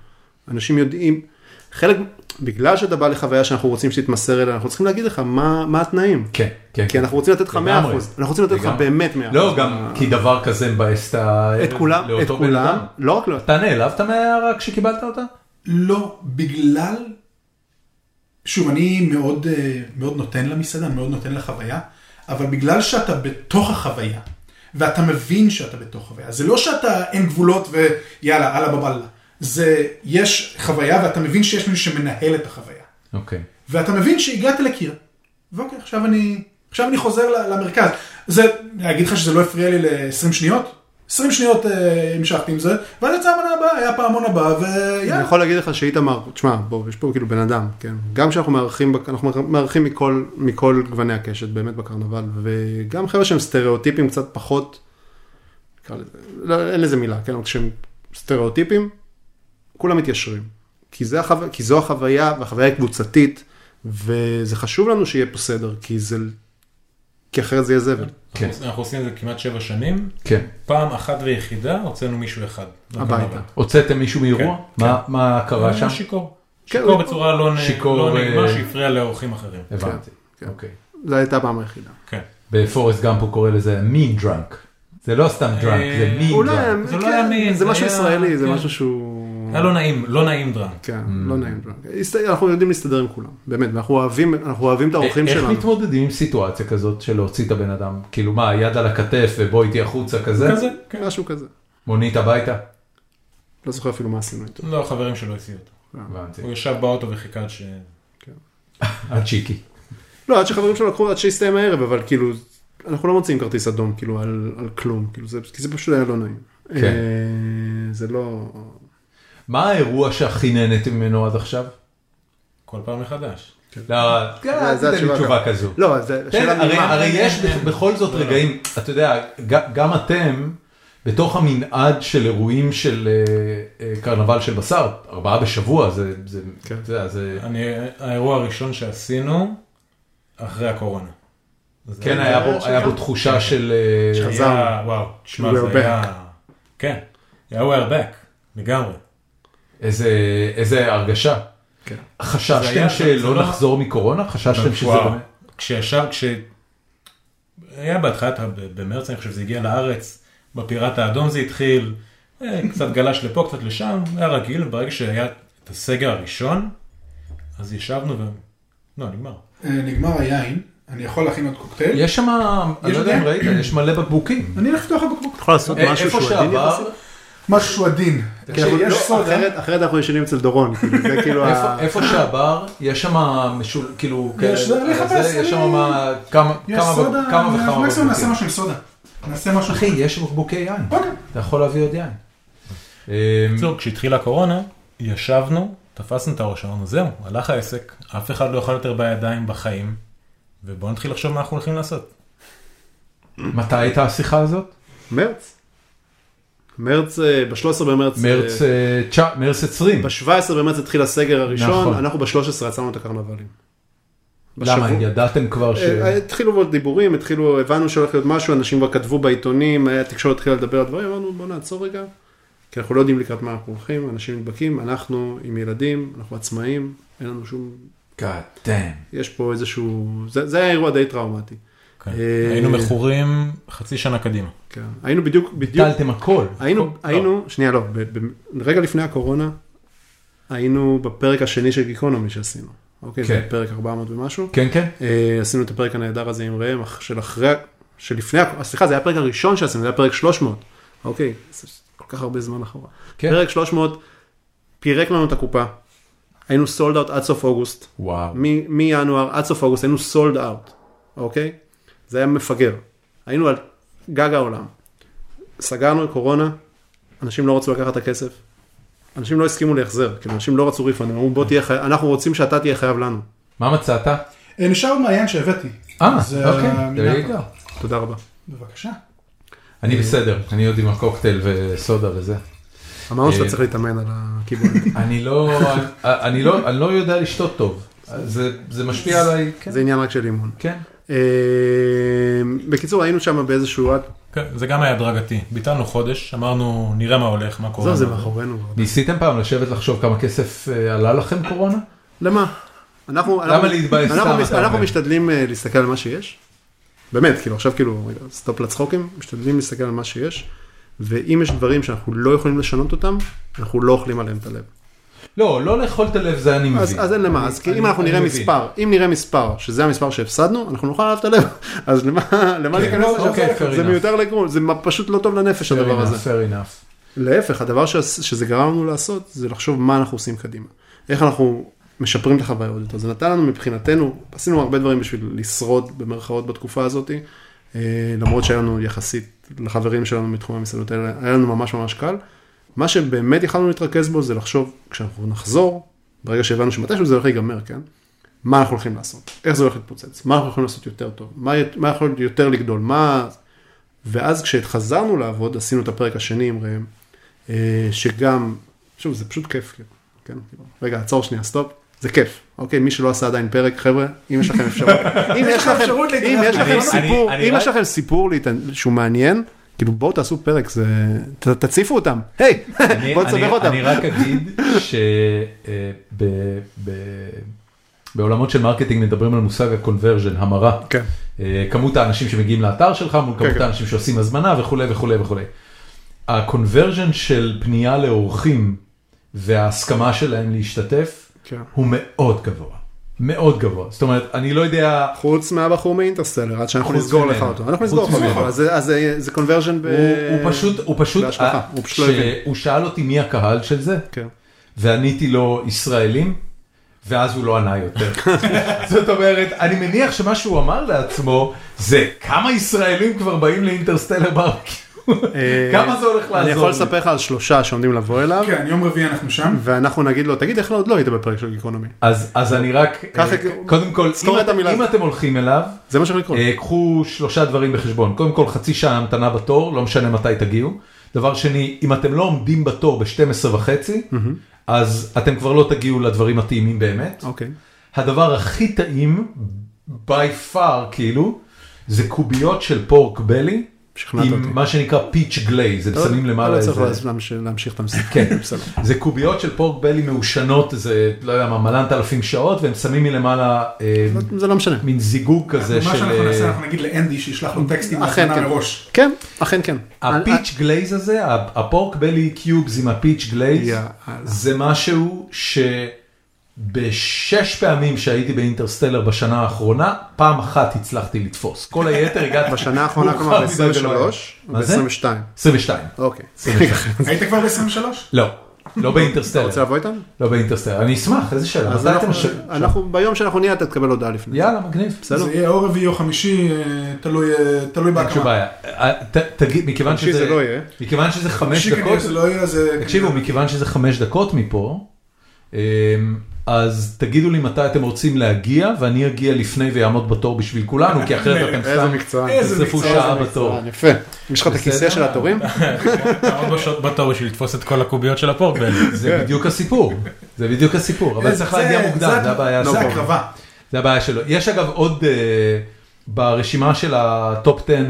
אנשים יודעים, חלק, בגלל שאתה בא לחוויה שאנחנו רוצים שתתמסר אליה, אנחנו צריכים להגיד לך מה, מה התנאים. כן, כן. כי אנחנו רוצים לתת לך 100%, לגמרי. אנחנו רוצים לתת לך לגמרי. באמת 100%. לא, גם כי דבר כזה מבאס את ה... את כולם, את לאותו בן כולם, אדם. לא רק לא, אתה נעלבת מההערה כשקיבלת אותה? לא, בגלל... שוב, אני מאוד, אה, מאוד נותן למסעדה, מאוד נותן לחוויה, אבל בגלל שאתה בתוך החוויה, ואתה מבין שאתה בתוך חוויה, זה לא שאתה אין גבולות ויאללה, אללה בבאללה. זה, יש חוויה ואתה מבין שיש מישהו שמנהל את החוויה. אוקיי. ואתה מבין שהגעת לקיר. ואוקיי, עכשיו אני, עכשיו אני חוזר ל- למרכז. זה, להגיד לך שזה לא הפריע לי ל-20 שניות? 20 שניות אה, המשכתי עם זה, ואז יצאה המנה הבאה, היה פעמון הבא, כן. אני ויאללה. יכול להגיד לך שאיתמר, תשמע, בוא, יש פה כאילו בן אדם, כן? גם כשאנחנו מארחים, בק- אנחנו מארחים מכל, מכל גווני הקשת, באמת בקרנבל, וגם חבר'ה שהם סטריאוטיפים קצת פחות, נקרא לזה, לא, אין לזה מילה, כן? אבל כשהם סטריאוטיפים, כולם מתיישרים. כי, זה החו... כי זו החוויה, והחוויה היא קבוצתית, וזה חשוב לנו שיהיה פה סדר, כי זה... כי אחרת זה יהיה זבל. כן. אנחנו- אנחנו עושים את זה כמעט שבע שנים, כן. פעם אחת ויחידה הוצאנו מישהו אחד. הביתה. הוצאתם מישהו מאירוע? כן. מה- מה קרה היה שם? שיכור. כן, שיכור הוא- בצורה לא נ- שיכור, לא נעימה אה, שהפריע לאורחים אחרים. הבנתי. כן. אוקיי. זו הייתה הפעם היחידה. כן. בפורסט גאמפ הוא קורא לזה mean drunk. זה לא סתם drunk, אה, זה mean אולי, drunk. זה לא כן, היה מין, זה זה משהו היה- ישראלי, זה כן. משהו שהוא... היה לא נעים, לא נעים דרן. כן, לא נעים. הסת- אנחנו יודעים להסתדר עם כולם, באמת, ואנחנו אוהבים, אנחנו אוהבים את האורחים איך שלנו. מתמודדים עם סיטואציה כזאת של להוציא את הבן אדם? כאילו מה, יד על הכתף ובוא איתי החוצה כזה? כזה, כן. משהו כזה. מונית הביתה? לא זוכר אפילו מה עשינו איתו. לא, חברים שלו הסיעו אותו. הבנתי. הוא ישב באוטו וחיכה עד ש... הצ'יקי. לא, עד שחברים שלו לקחו, עד שהסתיים הערב, אבל כאילו, אנחנו לא מוציאים כרטיס אדום, כאילו, על על כלום, כאילו, זה- כי זה פשוט היה לא נעים. כן. אה, זה לא... מה האירוע שהכי נהניתם ממנו עד עכשיו? כל פעם מחדש. לא, אל תיתן זה לי התשובה תשובה כזו. לא, זה כן, שאלה הרי, ממה. הרי יש בכ- בכל זאת רגעים, אתה יודע, ג- גם אתם, בתוך המנעד של אירועים של אה, אה, קרנבל של בשר, ארבעה בשבוע, זה, זה, כן. אתה יודע, זה, אני, האירוע הראשון שעשינו, אחרי הקורונה. זה כן, היה בו, היה בו תחושה של, אה, של- היה- חזרנו. וואו, תשמע, We זה are היה... כן, היה we're back, לגמרי. איזה, איזה הרגשה. כן. זה חששתם היה- שלא זה לא- נחזור מקורונה? חששתם שזה... לא- וואו, באמת- כשישב, כש... היה בהתחלת, ה- ב- במרץ אני חושב שזה הגיע לארץ, בפיראט האדום זה התחיל, אה, קצת גלש לפה, קצת לשם, היה רגיל, ברגע שהיה את הסגר הראשון, אז ישבנו ו... לא, נגמר. אה, נגמר היין, אני יכול להכין עוד קוקטייל. יש שם, אני לא יודע אם ראית, יש מלא בקבוקים. אני הולך לפתוח הבקבוק. אתה יכול לעשות אה, משהו איפה שהוא עדין שעבר, יחסית? משהו שהוא עדין. כי אנחנו- שיש לא, סודה. אחרת- אחרת אנחנו ישנים אצל דורון, כאילו, זה כאילו... ה- איפה- איפה שהבר, יש שם משול, כאילו, יש, כאלה- אני מחפש, זה, יש שם אני- מה- כמה יש כמה סודה, בק- כמה וכמה אנחנו מקסימום נעשה בקבוקים. משהו עם סודה. נעשה משהו. אחי, יש בקבוקי יין, אוקיי. אתה יכול להביא עוד יין. אמ, בקיצור, כשהתחילה הקורונה, ישבנו, תפסנו את הראש, אמרנו, זהו, הלך העסק, אף אחד לא יאכל יותר בידיים בחיים, ובואו נתחיל לחשוב מה אנחנו הולכים לעשות. מתי הייתה השיחה הזאת? מרץ. מרץ, אה, ב-13 במרץ. מרץ אה, אה, תשע- מרץ 20. ב-17 במרץ התחיל הסגר הראשון, נכון. אנחנו ב-13 יצאנו את הקרנבלים. למה, בשבוע- ידעתם כבר ש... אה, התחילו עוד דיבורים, התחילו, הבנו שהולך להיות משהו, אנשים כבר כתבו בעיתונים, אה, התקשורת התחילה לדבר על דברים, אמרנו בוא נעצור רגע, כי אנחנו לא יודעים לקראת מה אנחנו הולכים, אנשים נדבקים, אנחנו עם ילדים, אנחנו עצמאים, אין לנו שום God damn. יש פה איזשהו, זה, זה היה אירוע די טראומטי. כן. אה, היינו מכורים חצי שנה קדימה. כן. היינו בדיוק, בדיוק, טלתם הכל. היינו, היינו, שנייה לא, ב- ב- רגע לפני הקורונה, היינו בפרק השני של גיקונומי שעשינו. אוקיי, זה כן. פרק 400 ומשהו. כן, כן. אה, עשינו את הפרק הנהדר הזה עם ראם, אך- של אחרי, שלפני, הק- סליחה, זה היה הפרק הראשון שעשינו, זה היה פרק 300. אוקיי, זה כל כך הרבה זמן אחורה. כן. פרק 300 פירק לנו את הקופה. היינו סולד אאוט עד סוף אוגוסט. וואו. מ- מינואר עד סוף אוגוסט היינו סולד אאוט, אוקיי? זה היה מפגר. היינו על גג העולם. סגרנו קורונה, אנשים לא רצו לקחת את הכסף. אנשים לא הסכימו להחזר, כאילו אנשים לא רצו ריפאנד, הם אמרו בוא תהיה חייב, אנחנו רוצים שאתה תהיה חייב לנו. מה מצאת? אה, נשאר עוד מעיין שהבאתי. אה, זה אוקיי. there you מנקה. go. תודה רבה. בבקשה. אני בסדר, אני עוד עם הקוקטייל וסודה וזה. אמרנו שאתה אה. לא צריך להתאמן על הקיבולת. אני לא, אני לא, אני לא יודע לשתות טוב. זה, זה משפיע עליי, כן. זה עניין רק של אימון. כן. אה, בקיצור היינו שם באיזשהו... עד- כן, זה גם היה הדרגתי. ביטלנו חודש, אמרנו נראה מה הולך, מה קורה. זהו אה. זה מה- מאחורינו. כבר. ניסיתם פעם לשבת לחשוב כמה כסף אה, עלה לכם קורונה? למה? אנחנו, למה אנחנו- להתבאס אנחנו סתם, מס- אתה אנחנו אומר? משתדלים אה, להסתכל על מה שיש. באמת, כאילו עכשיו כאילו, רגע, סטופ לצחוקים, משתדלים להסתכל על מה שיש. ואם יש דברים שאנחנו לא יכולים לשנות אותם, אנחנו לא אוכלים עליהם את הלב. לא, לא לאכול את הלב זה אני אז, מבין. אז אין למה, אז כי אם אנחנו אני נראה מבין. מספר, אם נראה מספר, שזה המספר שהפסדנו, אנחנו נאכל עליו את הלב. אז למה, למה להיכנס אוקיי, לשם? fair זה enough. מיותר לגרום, זה מה- פשוט לא טוב לנפש Fair הדבר enough, הזה. fair enough. להפך, הדבר ש... שזה גרם לנו לעשות, זה לחשוב מה אנחנו עושים קדימה. איך אנחנו משפרים את החוויה עוד יותר. זה נתן לנו מבחינתנו, עשינו הרבה דברים בשביל לשרוד במרכאות בתקופה הזאת, אה, למרות שהיה לנו יחסית לחברים שלנו מתחום המסעדות האלה, היה לנו ממש ממש קל. מה שבאמת יכלנו להתרכז בו זה לחשוב, כשאנחנו נחזור, ברגע שהבנו שמתישהו זה הולך להיגמר, כן? מה אנחנו הולכים לעשות, איך זה הולך להתפוצץ, מה אנחנו יכולים לעשות יותר טוב, מה, י- מה יכול יותר לגדול, מה... ואז כשחזרנו לעבוד, עשינו את הפרק השני עם ראם, אה, שגם, שוב, זה פשוט כיף, כאילו, כן, כאילו, רגע, עצור שנייה, סטופ, זה כיף, אוקיי, מי שלא עשה עדיין פרק, חבר'ה, אם יש לכם אפשרות, אם יש לכם, אפשרות אם להתארח. יש לכם אני- סיפור, אני- אני אם רק- יש לכם סיפור להתעניין- שהוא מעניין, כאילו בואו תעשו פרק, זה, ת- תציפו אותם, היי, אני- בואו תסבך אני- אותם. אני רק אגיד אה, שבעולמות של מרקטינג מדברים על מושג הקונברז'ן, המרה. כן. אה, כמות האנשים שמגיעים לאתר שלך מול כן, כמות כן. האנשים שעושים הזמנה וכולי וכולי וכולי. הקונברז'ן של פנייה לאורחים וההסכמה שלהם להשתתף כן. הוא מאוד גבוה. מאוד גבוה. זאת אומרת, אני לא יודע, חוץ מהבחור מאינטרסטלר, עד שאנחנו חוץ נסגור ממנו. לך אותו. אנחנו חוץ נסגור לך ממנו. אותו, אז זה- אז זה- זה קונברז'ן ב... הוא הוא פשוט, הוא פשוט, אה, בהשגחה, אה, הוא פשוט לא הבין. שהוא שאל אותי מי הקהל של זה, כן. ועניתי לו ישראלים, ואז הוא לא ענה יותר. זאת אומרת, אני מניח שמה שהוא אמר לעצמו זה כמה ישראלים כבר באים לאינטרסטלר ברקיו. אה, כמה זה הולך אני לעזור יכול לי? לספר לך על שלושה שעומדים לבוא אליו, כן, יום רביעי אנחנו שם. ואנחנו נגיד לו, תגיד, איך לא- עוד לא היית בפרק של גיקונומי? אז, אז אני רק, ככה- אה, קודם כל, זכור אם, את המילה אם הזאת. אוקיי. אתם הולכים אליו, זה מה שהולך לקרות. אה, קחו שלושה דברים בחשבון. קודם כל, חצי שעה המתנה בתור, לא משנה מתי תגיעו. דבר שני, אם אתם לא עומדים בתור ב-12 וחצי, אז אתם כבר לא תגיעו לדברים הטעימים באמת. אוקיי. הדבר הכי טעים, by far כאילו, זה קוביות של פורק בלי, שכנעת אותי. עם מה שנקרא פיץ' גלייז, הם לא- שמים למעלה לא צריך איזה... להמש- להמשיך את המשחק. כן. בסדר. זה קוביות של פורק בלי מעושנות איזה, לא יודע מה, מלנת אלפים שעות, והם שמים מלמעלה אה, זה לא משנה. מין זיגוג כזה מה של... שאנחנו נעשה, אה, אנחנו נגיד לאנדי שישלח לו טקסטים אכן בהכנה כן. מראש. כן, אכן כן. הפיץ' גלייז הזה, ה- הפורק בלי קיובס עם הפיץ' גלייז, יאללה. זה משהו שבשש פעמים שהייתי באינטרסטלר בשנה האחרונה, פעם אחת הצלחתי לתפוס. כל היתר הגעתי... בשנה האחרונה, מאוחר כלומר, מדי ב-23 מה זה? וב-22. 22. אוקיי. היית כבר ב-23? לא, לא באינטרסטלר. רוצה לבוא איתם? לא באינטרסטלר. אני אשמח, איזה שאלה. אז לא מתי אתם... אנחנו- ש- אנחנו, ביום שאנחנו נהיה, אתה תקבל הודעה לפני. יאללה, מגניב. בסדר? זה יהיה או רביעי או חמישי, אה, תלוי, אה, תלוי אין שום בהקמה. בעיה. אה, ת- תגיד, מכיוון חמישי שזה... זה לא יהיה. מכיוון שזה חמש חמישי כנראה דקות... זה לא יהיה, זה... תקשיבו, אה, מכיוון שזה חמש דקות מפה, אמ, אז תגידו לי מתי אתם רוצים להגיע, ואני אגיע לפני ויעמוד בתור בשביל כולנו, כי אחרת אתם איזה סתם מקצוען. איזה תצטרפו מקצוע, שעה איזה בתור. מקצוען, אה, יפה. יש לך את הכיסא בסדר? של התורים? תעמוד בש- בתור בשביל לתפוס את כל הקוביות של הפורק בלי. זה בדיוק הסיפור, זה בדיוק הסיפור, אבל צריך להגיע מוקדם, זה הבעיה זה שלו. לא, הקרבה. זה הבעיה שלו. יש אגב עוד אה, ברשימה של הטופ 10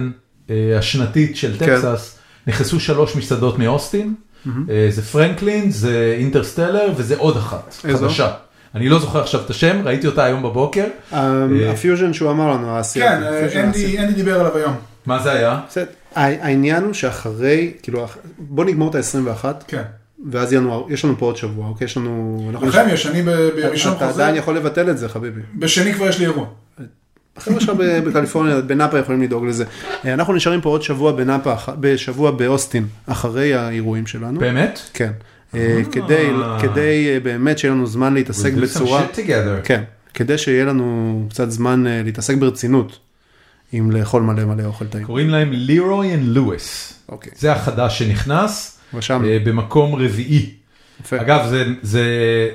אה, השנתית של כן. טקסס, נכנסו שלוש מסעדות מאוסטין, אה, זה פרנקלין, זה אינטרסטלר וזה עוד אחת, איזו? חדשה. אני לא זוכר עכשיו את השם, ראיתי אותה היום בבוקר. אה, הפיוז'ן שהוא אמר לנו, העשייה. כן, אנדי אנדי דיבר עליו היום. מה זה היה? העניין הוא שאחרי, כאילו, אח- בוא נגמור את ה-21, כן. ואז ינואר, יש לנו פה עוד שבוע, אוקיי? יש לנו... אנחנו- לכם יש, אני ב- בראשון אתה חוזר, עדיין יכול לבטל את זה, חביבי. בשני כבר יש לי אירוע. החבר'ה שלך ב- בקליפורניה, בנאפה יכולים לדאוג לזה. אה, אנחנו נשארים פה עוד שבוע בנאפה, אח- בשבוע באוסטין, אחרי האירועים שלנו. באמת? כן. אה, כדי, כדי אה, באמת שיהיה לנו זמן להתעסק We'll do some בצורה, shit together. כן, כדי שיהיה לנו קצת זמן אה, להתעסק ברצינות עם לאכול מלא מלא אוכל טעים. קוראים להם לירוי אנד לואיס. אוקיי. זה החדש שנכנס, רשמנו. אה, במקום רביעי. יפה. אגב, כן. זה, זה,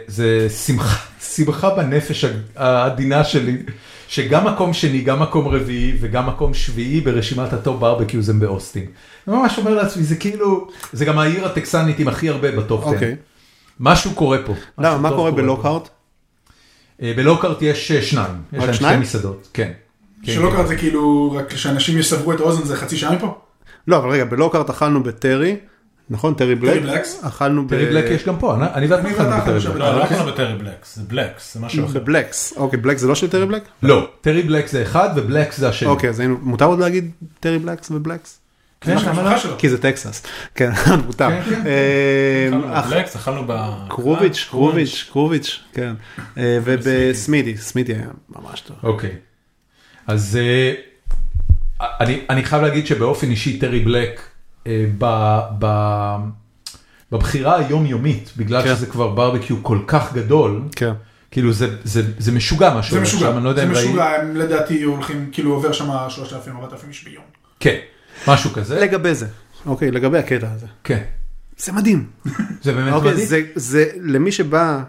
זה שמחה, שמחה בנפש העדינה שלי, שגם מקום שני, גם מקום רביעי וגם מקום שביעי ברשימת הטופ ברבקיוז הם באוסטין. אני ממש אומר לעצמי, זה כאילו, זה גם העיר הטקסנית עם הכי הרבה בטופ 10. אוקיי. משהו קורה פה. למה, משהו מה טוב קורה פה. בלוקהארט? אה, בלוקהארט יש אה, שניים. יש להם שתי שניים? מסעדות, כן. כן, שלא כן. קרה זה כאילו, רק שאנשים יסברו את האוזן זה חצי שעה מפה. לא, אבל רגע, בלוקהארט אכלנו בטרי, נכון? טרי בלק? בלקס? אכלנו ב- טרי בלק יש גם פה, אני- אני ואת אני מתחלנו ואתה בטרי עכשיו בלק. לא, לא יכולנו בטרי בלקס, זה בלקס, זה משהו אחר. בבלקס. אוקיי, בלק זה לא של טרי בלק? לא, טרי בלק זה אחד ובלק זה השני. אוקיי, אז היינו- מותר עוד להגיד טרי בלקס ובלקס? כן, זה מה שהמשפחה לא- שלו. כי זה טקסס. כן, מותר. אה, אכלנו אח- בבלקס, אכלנו ב... אה, קרוביץ', אה, קרוביץ', קרוביץ', כן. אה, ובסמידי, סמידי היה ממש טוב. אוקיי. אז אה, אני, אני חייב להגיד שבאופן אישי טרי בלק אה, ב, ב, בבחירה היומיומית, בגלל כן. שזה כבר ברבקיו כל כך גדול, כן. כאילו זה, זה, זה משוגע מה זה שהולך משוגע, שם, אני לא יודע זה אם ראיתי. משוגע, הם לדעתי הולכים, כאילו עובר שם 3,000-4,000 איש ביום. כן, משהו כזה. לגבי זה. אוקיי, לגבי הקטע הזה. כן, זה מדהים. זה באמת אוקיי, מדהים. זה, זה- זה למי שבא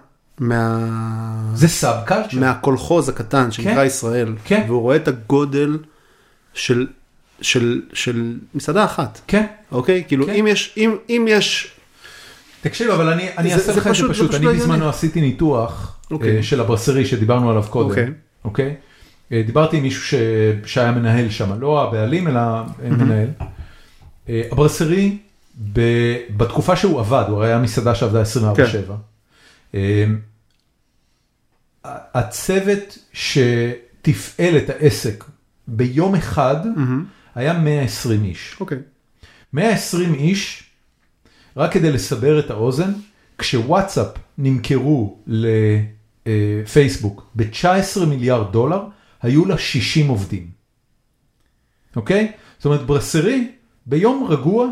מה... סאב קלצ'ר. מהקולחוז הקטן שנקרא כן. ישראל, כן. והוא רואה את הגודל של, של, של מסעדה אחת, כן. אוקיי? כאילו כן. אם יש, אם, אם יש, תקשיב, אבל אני, אני זה- אעשה זה לך את זה פשוט- זה פשוט, פשוט אני לא בזמנו הגיוני. עשיתי ניתוח אוקיי. אה, של הברסרי שדיברנו עליו קודם, אוקיי. אוקיי? אה, דיברתי עם מישהו ש... שהיה מנהל שם, לא הבעלים אלא אה, מנהל. אה, הברסרי, ב... בתקופה שהוא עבד, הוא הרי היה מסעדה שעבדה 24/7. כן. אה, הצוות שתפעל את העסק ביום אחד היה 120 איש. אוקיי, 120 איש, רק כדי לסבר את האוזן, כשוואטסאפ נמכרו אה, לפייסבוק ב-19 מיליארד דולר, היו לה 60 עובדים. אוקיי? זאת אומרת, ברסרי, ביום רגוע,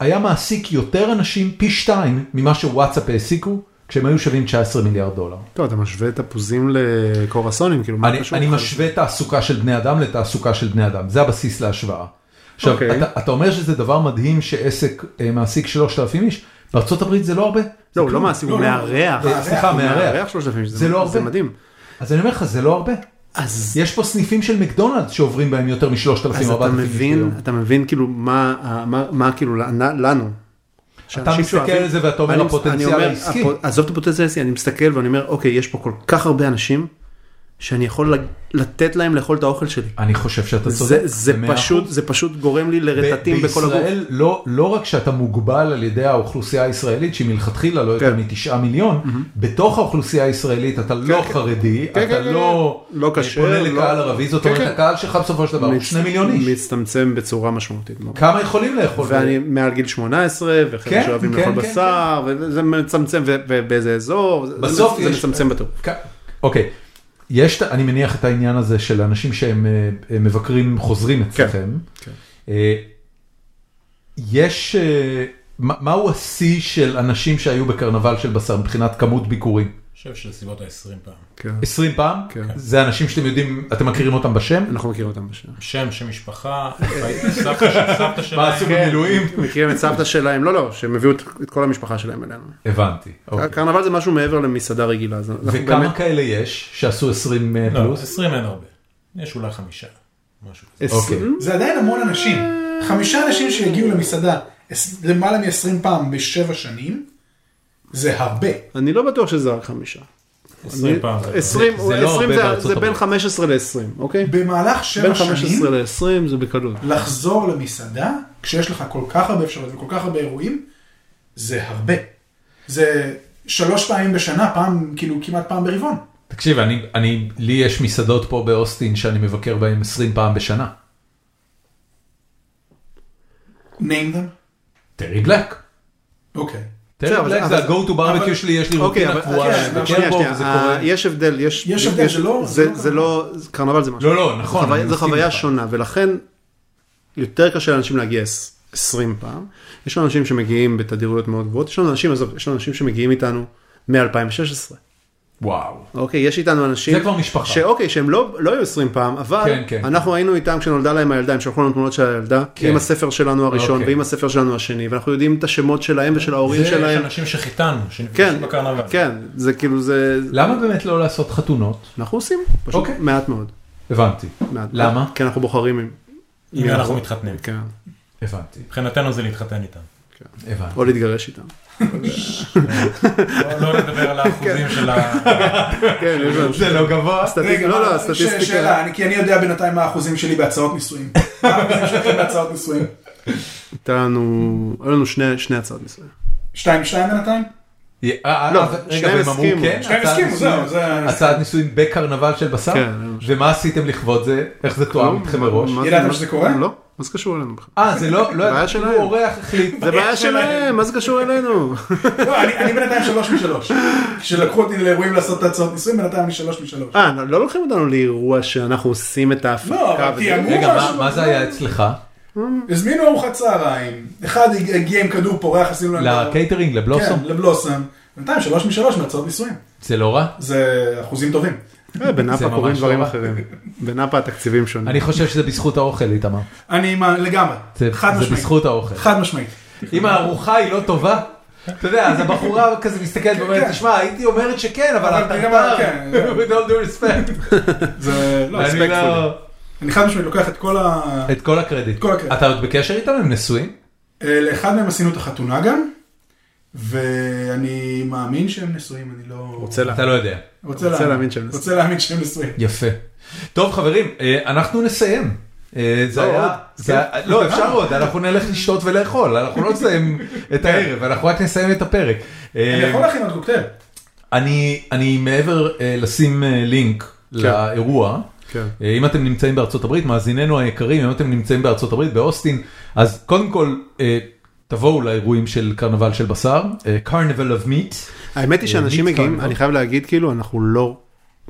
היה מעסיק יותר אנשים פי שתיים ממה שוואטסאפ העסיקו, כשהם היו שווים 19 מיליארד דולר. טוב אתה משווה תפוזים לקורסונים, כאילו מה אני, קשור? אני משווה תעסוקה של בני אדם לתעסוקה של בני אדם, זה הבסיס להשוואה. עכשיו, אוקיי. אתה, אתה אומר שזה דבר מדהים שעסק אה, מעסיק 3,000 איש, בארצות הברית זה לא הרבה. זה לא, הוא לא כלום. מעשי, הוא לא, לא, מארח, אה, סליחה, הוא מארח. מארח 3,000, זה זה לא זה הרבה. מדהים. אז אני אומר לך, זה לא הרבה. אז יש פה סניפים של מקדונלדס שעוברים בהם יותר מ-3,000-4,000 איש אז אתה ביום. מבין, אתה מבין כאילו מה, ה- מה, מה כאילו לנו. לנו. שאנשים מסתכל שאוהבים- על זה ואתה אומר, אני- אני הפוטנציאל אומר, העסקי. הפו- עזוב את הפוטנציאל העסקי, אני מסתכל ואני אומר, אוקיי, יש פה כל כך הרבה אנשים, שאני יכול לג- לתת להם לאכול את האוכל שלי. אני חושב שאתה צודק. זה, זה, במאה פשוט, אחוז. זה פשוט גורם לי ב- לרטטים בכל הגוף. בישראל לא, לא רק שאתה מוגבל על ידי האוכלוסייה הישראלית שהיא מלכתחילה לא יותר כן. מתשעה מיליון, בתוך האוכלוסייה הישראלית אתה לא כן. חרדי, כן, אתה כן, לא כן. לא אה, כשר, פונה לא- לקהל ערבי, זאת כן, אומרת כן. הקהל שלך בסופו של דבר הוא מצ- שני מיליון איש. מצטמצם בצורה משמעותית. מאוד. כמה יכולים לאכול? ואני מעל גיל 18, וחבר'ה כן, שאוהבים כן, לאכול כן, בשר, וזה מצמצם, ו- ובאיזה אזור, זה- בסוף זה יש- מצמצם בטוח. כ- אוקיי, יש, את- אני מניח את העניין הזה של אנשים שהם אה, אה, מבקרים חוזרים אצלכם. כן. אה, יש, אה, מה- מהו השיא של אנשים שהיו בקרנבל של בשר מבחינת כמות ביקורים? אני חושב שלסביבות ה-20 פעם. כן. 20 פעם? כן. זה אנשים שאתם יודעים, אתם מכירים אותם בשם? אנחנו מכירים אותם בשם. שם, שם משפחה, סבתא של- סבתא מה עשו כן. שלהם. במילואים? מכירים את סבתא שלהם, לא, לא, שהם הביאו את, את כל המשפחה שלהם אלינו. הבנתי. אוקיי. קרנבל זה משהו מעבר למסעדה רגילה. אז אנחנו באמת- וכמה כאלה יש שעשו 20 אה, לא, פלוס? 20 אין הרבה. יש אולי חמישה. משהו כזה. עשרים- אוקיי. זה עדיין המון אנשים. חמישה אנשים שהגיעו למסעדה עש- למעלה מ-20 פעם בשבע שנים, זה הרבה. אני לא בטוח שזה רק חמישה. 20 אני- פעם. זה- 20, זה לא 20 הרבה זה- בארצות זה בין הברית. 15 ל-20, אוקיי? במהלך בין שבע 15 שנים, ל-20 זה בקלות. לחזור למסעדה, כשיש לך כל כך הרבה אפשרויות וכל כך הרבה אירועים, זה הרבה. זה שלוש פעמים בשנה, פעם, כאילו כמעט פעם ברבעון. תקשיב, אני, אני, לי יש מסעדות פה באוסטין שאני מבקר בהן 20 פעם בשנה. name them? טרי בלק. אוקיי. טרי בסדר, אבל- בלק זה אבל- ה-go to barbecue שלי, יש לי אוקיי, רוטינה אבל קבועה, כן, אני מבקר שנייה, בו שנייה, אה, וזה ה- קורה. יש הבדל, יש, יש הבדל, זה לא- זה זה, לא זה לא, קרנבל זה משהו, לא, לא, נכון, זו חוויה, אני זו מסכים חוויה איתך. שונה, ולכן יותר קשה לאנשים להגיע 20 פעם, יש לנו אנשים שמגיעים בתדירויות מאוד גבוהות, יש לנו אנשים, עזוב, יש לנו אנשים שמגיעים איתנו מ-2016, וואו. אוקיי, יש איתנו אנשים, זה כבר משפחה. שאוקיי, שהם לא, לא היו 20 פעם, אבל כן, כן. אנחנו היינו איתם כשנולדה להם הילדה, הם שלחו לנו תמונות של הילדה, כן. עם הספר שלנו הראשון, אוקיי. ועם הספר שלנו השני, ואנחנו יודעים את השמות שלהם ושל ההורים זה יש שלהם, אנשים שחיתנו, שנפגשים כן, בקרנבל. כן, זה כאילו זה, למה באמת לא לעשות חתונות? אנחנו עושים, פשוט אוקיי. מעט מאוד. הבנתי, מעט. למה? כי אנחנו בוחרים עם... אם אנחנו מתחתנים. כן. הבנתי, מבחינתנו זה להתחתן איתם. הבנתי. או להתגרש איתם. לא- לא נדבר על האחוזים של ה... כן, יש לנו- זה לא גבוה. סטטיסטיקה, לא, לא, אה, ש- סטטיסטיקה. שאלה, אני- כי אני יודע בינתיים מה האחוזים שלי בהצעות נישואים. מה האחוזים שלכם בהצעות נישואים? הייתה לנו, היו לנו שני שני הצעות נישואים. שתיים שתיים בינתיים? לא, אה, רגע, שניים והם אמרו הסכימו. כן? שתיים הצעת הסכימו, נישואים- זהו, זה... הצעת נישואים בקרנבל של בשר? כן. ומה עשיתם לכבוד זה? איך זה תואם איתכם מראש? מה זה- ידעתם מה- שזה קורה? לא, מה זה קשור אלינו בכלל? אה, זה לא, לא, בעיה ידעתי, שלהם. כאילו אורח החליט. זה בעיה שלהם, מה זה קשור אלינו? לא, אני אני בינתיים שלוש משלוש. כשלקחו אותי לאירועים לעשות את הצעות נישואים, בינתיים אני שלוש משלוש. אה, לא לוקחים אותנו לאירוע שאנחנו עושים את ההפקה. לא, אבל וזה- תיאמו. רגע, מה- מה זה היה אצלך? הזמינו ארוחת צהריים, אחד הג- הגיע עם כדור פורח, עשינו להם... לקייטרינג, לבלוסום? כן, לבלוסם. בינתיים שלוש משלוש מהצעות נישואים. זה לא רע? זה אחוזים טובים. אה, זה בנאפה ממש קורים לא דברים רע. אחרים. בנאפה התקציבים שונים. אני חושב שזה בזכות האוכל, איתמר. אני מה- לגמרי, זה חד זה משמעית. בזכות האוכל. חד משמעית. אם הארוחה היא לא טובה, אתה יודע, אז הבחורה כזה מסתכלת ואומרת, כן. תשמע, הייתי אומרת שכן, אבל אבל אתה גם- כבר, כן. with all due respect. זה לא, אני לא... אני חד משמעית לוקח את כל ה... את כל הקרדיט. את כל הקרדיט. אתה עוד בקשר איתם? הם נשואים? אה, לאחד מהם עשינו את החתונה גם, ואני מאמין שהם נשואים, אני לא... רוצה לה. אתה לא יודע. רוצה רוצה להאמין שהם נשואים. רוצה להאמין שהם נשואים. יפה. טוב חברים, אה, אנחנו נסיים. אה, זה לא, היה, עוד. זה היה- לא אפשר עוד, אנחנו נלך לשתות ולאכול, אנחנו לא נסיים כן. את הערב, אנחנו רק נסיים את הפרק. אה, אני יכול להכין עוד קוקטייל. אני אני מעבר אה, לשים אה, לינק לאירוע, כן. אה, אם אתם נמצאים בארצות הברית, מאזיננו היקרים, אם אתם נמצאים בארצות הברית, באוסטין, אז קודם כל אה, תבואו לאירועים של קרנבל של בשר, אה, Carnival of Meat. האמת היא שאנשים אה, מגיעים, מיץ אני חייב להגיד, כאילו, אנחנו לא...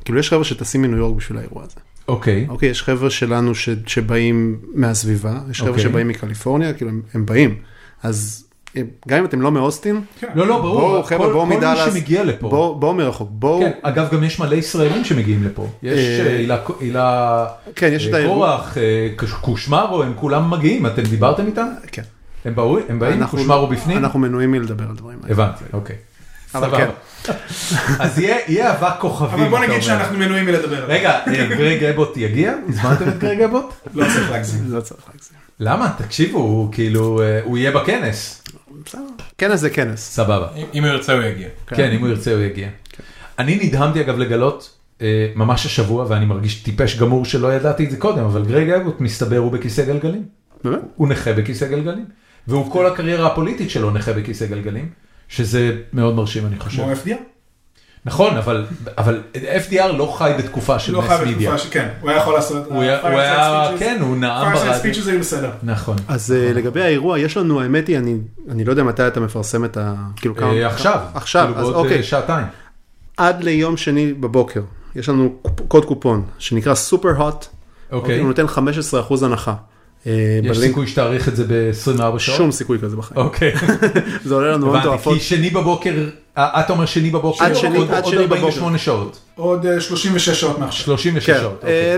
כאילו, יש חבר'ה שטסים מניו יורק בשביל האירוע הזה. אוקיי, אוקיי, יש חבר'ה שלנו ש, שבאים מהסביבה, יש חבר'ה אוקיי. שבאים מקליפורניה, כאילו הם, הם באים. אז הם- גם אם אתם לא מאוסטין, כן. לא לא ברור, בואו, כל- חבר'ה, בואו מדאלאס. כל מי שמגיע לפה. בואו בואו מרחוק, בואו, כן, אגב גם יש מלא ישראלים שמגיעים לפה, יש אה, אה, הילה- הילה כן, יש את אה, האירוע. קורח, אה, קוש- קושמרו, הם כולם מגיעים, אתם דיברתם איתם? כן. הם באו, הם באים, אנחנו- קושמרו בפנים? אנחנו מנועים מלדבר על דברים האלה. הבנתי, אוקיי. אבל כן. סבבה. אז יהיה יהיה אבק כוכבים. אבל בוא אתה נגיד אומר. שאנחנו כן. מנועים מלדבר. רגע, אה, גרג אבוט יגיע? הזמנתם את גרג אבוט? לא צריך להגזים. לא צריך להגזים. למה? תקשיבו, הוא כאילו, אה, הוא יהיה בכנס. בסדר. כנס זה כנס. סבבה. אם אם הוא ירצה הוא יגיע. כן, אם הוא ירצה הוא יגיע. אני נדהמתי אגב לגלות אה, ממש השבוע, ואני מרגיש טיפש גמור שלא ידעתי את זה קודם, אבל גרג אבוט מסתבר הוא בכיסא גלגלים. באמת? הוא נכה בכיסא גלגלים. והוא כל הקריירה הפוליטית שלו נכה בכיסא גלגלים, שזה מאוד מרשים אני חושב. כמו FDR? נכון, אבל אבל FDR לא חי בתקופה של לא מס חייב מדיה. בתקופה ש... כן, הוא היה יכול לעשות... אה, הוא היה- הוא היה, כן, הוא נאם פרסייד ברדיו. ספיצ'ס היו בסדר. נכון. אז אה, לגבי האירוע, יש לנו, האמת היא, אני- אני לא יודע מתי אתה מפרסם את ה... כאילו כמה... אה, עכשיו, עכשיו, כאילו אז בעוד אה, אוקיי. שעתיים. עד ליום שני בבוקר, יש לנו קופ- קוד קופון שנקרא סופר הוט. אוקיי. הוא נותן 15% הנחה. אה, יש בלינק- סיכוי שתאריך את זה ב-24 שעות? שום סיכוי כזה בחיים. אוקיי. זה עולה לנו הון הבנתי, תועפות. כי שני בבוקר, אה, את אומר שני בבוקר, עד שני- עוד- עד עוד שני 48 שעות, עוד אה, 36 שעות מעכשיו. 36 כן. שעות, אוקיי. אה,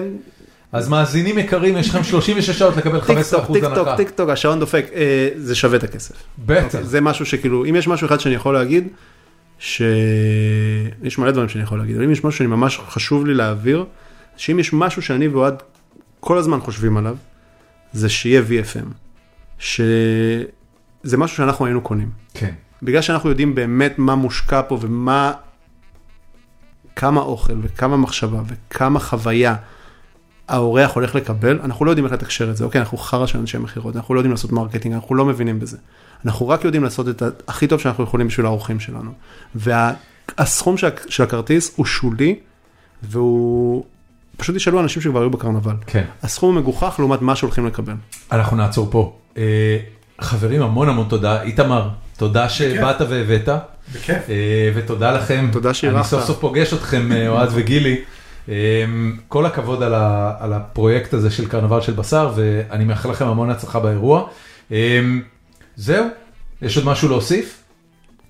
אז מאזינים יקרים, יש לכם 36 שעות לקבל 15% טיק טוק, טיק טוק, הנחה. טיק טוק, השעון דופק, אה, זה שווה את הכסף. בטח. זה משהו שכאילו, אם יש משהו אחד שאני יכול להגיד, שיש מלא דברים שאני יכול להגיד, אבל אם יש משהו שאני ממש חשוב לי להעביר, שאם יש משהו שאני ואוהד כל הזמן חושבים עליו, זה שיהיה VFM. שזה משהו שאנחנו היינו קונים. כן. בגלל שאנחנו יודעים באמת מה מושקע פה ומה, כמה אוכל וכמה מחשבה וכמה חוויה האורח הולך לקבל, אנחנו לא יודעים איך לתקשר את זה. אוקיי, אנחנו חרא של אנשי מכירות, אנחנו לא יודעים לעשות מרקטינג, אנחנו לא מבינים בזה. אנחנו רק יודעים לעשות את ה- הכי טוב שאנחנו יכולים בשביל האורחים שלנו. והסכום וה, של, ה- של הכרטיס הוא שולי, והוא... פשוט תשאלו אנשים שכבר היו בקרנבל. כן. הסכום הוא מגוחך לעומת מה שהולכים לקבל. אנחנו נעצור פה. אה, חברים, המון המון תודה. איתמר, תודה שבאת והבאת, בכיף. אה, ותודה לכם. תודה שאירחת. אני סוף סוף פוגש אתכם, אה, אוהד וגילי. אה, כל הכבוד על ה- על הפרויקט הזה של קרנבל של בשר, ואני מאחל לכם המון הצלחה באירוע. אה, זהו, יש עוד משהו להוסיף?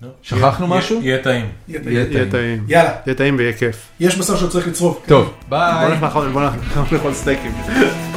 לא. שכחנו יהיה- משהו? יהיה טעים. יהיה יהיה טעים. טעים. יאללה, יהיה טעים ויהיה כיף. יש בשר שעוד צריך לצרוב. טוב, בוא ביי. נלך לאכול- בוא נלך לאכול סטייקים.